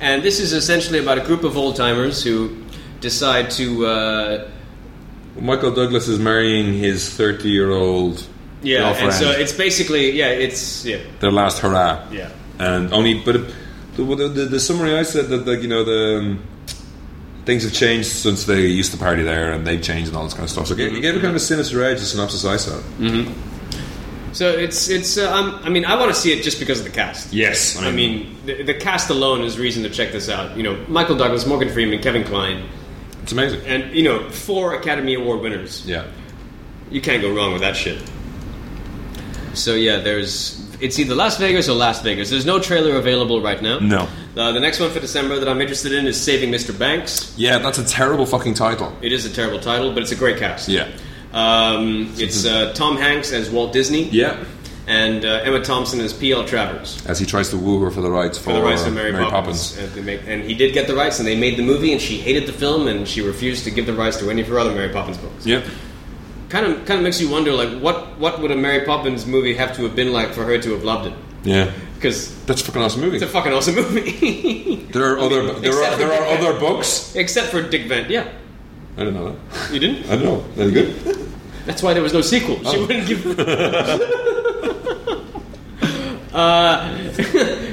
and this is essentially about a group of old timers who decide to. Uh,
Michael Douglas is marrying his 30 year old
yeah,
girlfriend.
and so it's basically. Yeah, it's. Yeah.
their last hurrah.
Yeah.
and only but it- the, the, the, the summary I said that like you know the um, things have changed since they used to party there and they've changed and all this kind of stuff. So it gave, it gave it kind of a sinister edge. The synopsis I saw.
So it's. it's uh, i I mean, I want to see it just because of the cast.
Yes,
I mean, the, the cast alone is reason to check this out. You know, Michael Douglas, Morgan Freeman, Kevin Kline,
it's amazing.
and you know, four Academy Award winners.
Yeah,
You can't go wrong with that shit. So yeah, there's it's either Las Vegas or Las Vegas. There's no trailer available right now.
No.
Uh, the next one for December that I'm interested in is Saving Mr. Banks.
yeah, that's a terrible fucking title.
It is a terrible title, but it's a great cast.
Yeah,
Um, it's uh, Tom Hanks as Walt Disney.
yeah.
And uh, Emma Thompson as P.L. Travers.
As he tries to woo her for the rights for,
for the rights to Mary,
Mary
Poppins. And, they make, and he did get the rights, and they made the movie, and she hated the film, and she refused to give the rights to any of her other Mary Poppins books.
Yep.
Kind of, kind of makes you wonder, like, what, what would a Mary Poppins movie have to have been like for her to have loved it?
Yeah,
Because
that's a fucking awesome movie.
it's a fucking awesome movie.
there are other there
Except
are
for
there are
Dick
other books.
Except for Dick Van, yeah.
I don't know that.
You didn't?
I don't know. That's good.
That's why there was no sequel. She
Oh.
wouldn't give. uh,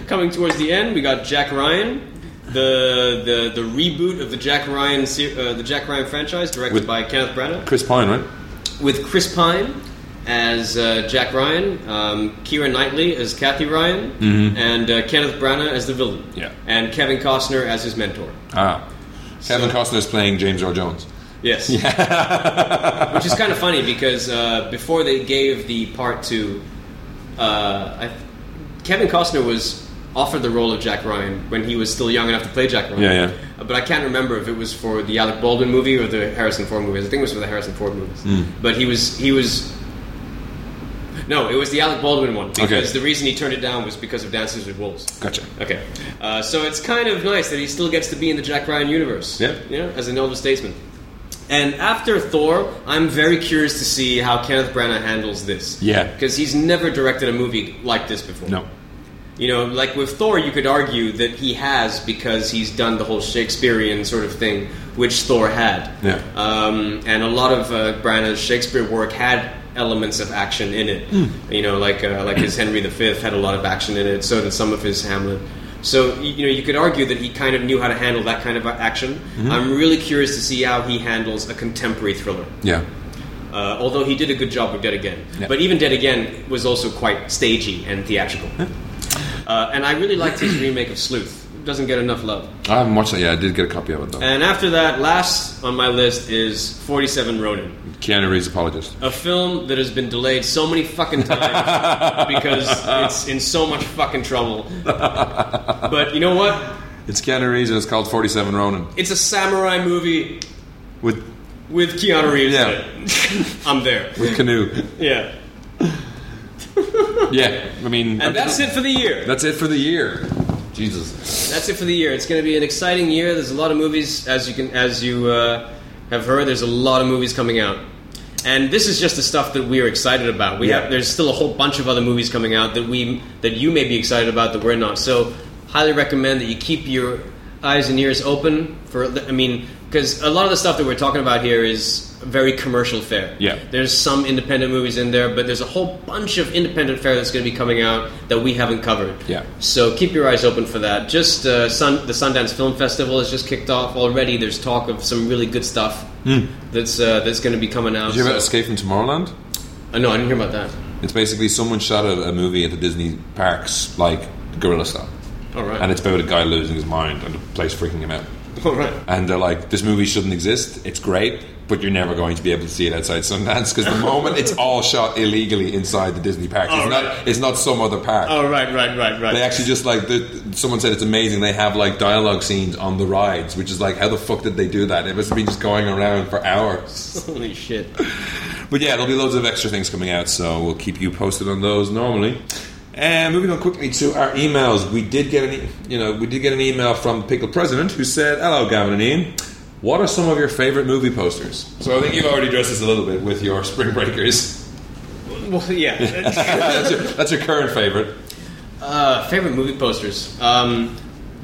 coming towards the end, we got Jack Ryan, the the, the reboot of the Jack Ryan se- uh, the Jack Ryan franchise, directed
With-
by Kenneth Branagh,
Chris Pine, right?
with Chris Pine as uh, Jack Ryan, um, Keira Knightley as Kathy Ryan, and uh, Kenneth Branagh as the villain,
Mm-hmm. Yeah.
and Kevin Costner as his mentor.
Ah, Kevin Costner is playing James Earl Jones.
Yes. Which is kind of funny because uh, before they gave the part to uh, I, Kevin Costner was offered the role of Jack Ryan when he was still young enough to play Jack Ryan.
Yeah, yeah.
Uh, But I can't remember if it was for the Alec Baldwin movie or the Harrison Ford movies. I think it was for the Harrison Ford movies.
Mm.
But he was he was. No, it was the Alec Baldwin one because the reason he turned it down was because of Dances with Wolves.
Gotcha.
Okay, uh, so it's kind of nice that he still gets to be in the Jack Ryan universe.
Yeah.
you know, as an elder statesman. And after Thor, I'm very curious to see how Kenneth Branagh handles this.
Yeah.
because he's never directed a movie like this before.
No.
you know, like with Thor, you could argue that he has because he's done the whole Shakespearean sort of thing, which Thor had.
Yeah.
um, and a lot of uh, Branagh's Shakespeare work had elements of action in it. You know, like uh, like his Henry V had a lot of action in it. So did some of his Hamlet. So y- you know, you could argue that he kind of knew how to handle that kind of a- action. I'm really curious to see how he handles a contemporary thriller.
Yeah.
Uh, although he did a good job with Dead Again,
Yeah.
but even Dead Again was also quite stagey and theatrical. Uh, and I really liked his remake of Sleuth. Doesn't get enough love.
I haven't watched that yet. I did get a copy of it though.
And after that, last on my list is 47 Ronin.
Keanu Reeves apologist.
A film that has been delayed so many fucking times because it's in so much fucking trouble. But you know what?
It's Keanu Reeves and it's called Forty Seven Ronin.
It's a samurai movie
With
with Keanu Reeves. in
Yeah.
it. I'm there.
with canoe.
Yeah.
yeah. I mean
And that's it for the year.
That's it for the year. Jesus.
That's it for the year. It's going to be an exciting year. There's a lot of movies, as you can, as you uh, have heard. There's a lot of movies coming out, And this is just the stuff that we're excited about. We
Yeah.
have there's still a whole bunch of other movies coming out that we that you may be excited about that we're not. So highly recommend that you keep your eyes and ears open for. I mean, because a lot of the stuff that we're talking about here is very commercial fare.
Yeah.
There's some independent movies in there, but there's a whole bunch of independent fare that's going to be coming out that we haven't covered.
Yeah.
So keep your eyes open for that. Just uh, Sun, the Sundance Film Festival has just kicked off already. There's talk of some really good stuff that's uh, that's going to be coming out.
Hmm. Did you hear about
So-
Escape from Tomorrowland?
Uh, no, I didn't hear about that.
It's basically someone shot a, a movie at the Disney parks, like gorilla style,
All right.
and it's about a guy losing his mind and the place freaking him out.
All right.
And they're like, "This movie shouldn't exist. It's great, but you're never going to be able to see it outside Sundance because the moment it's all shot illegally inside the Disney parks,
Oh,
it's
right.
not it's not some other park.
Oh, right, right, right, right.
They actually just like the, someone said it's amazing. They have like dialogue scenes on the rides, which is like how the fuck did they do that? It must have been just going around for hours.
Holy shit.
But yeah, there'll be loads of extra things coming out, so we'll keep you posted on those normally. And moving on quickly to our emails, we did get an e- you know we did get an email from the Pickle President who said, "Hello, Gavin and Ian." What are some of your favorite movie posters? So I think you've already addressed this a little bit with your Spring Breakers.
Well, yeah.
that's, your, that's your current favorite.
uh, favorite movie posters. Um,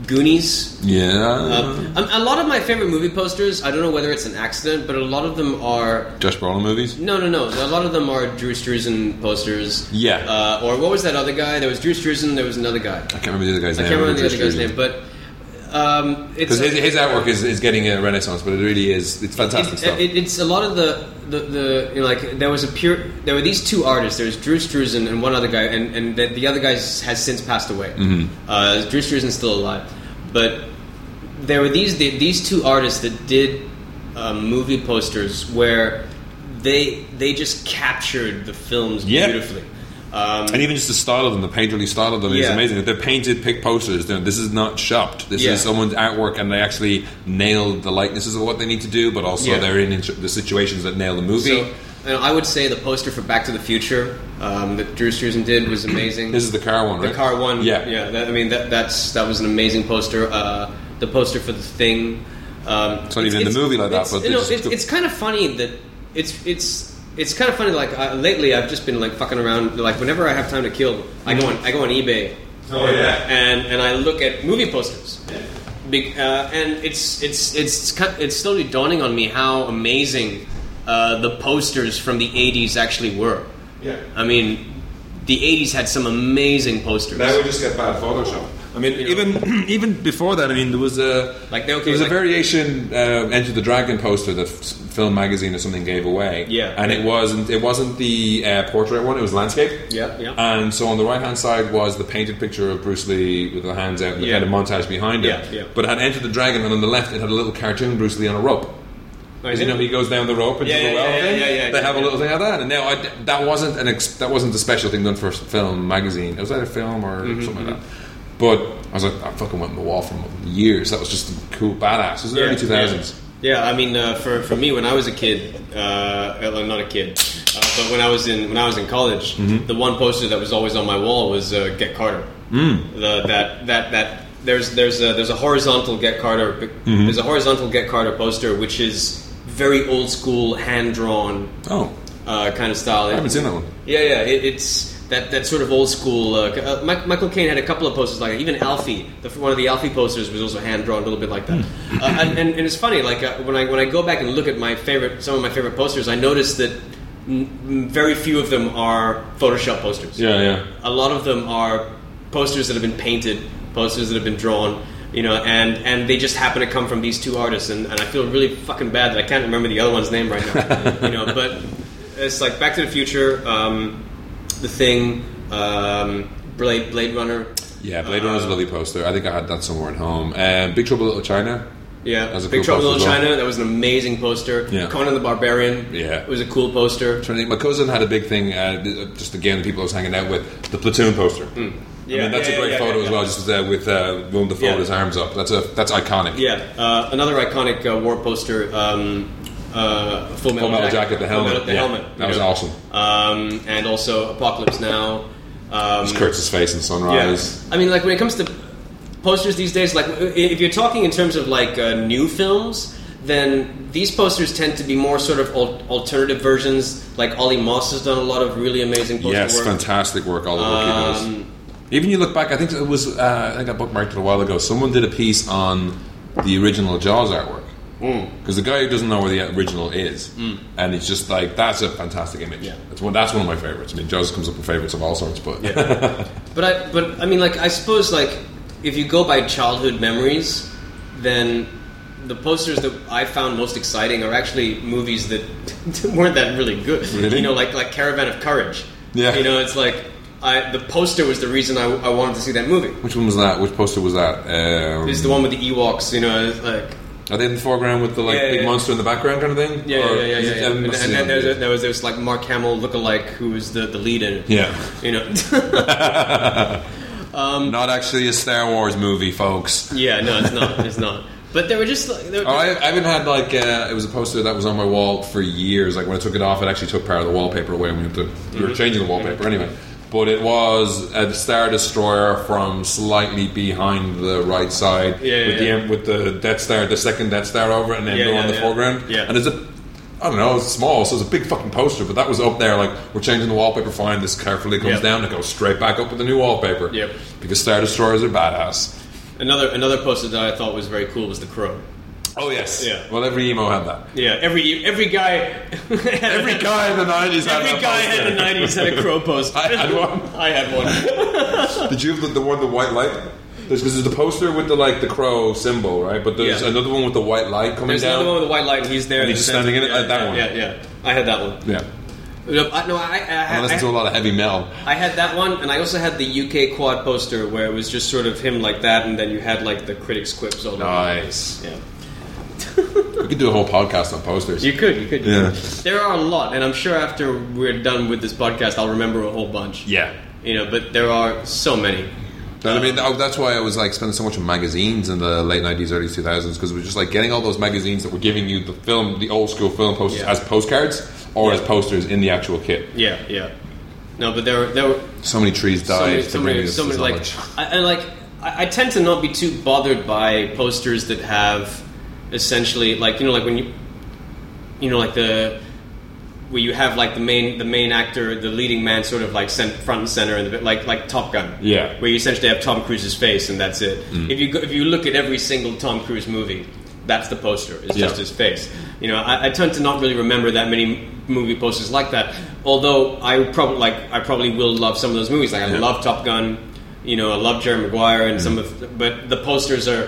Goonies.
Yeah. Uh-huh.
Um, a lot of my favorite movie posters, I don't know whether it's an accident, but a lot of them are.
Josh Brolin movies.
No, no, no. A lot of them are Drew Struzan posters.
Yeah.
Uh, or what was that other guy? There was Drew Struzan, there was another guy.
I can't remember the other guy's
I
name.
can't remember the other guy's
Drew
name, but. Um, it's
Because his, his artwork is, is getting a renaissance, but it really is. It's fantastic
it,
stuff.
it- it's a lot of the the, the you know, like there was a pure there were these two artists. There was Drew Struzan and one other guy, and and the, the other guy has since passed away.
Mm-hmm.
Uh, Drew Struzan's still alive, but there were these the, these two artists that did um, movie posters where they they just captured the films
Yeah.
beautifully. Um,
and even just the style of them, the painterly style of them is
Yeah.
amazing. They're painted pick posters. They're- This is not shopped. This
Yeah.
is someone's artwork, and they actually nailed the likenesses of what they need to do, but also
Yeah.
they're in int- the situations that nail the movie.
so, you know, I would say the poster for Back to the Future um, that Drew Struzan did was amazing.
this is the car one, right?
The car one.
Yeah.
yeah. That, I mean, that, that's that was an amazing poster. Uh, the poster for the thing. Um,
It's not even in the movie like that,
it's-
but
you
they
know,
just-
it's, it's kind of funny that it's it's. It's kind of funny. Like uh, lately, I've just been like fucking around. Like whenever I have time to kill, I go on I go on eBay.
Oh, yeah.
and and I look at movie posters. Be- uh, and it's it's it's cu- it's slowly dawning on me how amazing uh, the posters from the '80s actually were.
Yeah.
I mean, the '80s had some amazing posters.
just get bad Photoshop. I mean, even even before that, I mean, there was a
Like, they- okay,
there was
like-
a variation uh, Enter the Dragon poster that F- Film Magazine or something gave away.
Yeah.
and it wasn't it wasn't the uh, portrait one; it was landscape.
Yeah, yeah.
And so on the right hand side was the painted picture of Bruce Lee with the hands out and the
Yeah.
kind of montage behind it.
Yeah, yeah.
But it had Enter the Dragon, and on the left it had a little cartoon Bruce Lee on a rope.
Like,
Because you know he goes down the rope into
Yeah,
the
yeah,
well
yeah,
thing.
yeah, yeah,
they
yeah,
have a
yeah.
little thing like that, and now I, that wasn't an ex, that wasn't a special thing done for film magazine. It was either film or
Mm-hmm,
something like that. But I was like, I fucking went on the wall for years. That was just cool, badass. It was the early two thousands.
Yeah. Yeah, I mean, uh, for, for me, when I was a kid, uh, well, not a kid, uh, but when I was in when I was in college,
Mm-hmm.
the one poster that was always on my wall was uh, Get Carter. Mm. The, that that that there's there's a, there's a horizontal Get Carter
Mm-hmm.
there's a horizontal Get Carter poster which is very old school hand drawn
Oh,
uh, kind of style.
I haven't seen that one.
Yeah, yeah, it, it's that that sort of old school. Uh, uh, Mike, Michael Caine had a couple of posters like that. Even Alfie, the, one of the Alfie posters was also hand drawn, a little bit like that. uh, and, and, and it's funny, like uh, when I when I go back and look at my favorite, some of my favorite posters, I notice that n- n- very few of them are Photoshop posters.
Yeah, yeah.
A lot of them are posters that have been painted, posters that have been drawn, you know, and, and they just happen to come from these two artists. And, and I feel really fucking bad that I can't remember the other one's name right now, you know. But it's like Back to the Future, um, The Thing, um, Blade, Blade Runner.
Yeah, Blade Runner's a lovely poster. I think I had that somewhere at home. Um, Big Trouble in Little China.
Yeah,
That was a
Big
cool
Trouble in
poster
Little
as well.
China. That was an amazing poster.
Yeah.
Conan the Barbarian.
Yeah.
it was a cool poster.
Trying to think, My cousin had a big thing. Uh, th- just again, the people I was hanging out with the platoon poster. I mean, that's a
Mm,
great
yeah,
photo
yeah,
as
yeah.
well, just uh, with uh, Willem Dafoe
Yeah.
with his arms up. That's a that's iconic.
Yeah, uh, another iconic uh, war poster. Um, uh, Full Metal,
Full Metal Jacket,
Full
the helmet.
Metal- the
Yeah,
helmet,
that was
you know.
awesome.
Um, and also Apocalypse Now. Um,
It's Kurtz's face in Sunrise.
I mean, like when it comes to posters these days, like i- if you're talking in terms of like uh, new films, then these posters tend to be more sort of al- alternative versions. Like Ollie Moss has done a lot of really amazing poster
Yes,
work.
fantastic work, all the work he does.
Um,
Even you look back, I think it was uh, I think I bookmarked it a while ago. Someone did a piece on the original Jaws artwork
hmm.
because the guy who doesn't know where the original is, and it's just like that's a fantastic image.
Mm. Yeah.
That's one. That's one of my favorites. I mean, Jaws comes up with favorites of all sorts, but
But I, but I mean, like I suppose, like if you go by childhood memories, then the posters that I found most exciting are actually movies that weren't that really good.
Really?
You know, like like Caravan of Courage.
Yeah.
You know, it's like I the poster was the reason I, I wanted to see that movie.
which one was that? Which poster was that? Um,
It's the one with the Ewoks. You know, it's like
Are they in the foreground with the like
Yeah, yeah,
big
yeah.
monster in the background kind of thing?
yeah,
Or
yeah, yeah,
is
yeah.
it-
yeah.
um,
And,
this is
and then
not
there was,
good.
there was there was like Mark Hamill lookalike who was the the lead in it.
yeah.
You know.
Not actually a Star Wars movie, folks.
yeah. No, it's not. It's not. But they were just like they were
Oh, I, I haven't had like uh, it was a poster that was on my wall for years. Like when I took it off, it actually took part of the wallpaper away. When we, had to, we
Mhm.
were changing the wallpaper anyway. But it was a Star Destroyer from slightly behind the right side,
Yeah,
with
yeah,
the with the Death Star, the second Death Star over, it, and then
Yeah,
yeah,
yeah,
on the
yeah.
foreground.
Yeah.
and it's a I don't know, it's small, so it's a big fucking poster. But that was up there, like we're changing the wallpaper. Fine, this carefully comes
Yep.
down, it goes straight back up with the new wallpaper.
Yep.
because Star Destroyers are badass.
Another another poster that I thought was very cool was the crow.
Oh yes,
Yeah.
Well, every emo had that.
Yeah, every every guy,
Every guy in the nineties had
every
that
guy
poster.
had in the nineties had a crow poster.
I had one.
I had one.
Did you have the, the one with the white light? There's because there's the poster with the like the crow symbol, right? But there's
Yeah.
another one with the white light coming
There's
down.
another one with the white light, and he's there.
And
in
he's
the
just standing in
center.
it?
Yeah,
Uh, that
yeah,
one.
Yeah, yeah. I had that one.
Yeah,
No, I, no, I, I,
I
had-
listen to a
I,
lot of heavy metal.
I had that one, and I also had the UK quad poster where it was just sort of him like that, and then you had like the critics' quips all over.
Nice.
Yeah,
We could do a whole podcast on posters.
you could, you could.
Yeah.
There are a lot, and I'm sure after we're done with this podcast, I'll remember a whole bunch.
yeah.
You know, but there are so many. Uh,
But I mean, that- that's why I was like spending so much on magazines in the late '90s, early 2000s, because it was just like getting all those magazines that were giving you the film, the old school film posters
Yeah.
as postcards or
Yeah.
as posters in the actual kit.
Yeah, yeah. No, but there were there were
So many trees
so many,
died
so
to bring
many,
this
so many like
knowledge.
I, and like I, I tend to not be too bothered by posters that have essentially like you know like when you you know like the where you have like the main the main actor the leading man sort of like sent front and center in the bit like like Top Gun
Yeah. Mm.
where you essentially have Tom Cruise's face and that's it if you go, if you look at every single Tom Cruise movie that's the poster it's just
Yeah.
his face you know I, I tend to not really remember that many movie posters like that although I probably like I probably will love some of those movies like I
Yeah. Mm.
love Top Gun you know I love Jerry Maguire and some of but the posters are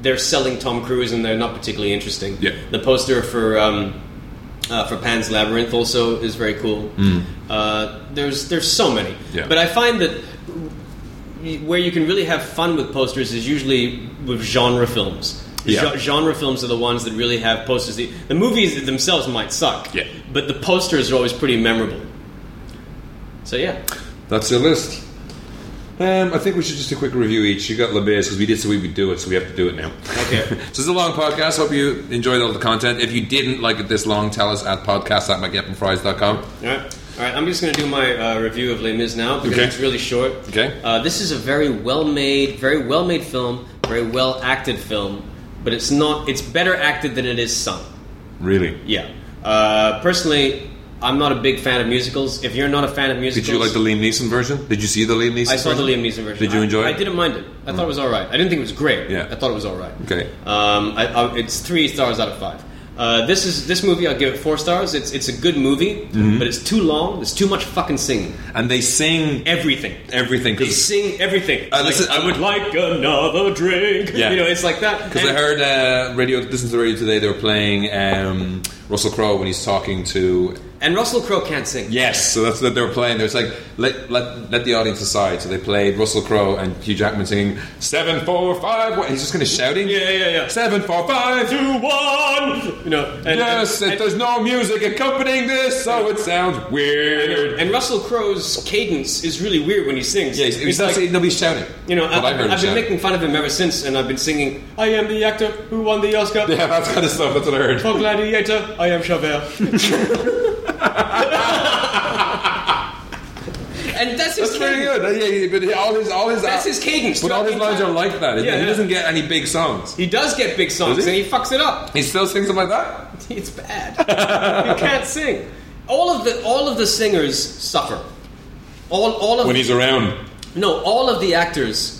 they're selling Tom Cruise and they're not particularly interesting
Yeah.
the poster for um, uh, for Pan's Labyrinth also is very cool. Uh, there's there's so many,
Mm. Yeah.
but I find that where you can really have fun with posters is usually with genre films.
Yeah.
Gen- genre films are the ones that really have posters. The, the movies themselves might suck,
Yeah.
but the posters are always pretty memorable. So yeah,
That's your list. Um, I think we should just do a quick review each. You got Labiz because we did say we would do it, so we have to do it now.
okay.
this is a long podcast. Hope you enjoyed all the content. If you didn't like it this long, tell us at podcast at mygettingfries.com.
All right. All right, I'm just going to do my uh, review of Les Mis now because
Okay.
it's really short.
Okay.
Uh, this is a very well-made, very well-made film, very well-acted film, but it's not. It's better acted than it is sung.
Really?
Yeah. Uh, personally, I'm not a big fan of musicals. If you're not a fan of musicals,
Did you like the Liam Neeson version? Did you see the Liam Neeson?
I saw the
version?
Liam Neeson version.
Did you
I-
enjoy
I,
it?
didn't mind it. I thought it was all right. I didn't think it was great.
Yeah.
I thought it was all right.
Okay.
Um, I, I, it's three stars out of five. Uh, this is this movie. I'll give it four stars. It's it's a good movie,
Mm-hmm.
but it's too long. There's too much fucking singing.
And they sing
Everything.
everything
They
because
sing everything.
Uh, listen,
Like, I would like another drink.
Yeah.
You know, it's like that.
Because I
And-
heard uh, radio, listen to the radio today, they were playing um, Russell Crowe when he's talking to.
And Russell Crowe can't sing.
Yes, so that's what they were playing. There's like, let, let, let the audience decide. So they played Russell Crowe and Hugh Jackman singing, seven, four, five. What? He's just kind of shouting.
Yeah, yeah, yeah.
Seven, four, five.
Two, one. You know. And,
Yes,
and,
it, there's no music accompanying this, so it sounds weird.
and Russell Crowe's cadence is really weird when he sings.
Yeah, he's, he's
It's
not
like-
saying nobody's shouting.
You know,
But
I,
I heard him
have been
shout.
making fun of him ever since, and I've been singing, I am the actor who won the Oscar
Yeah, that's kind of stuff. That's what I heard.
for Gladiator, I am Javert. and that's his
That's pretty
cadence.
good. Uh, Yeah, yeah, but all his all his
That's his cadence
But all his
throughout
lines
the
are like that. He-
Yeah,
he
yeah.
doesn't get any big songs.
He does get big songs
Does
and
he?
he fucks it up.
He still sings them like that.
It's bad. you can't sing. All of the all of the singers suffer. All all of
When he's around,
no all of the actors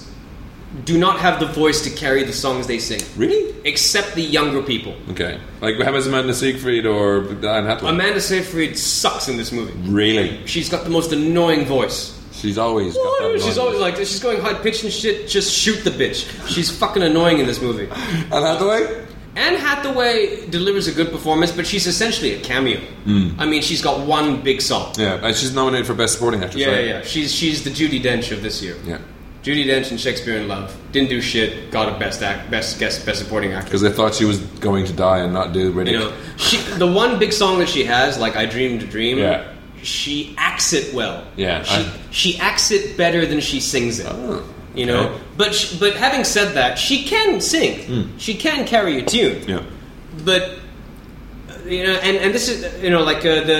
do not have the voice to carry the songs they sing,
really?
except the younger people.
Okay. Like how about Amanda Siegfried or Anne Hathaway?
Amanda Seyfried sucks in this movie.
really?
She's got the most annoying voice.
She's always. got that
She's
noise.
always like this. She's going high pitched and shit. Just shoot the bitch. She's fucking annoying in this movie.
Anne Hathaway.
Anne Hathaway delivers a good performance, but she's essentially a cameo. I mean, she's got one big song.
Hmm. Yeah, and she's nominated for best supporting actress.
Yeah, yeah,
right?
yeah. She's she's the Judy Dench of this year.
yeah.
Judy Dench in Shakespeare in Love didn't do shit. Got a best act, best guest, best supporting actress.
Because they thought she was going to die and not do Riddick.
You know, she the one big song that she has, like "I Dreamed a Dream."
Yeah.
She acts it well.
Yeah,
She
I-
she acts it better than she sings it.
Oh,
You know,
okay. Hmm.
but sh but having said that, she can sing. She can carry a tune.
Yeah.
But uh, you know, and, and this is you know like uh, the,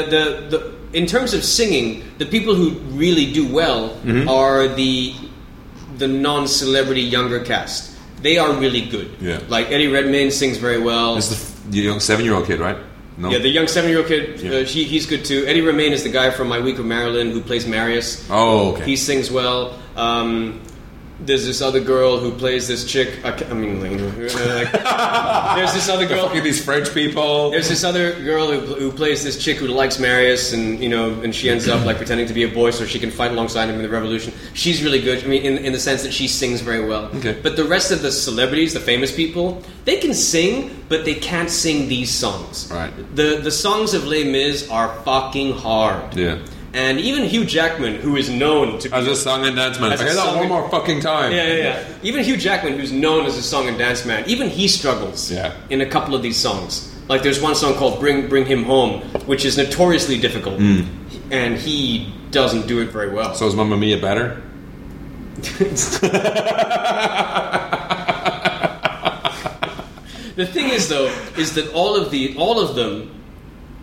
the the in terms of singing, the people who really do well
Mm-hmm.
are the the non-celebrity younger cast. They are really good.
Yeah.
Like Eddie Redmayne sings very well.
It's the, f- the young seven-year-old kid, right? No.
Yeah, the young seven-year-old kid, uh,
Yeah.
he, he's good too. Eddie Redmayne is the guy from My Week of Maryland who plays Marius.
oh, okay.
He sings well. Um, there's this other girl who plays this chick. I, ca- I mean, like, like, there's this other girl.
Look at these French people.
There's this other girl who, who plays this chick who likes Marius, and you know, and she ends up like pretending to be a boy so she can fight alongside him in the revolution. She's really good. I mean, in, in the sense that she sings very well.
Okay.
But the rest of the celebrities, the famous people, they can sing, but they can't sing these songs.
Right.
The the songs of Les Mis are fucking hard.
Yeah.
And even Hugh Jackman, who is known to be
As a song and dance man.
As a
Hear that
song-
one more fucking time.
yeah, yeah, yeah. Even Hugh Jackman, who's known as a song and dance man, even he struggles
Yeah.
in a couple of these songs. Like there's one song called "Bring Bring Him Home," which is notoriously difficult,
Hmm.
and he doesn't do it very well.
So is Mamma Mia better?
the thing is, though, is that all of the all of them,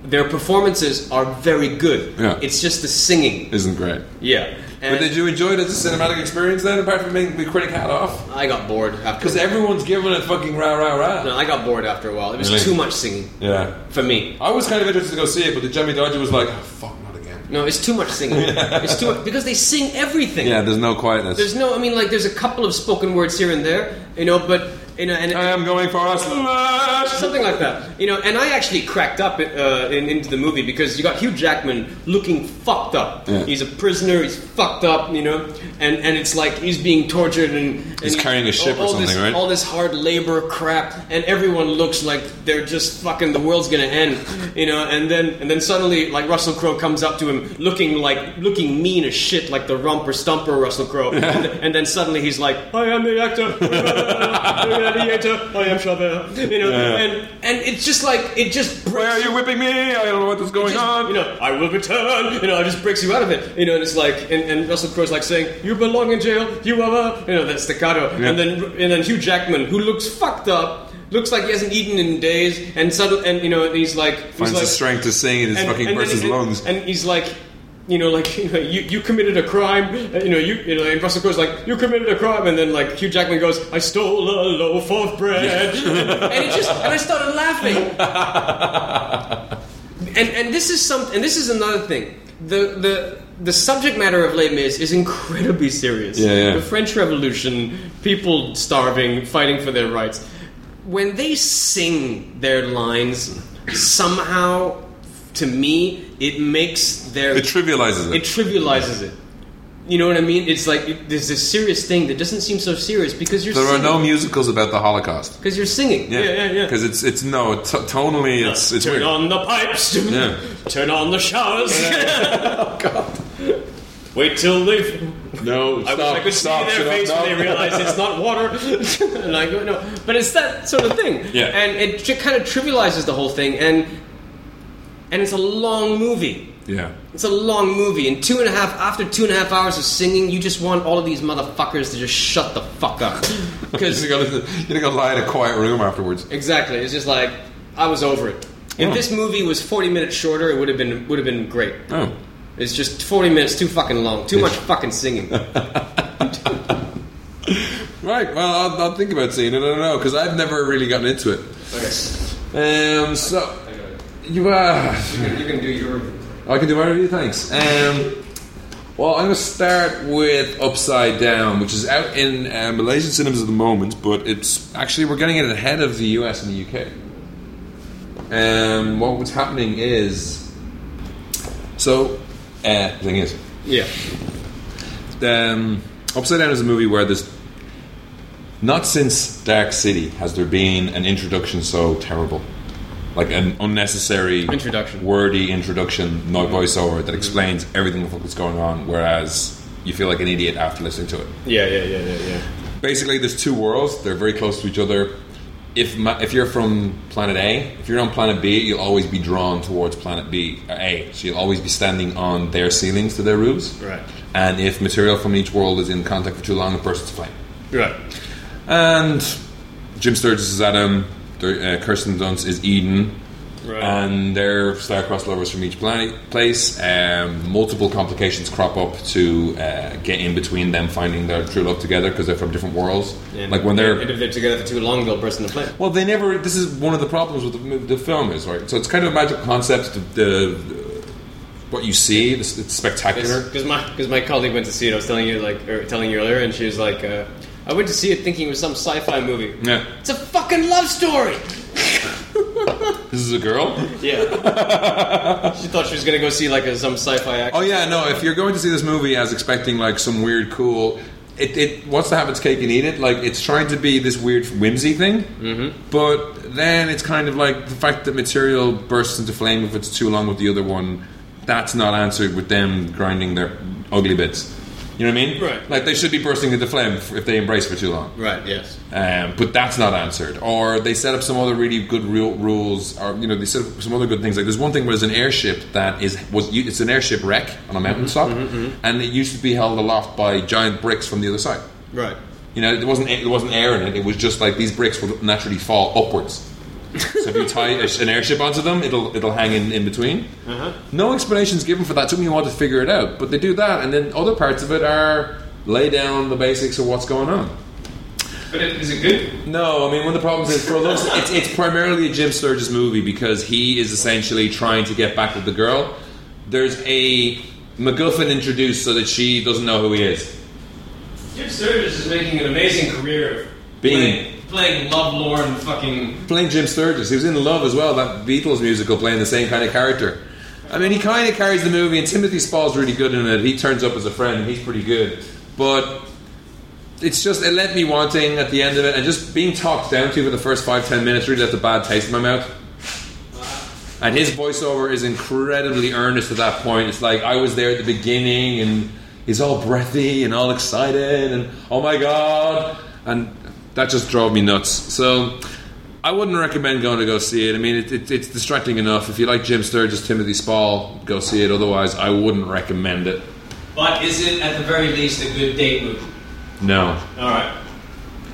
their performances are very good.
Yeah.
It's just the singing.
Isn't great.
Yeah.
But
And
did you enjoy it as a cinematic experience then, apart from being the critic hat off?
I got bored after.
Because everyone's giving it fucking rah rah rah.
no, I got bored after a while. It was
Really?
too much singing
Yeah.
for me.
I was kind of interested to go see it, but the Jimmy Dodger was like, oh, fuck, not again.
No, it's too much singing. it's too much, because they sing everything.
Yeah, there's no quietness.
There's no, I mean, like, there's a couple of spoken words here and there, you know, but, you know, and uh,
I am going for a slash.
something like that, you know. And I actually cracked up uh, in, into the movie because you got Hugh Jackman looking fucked up.
Yeah.
He's a prisoner. He's fucked up, you know, and and it's like he's being tortured and, and
He's carrying a ship or
all this,
something, right?
All this hard labor crap, and everyone looks like they're just fucking. The world's gonna end, you know. And then and then suddenly, like Russell Crowe comes up to him, looking like looking mean as shit, like the rumper stumper Russell Crowe. and, th- and then suddenly he's like, "I am the actor, I am the gladiator, I am Chabert," you know.
Yeah.
And and it's just like it just breaks.
Why are you whipping me? I don't know what is going
just,
on.
You know, I will return. You know, it just breaks you out of it. You know, and it's like, and, and Russell Crowe's like saying, "You belong in jail. You are," a-" you know, that staccato.
Yeah.
And then and then Hugh Jackman, who looks fucked up, looks like he hasn't eaten in days, and suddenly, and you know, and he's like, he's
Finds
like,
the strength to sing in his fucking
then
versus
it-
lungs.
And he's like, you know, like you, know, you, you committed a crime. uh, You know, you, you know, and Russell Crowe's like, you committed a crime, and then like Hugh Jackman goes, I stole a loaf of bread, and it just, and I started laughing. and and this is some, and this is another thing. The the. The subject matter of Les Mis is incredibly serious.
Yeah, yeah.
The French Revolution, people starving, fighting for their rights. When they sing their lines, somehow, to me, it makes their
it trivializes
it
it.
trivializes it. You know what I mean? It's like it, there's this serious thing that doesn't seem so serious because you're
There are
singing.
no musicals about the Holocaust.
because you're singing. Yeah, yeah, yeah.
Because it's it's no t- tonally it's it's
turn
weird.
on the pipes.
Yeah. Oh,
Turn on the showers. Wait till they.
No,
I wish I could see their face when they realize it's not water. and I go, no. But it's that sort of thing.
Yeah.
And it tri- kind of trivializes the whole thing. And and it's a long movie.
Yeah.
It's a long movie, and two and a half after two and a half hours of singing, you just want all of these motherfuckers to just shut the fuck up. Because
You're gonna, you're gonna lie in a quiet room afterwards.
exactly, it's just like I was over it. If
Oh.
this movie was forty minutes shorter, it would have been would have been great.
Oh.
It's just 40 minutes too fucking long. Too much fucking singing.
Right. Well, I'll, I'll think about seeing it. I don't know because I've never really gotten into it.
Okay.
Um. So you uh,
You can do your review.
I can do my review. Thanks. Um. Well, I'm going to start with Upside Down, which is out in uh, Malaysian cinemas at the moment, but it's actually we're getting it ahead of the US and the UK. Um. What was happening is, so uh, the thing is,
Yeah.
um, Upside Down is a movie where there's not since Dark City has there been an introduction so terrible, like an unnecessary
Introduction.
wordy introduction, no voiceover that explains everything the fuck that's going on. Whereas you feel like an idiot after listening to it.
Yeah, yeah, yeah, yeah, yeah.
Basically, there's two worlds. They're very close to each other. If ma- if you're from planet A, if you're on planet B, you'll always be drawn towards planet B or A. So you'll always be standing on their ceilings to their roofs.
Right.
And if material from each world is in contact for too long, it bursts into flame.
Right.
And Jim Sturgis is Adam, Dur- uh, Kirsten Dunst is Eden,
Right.
and they're star-crossed lovers from each pla- place. Um, multiple complications crop up to uh, get in between them finding their true love together because they're from different worlds.
And-
like when they're
and if they're together for too long, they'll burst into flame.
well, they never. This is one of the problems with the, mov- the film is right. So it's kind of a magical concept. The, the what you see, it's, it's spectacular.
Because my because my colleague went to see it. I was telling you like er, telling you earlier, and she was like, uh, "I went to see it thinking it was some sci-fi movie.
Yeah.
It's a fucking love story."
This is a girl.
Yeah. she thought she was gonna go see like a, some sci-fi
Oh
action.
yeah, no. If you're going to see this movie as expecting like some weird, cool, it, it wants to have its cake and eat it. Like it's trying to be this weird whimsy thing, mm-hmm. but then it's kind of like the fact that material bursts into flame if it's too long with the other one. That's not answered with them grinding their ugly bits. You know what I mean?
Right.
Like they should be bursting into flame f- if they embrace for too long.
Right. Yes.
Um, but that's not answered. Or they set up some other really good real rules, or you know, they set up some other good things. Like there's one thing where there's an airship that is was u- it's an airship wreck on a mountaintop, and it used to be held aloft by giant bricks from the other side.
Right.
You know, it wasn't it wasn't air in it. It was just like these bricks would naturally fall upwards. so if you tie a sh- an airship onto them, it'll it'll hang in, in between.
Uh-huh.
No explanations given for that. took me a while to figure it out, but they do that, and then other parts of it are lay down the basics of what's going on.
But it, is it good?
No, I mean one of the problems is for those it's, it's primarily a Jim Sturgis movie because he is essentially trying to get back with the girl. There's a MacGuffin introduced so that she doesn't know who he is.
Jim Sturgis is making an amazing career of
Being-
playing, playing lovelorn fucking.
Playing Jim Sturgis, he was in Love as well, that Beatles musical, playing the same kind of character. I mean, he kind of carries the movie, and Timothy Spall's really good in it. He turns up as a friend, and he's pretty good. But it's just it left me wanting at the end of it, and just being talked down to for the first five ten minutes really left a bad taste in my mouth. And his voiceover is incredibly earnest at that point. It's like I was there at the beginning, and he's all breathy and all excited, and oh my god, and that just drove me nuts. So I wouldn't recommend going to go see it. I mean, it, it, it's distracting enough. If you like Jim Sturgis, Timothy Spall, go see it. Otherwise, I wouldn't recommend it.
But is it at the very least a good date movie?
No,
All right.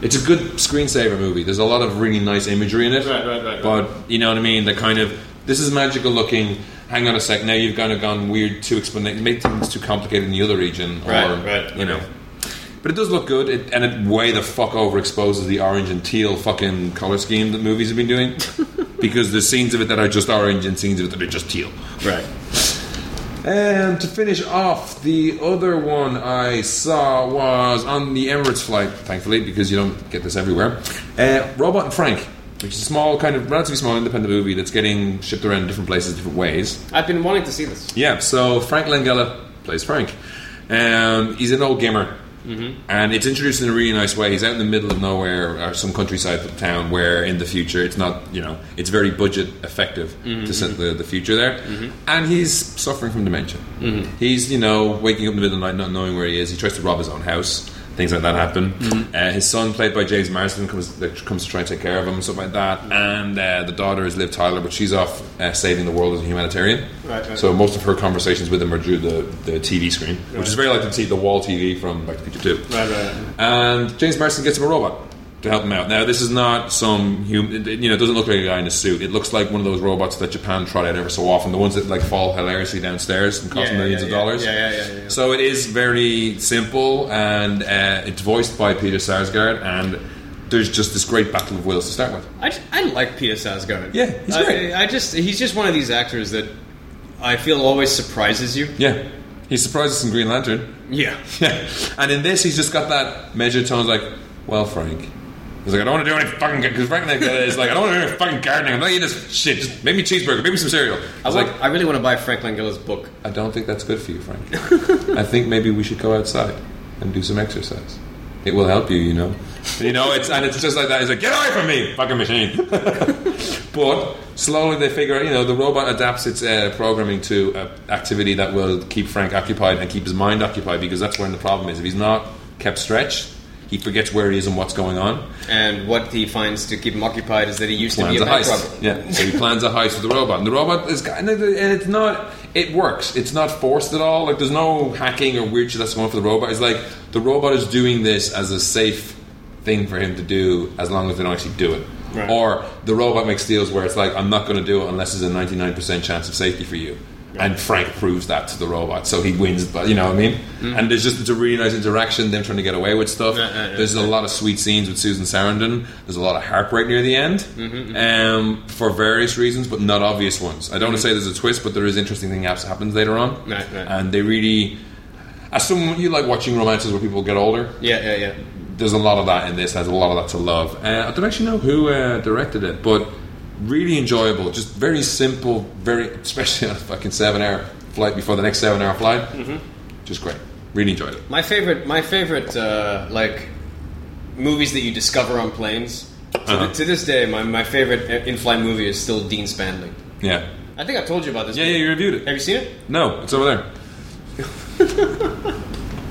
It's a good screensaver movie. There's a lot of really nice imagery in it.
Right, right, right, right.
But you know what I mean? The kind of this is magical looking. Hang on a sec. Now you've kind of gone weird, too explanation, made things too complicated in the other region, or
Right, right,
you know.
okay.
But it does look good, it, and it way the fuck overexposes the orange and teal fucking color scheme that movies have been doing, because there's scenes of it that are just orange and scenes of it that are just teal.
Right.
And to finish off, the other one I saw was on the Emirates flight, thankfully, because you don't get this everywhere. Uh, Robot and Frank, which is a small, kind of relatively small independent movie that's getting shipped around different places, different ways.
I've been wanting to see this.
Yeah, so Frank Langella plays Frank. Um, he's an old gamer. And it's introduced in a really nice way. He's out in the middle of nowhere or some countryside town where in the future it's not, you know, it's very budget effective to set the, the future there. And he's suffering from dementia. He's, you know, waking up in the middle of the night not knowing where he is. He tries to rob his own house. Things like that happen. Uh, his son, played by James Marsden, comes that comes to try and take care of him, stuff like that. And uh, the daughter is Liv Tyler, but she's off uh, saving the world as a humanitarian.
Right, right.
So most of her conversations with him are through the, the TV screen, which is very like the, t- the wall TV from Back to the Future 2.
Right, right.
And James Marsden gets him a robot. to help him out. Now, this is not some human. You know, it doesn't look like a guy in a suit. It looks like one of those robots that Japan trot out every so often. The ones that like fall hilariously downstairs and cost
Yeah, yeah,
millions
yeah,
of
yeah.
dollars.
Yeah, yeah, yeah, yeah.
So it is very simple, and uh, it's voiced by Peter Sarsgaard, and there's just this great battle of wills to start with.
I, I like Peter Sarsgaard.
Yeah, he's
I-
great.
I, just he's just one of these actors that I feel always surprises you.
Yeah, he surprises us in Green Lantern.
Yeah.
Yeah, and in this, he's just got that measured tone. Like, well, Frank. He's like, I don't want to do any fucking because Frank like, is like, I don't want to do any fucking gardening. I'm not eating this shit. Just make me cheeseburger, make me some cereal. I
I,
was
want,
like,
I really want to buy Frank Langella's book.
I don't think that's good for you, Frank. I think maybe we should go outside and do some exercise. It will help you, you know. You know, it's and it's just like that. He's like, get away from me, fucking machine. but slowly they figure, out, you know, the robot adapts its uh, programming to uh, activity that will keep Frank occupied and keep his mind occupied because that's where the problem is. If he's not kept stretched, he forgets where he is and what's going on.
And what he finds to keep him occupied is that he used
Plans
to
a
be a bank
heist.
robber.
Yeah, so he plans a heist with the robot, and the robot is kind of, and it's not, it works. It's not forced at all. Like there's no hacking or weird shit that's going on for the robot. It's like the robot is doing this as a safe thing for him to do, as long as they don't actually do it.
Right.
Or the robot makes deals where it's like, I'm not going to do it unless there's a 99% chance of safety for you. And Frank proves that to the robot, so he wins. But you know what I mean. And there's just it's a really nice interaction. Them trying to get away with stuff.
Mm-hmm. Yeah, yeah, yeah.
There's there's a lot of sweet scenes with Susan Sarandon. There's a lot of heartbreak near the end, um, for various reasons, but not obvious ones. I don't want to say there's a twist, but there is interesting thing haps- happens later on,
Right, right.
and they really. As someone you like watching romances where people get older,
Yeah, yeah, yeah.
there's a lot of that in this. There's a lot of that to love. Uh, I don't actually know who uh, directed it, but really enjoyable. Just very simple, very especially on a fucking seven hour flight before the next seven hour flight. Just great. Really enjoyed it.
My favorite, my favorite, uh, like movies that you discover on planes. To, th-
Uh-huh.
to this day, my, my favorite in-flight movie is still Dean Spanley.
Yeah.
I think I've told you about this.
Yeah, yeah,
movie.
you reviewed it.
Have you seen it?
No, it's over there.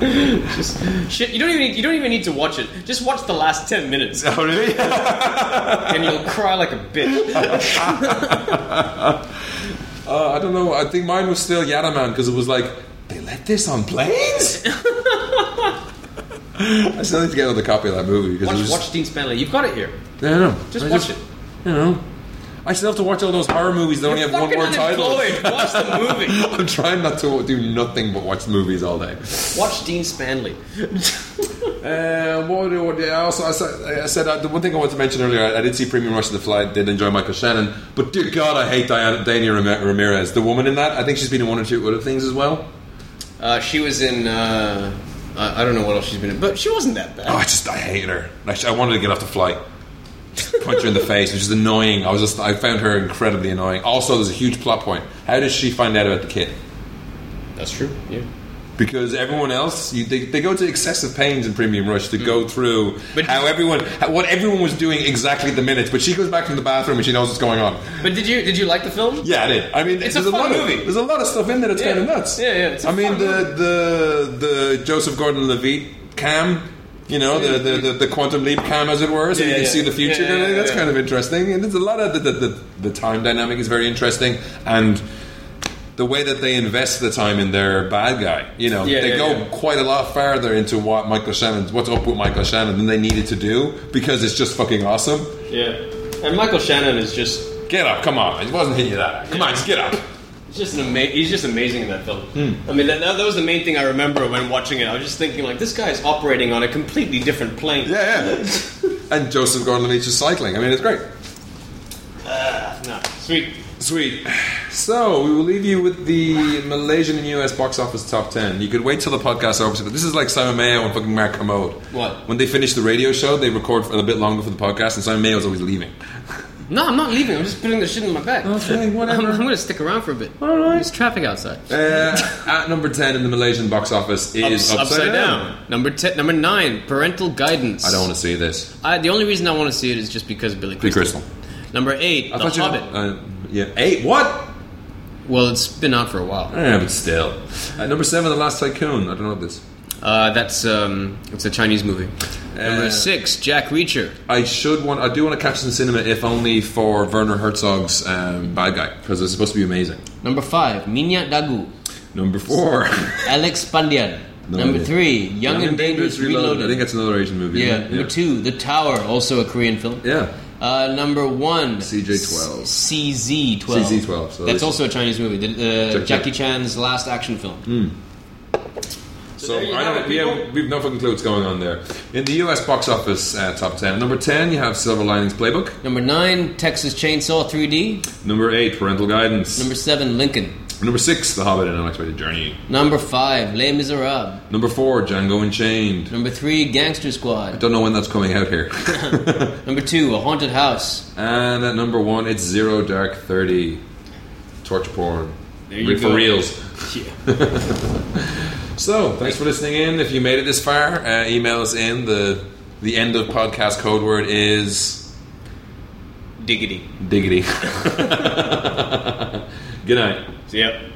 Just, shit, you don't even need, you don't even need to watch it. Just watch the last ten minutes,
Oh, really?
and you'll cry like a bitch.
Uh, I don't know. I think mine was still Yada Man because it was like they let this on planes. I still need to get another copy of that movie because it
Watch,
was.
watch Dean Spanley. You've got it here.
I don't know.
Just
I
watch it.
You know, I still have to watch all those horror movies that only have one
Fucking
word title.
unemployed. Watch the movie.
I'm trying not to do nothing but watch movies all day.
Watch Dean Spanley.
Uh, what, do- what do- I also I said, I said uh, the one thing I wanted to mention earlier. I, I did see Premium Rush of the Flight. Did enjoy Michael Shannon, but dear God, I hate Diana, Dania Ram- Ramirez, the woman in that. I think she's been in one or two other things as well.
Uh, she was in. Uh, I I don't know what else she's been in, but she wasn't that bad.
Oh, I just I hated her. Like, I wanted to get off the flight, Just punch her in the face, which is annoying. I was just I found her incredibly annoying. Also, there's a huge plot point. How does she find out about the kid?
That's true. Yeah.
Because everyone else, you, they, they go to excessive pains in Premium Rush to go through
But-
how everyone, how, what everyone was doing exactly the minutes. But she goes back from the bathroom and she knows what's going on.
But did you did you like the film?
Yeah, I did. I mean,
It's a
there's
fun
lot
movie.
Of, there's a lot of stuff in there that's
Yeah.
kind of nuts.
Yeah, yeah, it's a
I mean,
fun
the, the the Joseph Gordon-Levitt cam, you know, the the, the, the quantum leap cam, as it were, so
Yeah,
you can
yeah.
see the future.
Yeah, yeah, yeah,
that's
yeah.
kind of interesting. And there's a lot of the the, the the time dynamic is very interesting and. The way that they invest the time in their bad guy, you know,
Yeah,
they
yeah,
go
yeah.
quite a lot farther into what Michael Shannon's, what's up with Michael Shannon than they needed to do because it's just fucking awesome.
Yeah. And Michael Shannon is just
Get up, come on! It wasn't hitting you that. Come on, just get up.
he's just an ama- he's just amazing in that film. I mean, that, that was the main thing I remember when watching it. I was just thinking like, this guy is operating on a completely different plane.
Yeah, yeah. and Joseph Gordon-Levitt is cycling. I mean, it's great.
Nah, sweet.
Sweet. So we will leave you with the Malaysian and US box office top ten. You could wait till the podcast over. This is like Simon Mayo and fucking Mark Commode.
What?
When they finish the radio show, they record for a bit longer for the podcast, and Simon Mayo's always leaving.
No, I'm not leaving. I'm just putting the shit in my bag.
Okay, whatever.
I'm, I'm going to stick around for a bit. Oh, All right. There's traffic outside.
Uh, at number ten in the Malaysian box office is
Ups- upside down. Number ten, number nine, parental guidance.
I don't want to see this.
I, the only reason I want to see it is just because Billy
Billy
Crystal.
Crystal.
Number eight,
I
The
thought you.
Hobbit.
Uh, yeah. Eight. What?
well, it's been out for a while.
Yeah, but still. At number seven, The Last Tycoon. I don't know what this.
Uh, that's um, it's a Chinese movie. Number
Uh,
six, Jack Reacher.
I should want. I do want to catch this in cinema, if only for Werner Herzog's um, Bad Guy, because it's supposed to be amazing.
Number five, Minya Dagu.
Number four,
Alex Pandian.
No
Number
idea.
three, Young and Dangerous Reloaded.
I think that's another Asian movie.
yeah.
isn't it?
Number two, The Tower, also a Korean film.
Yeah.
Uh, number one,
CJ12.
S- CZ12.
CZ12, so
That's
it's-
also a Chinese movie. The, uh,
Jackie-
Jackie Chan's last action film.
So
there you
I
have
don't.
it,
We
people.
have, we've no fucking clue what's going on there. In the U.S. box office uh, top ten, number ten you have Silver Linings Playbook.
Number nine, Texas Chainsaw 3D.
Number eight, Parental Guidance. Number,
Number seven, Lincoln.
six, The Hobbit and Unexpected Journey.
Number five, Les Miserables.
Number four, Django Unchained.
Number three, Gangster Squad.
Don't know when that's coming out here.
Number two, A Haunted House.
and at number one, it's Zero Dark Thirty, torture porn.
There you
Re- for
go.
reals.
Yeah.
So thanks for listening in. If you made it this far, uh, email us in. the The end of podcast code word is
Diggity.
diggity. Good night.
Yep.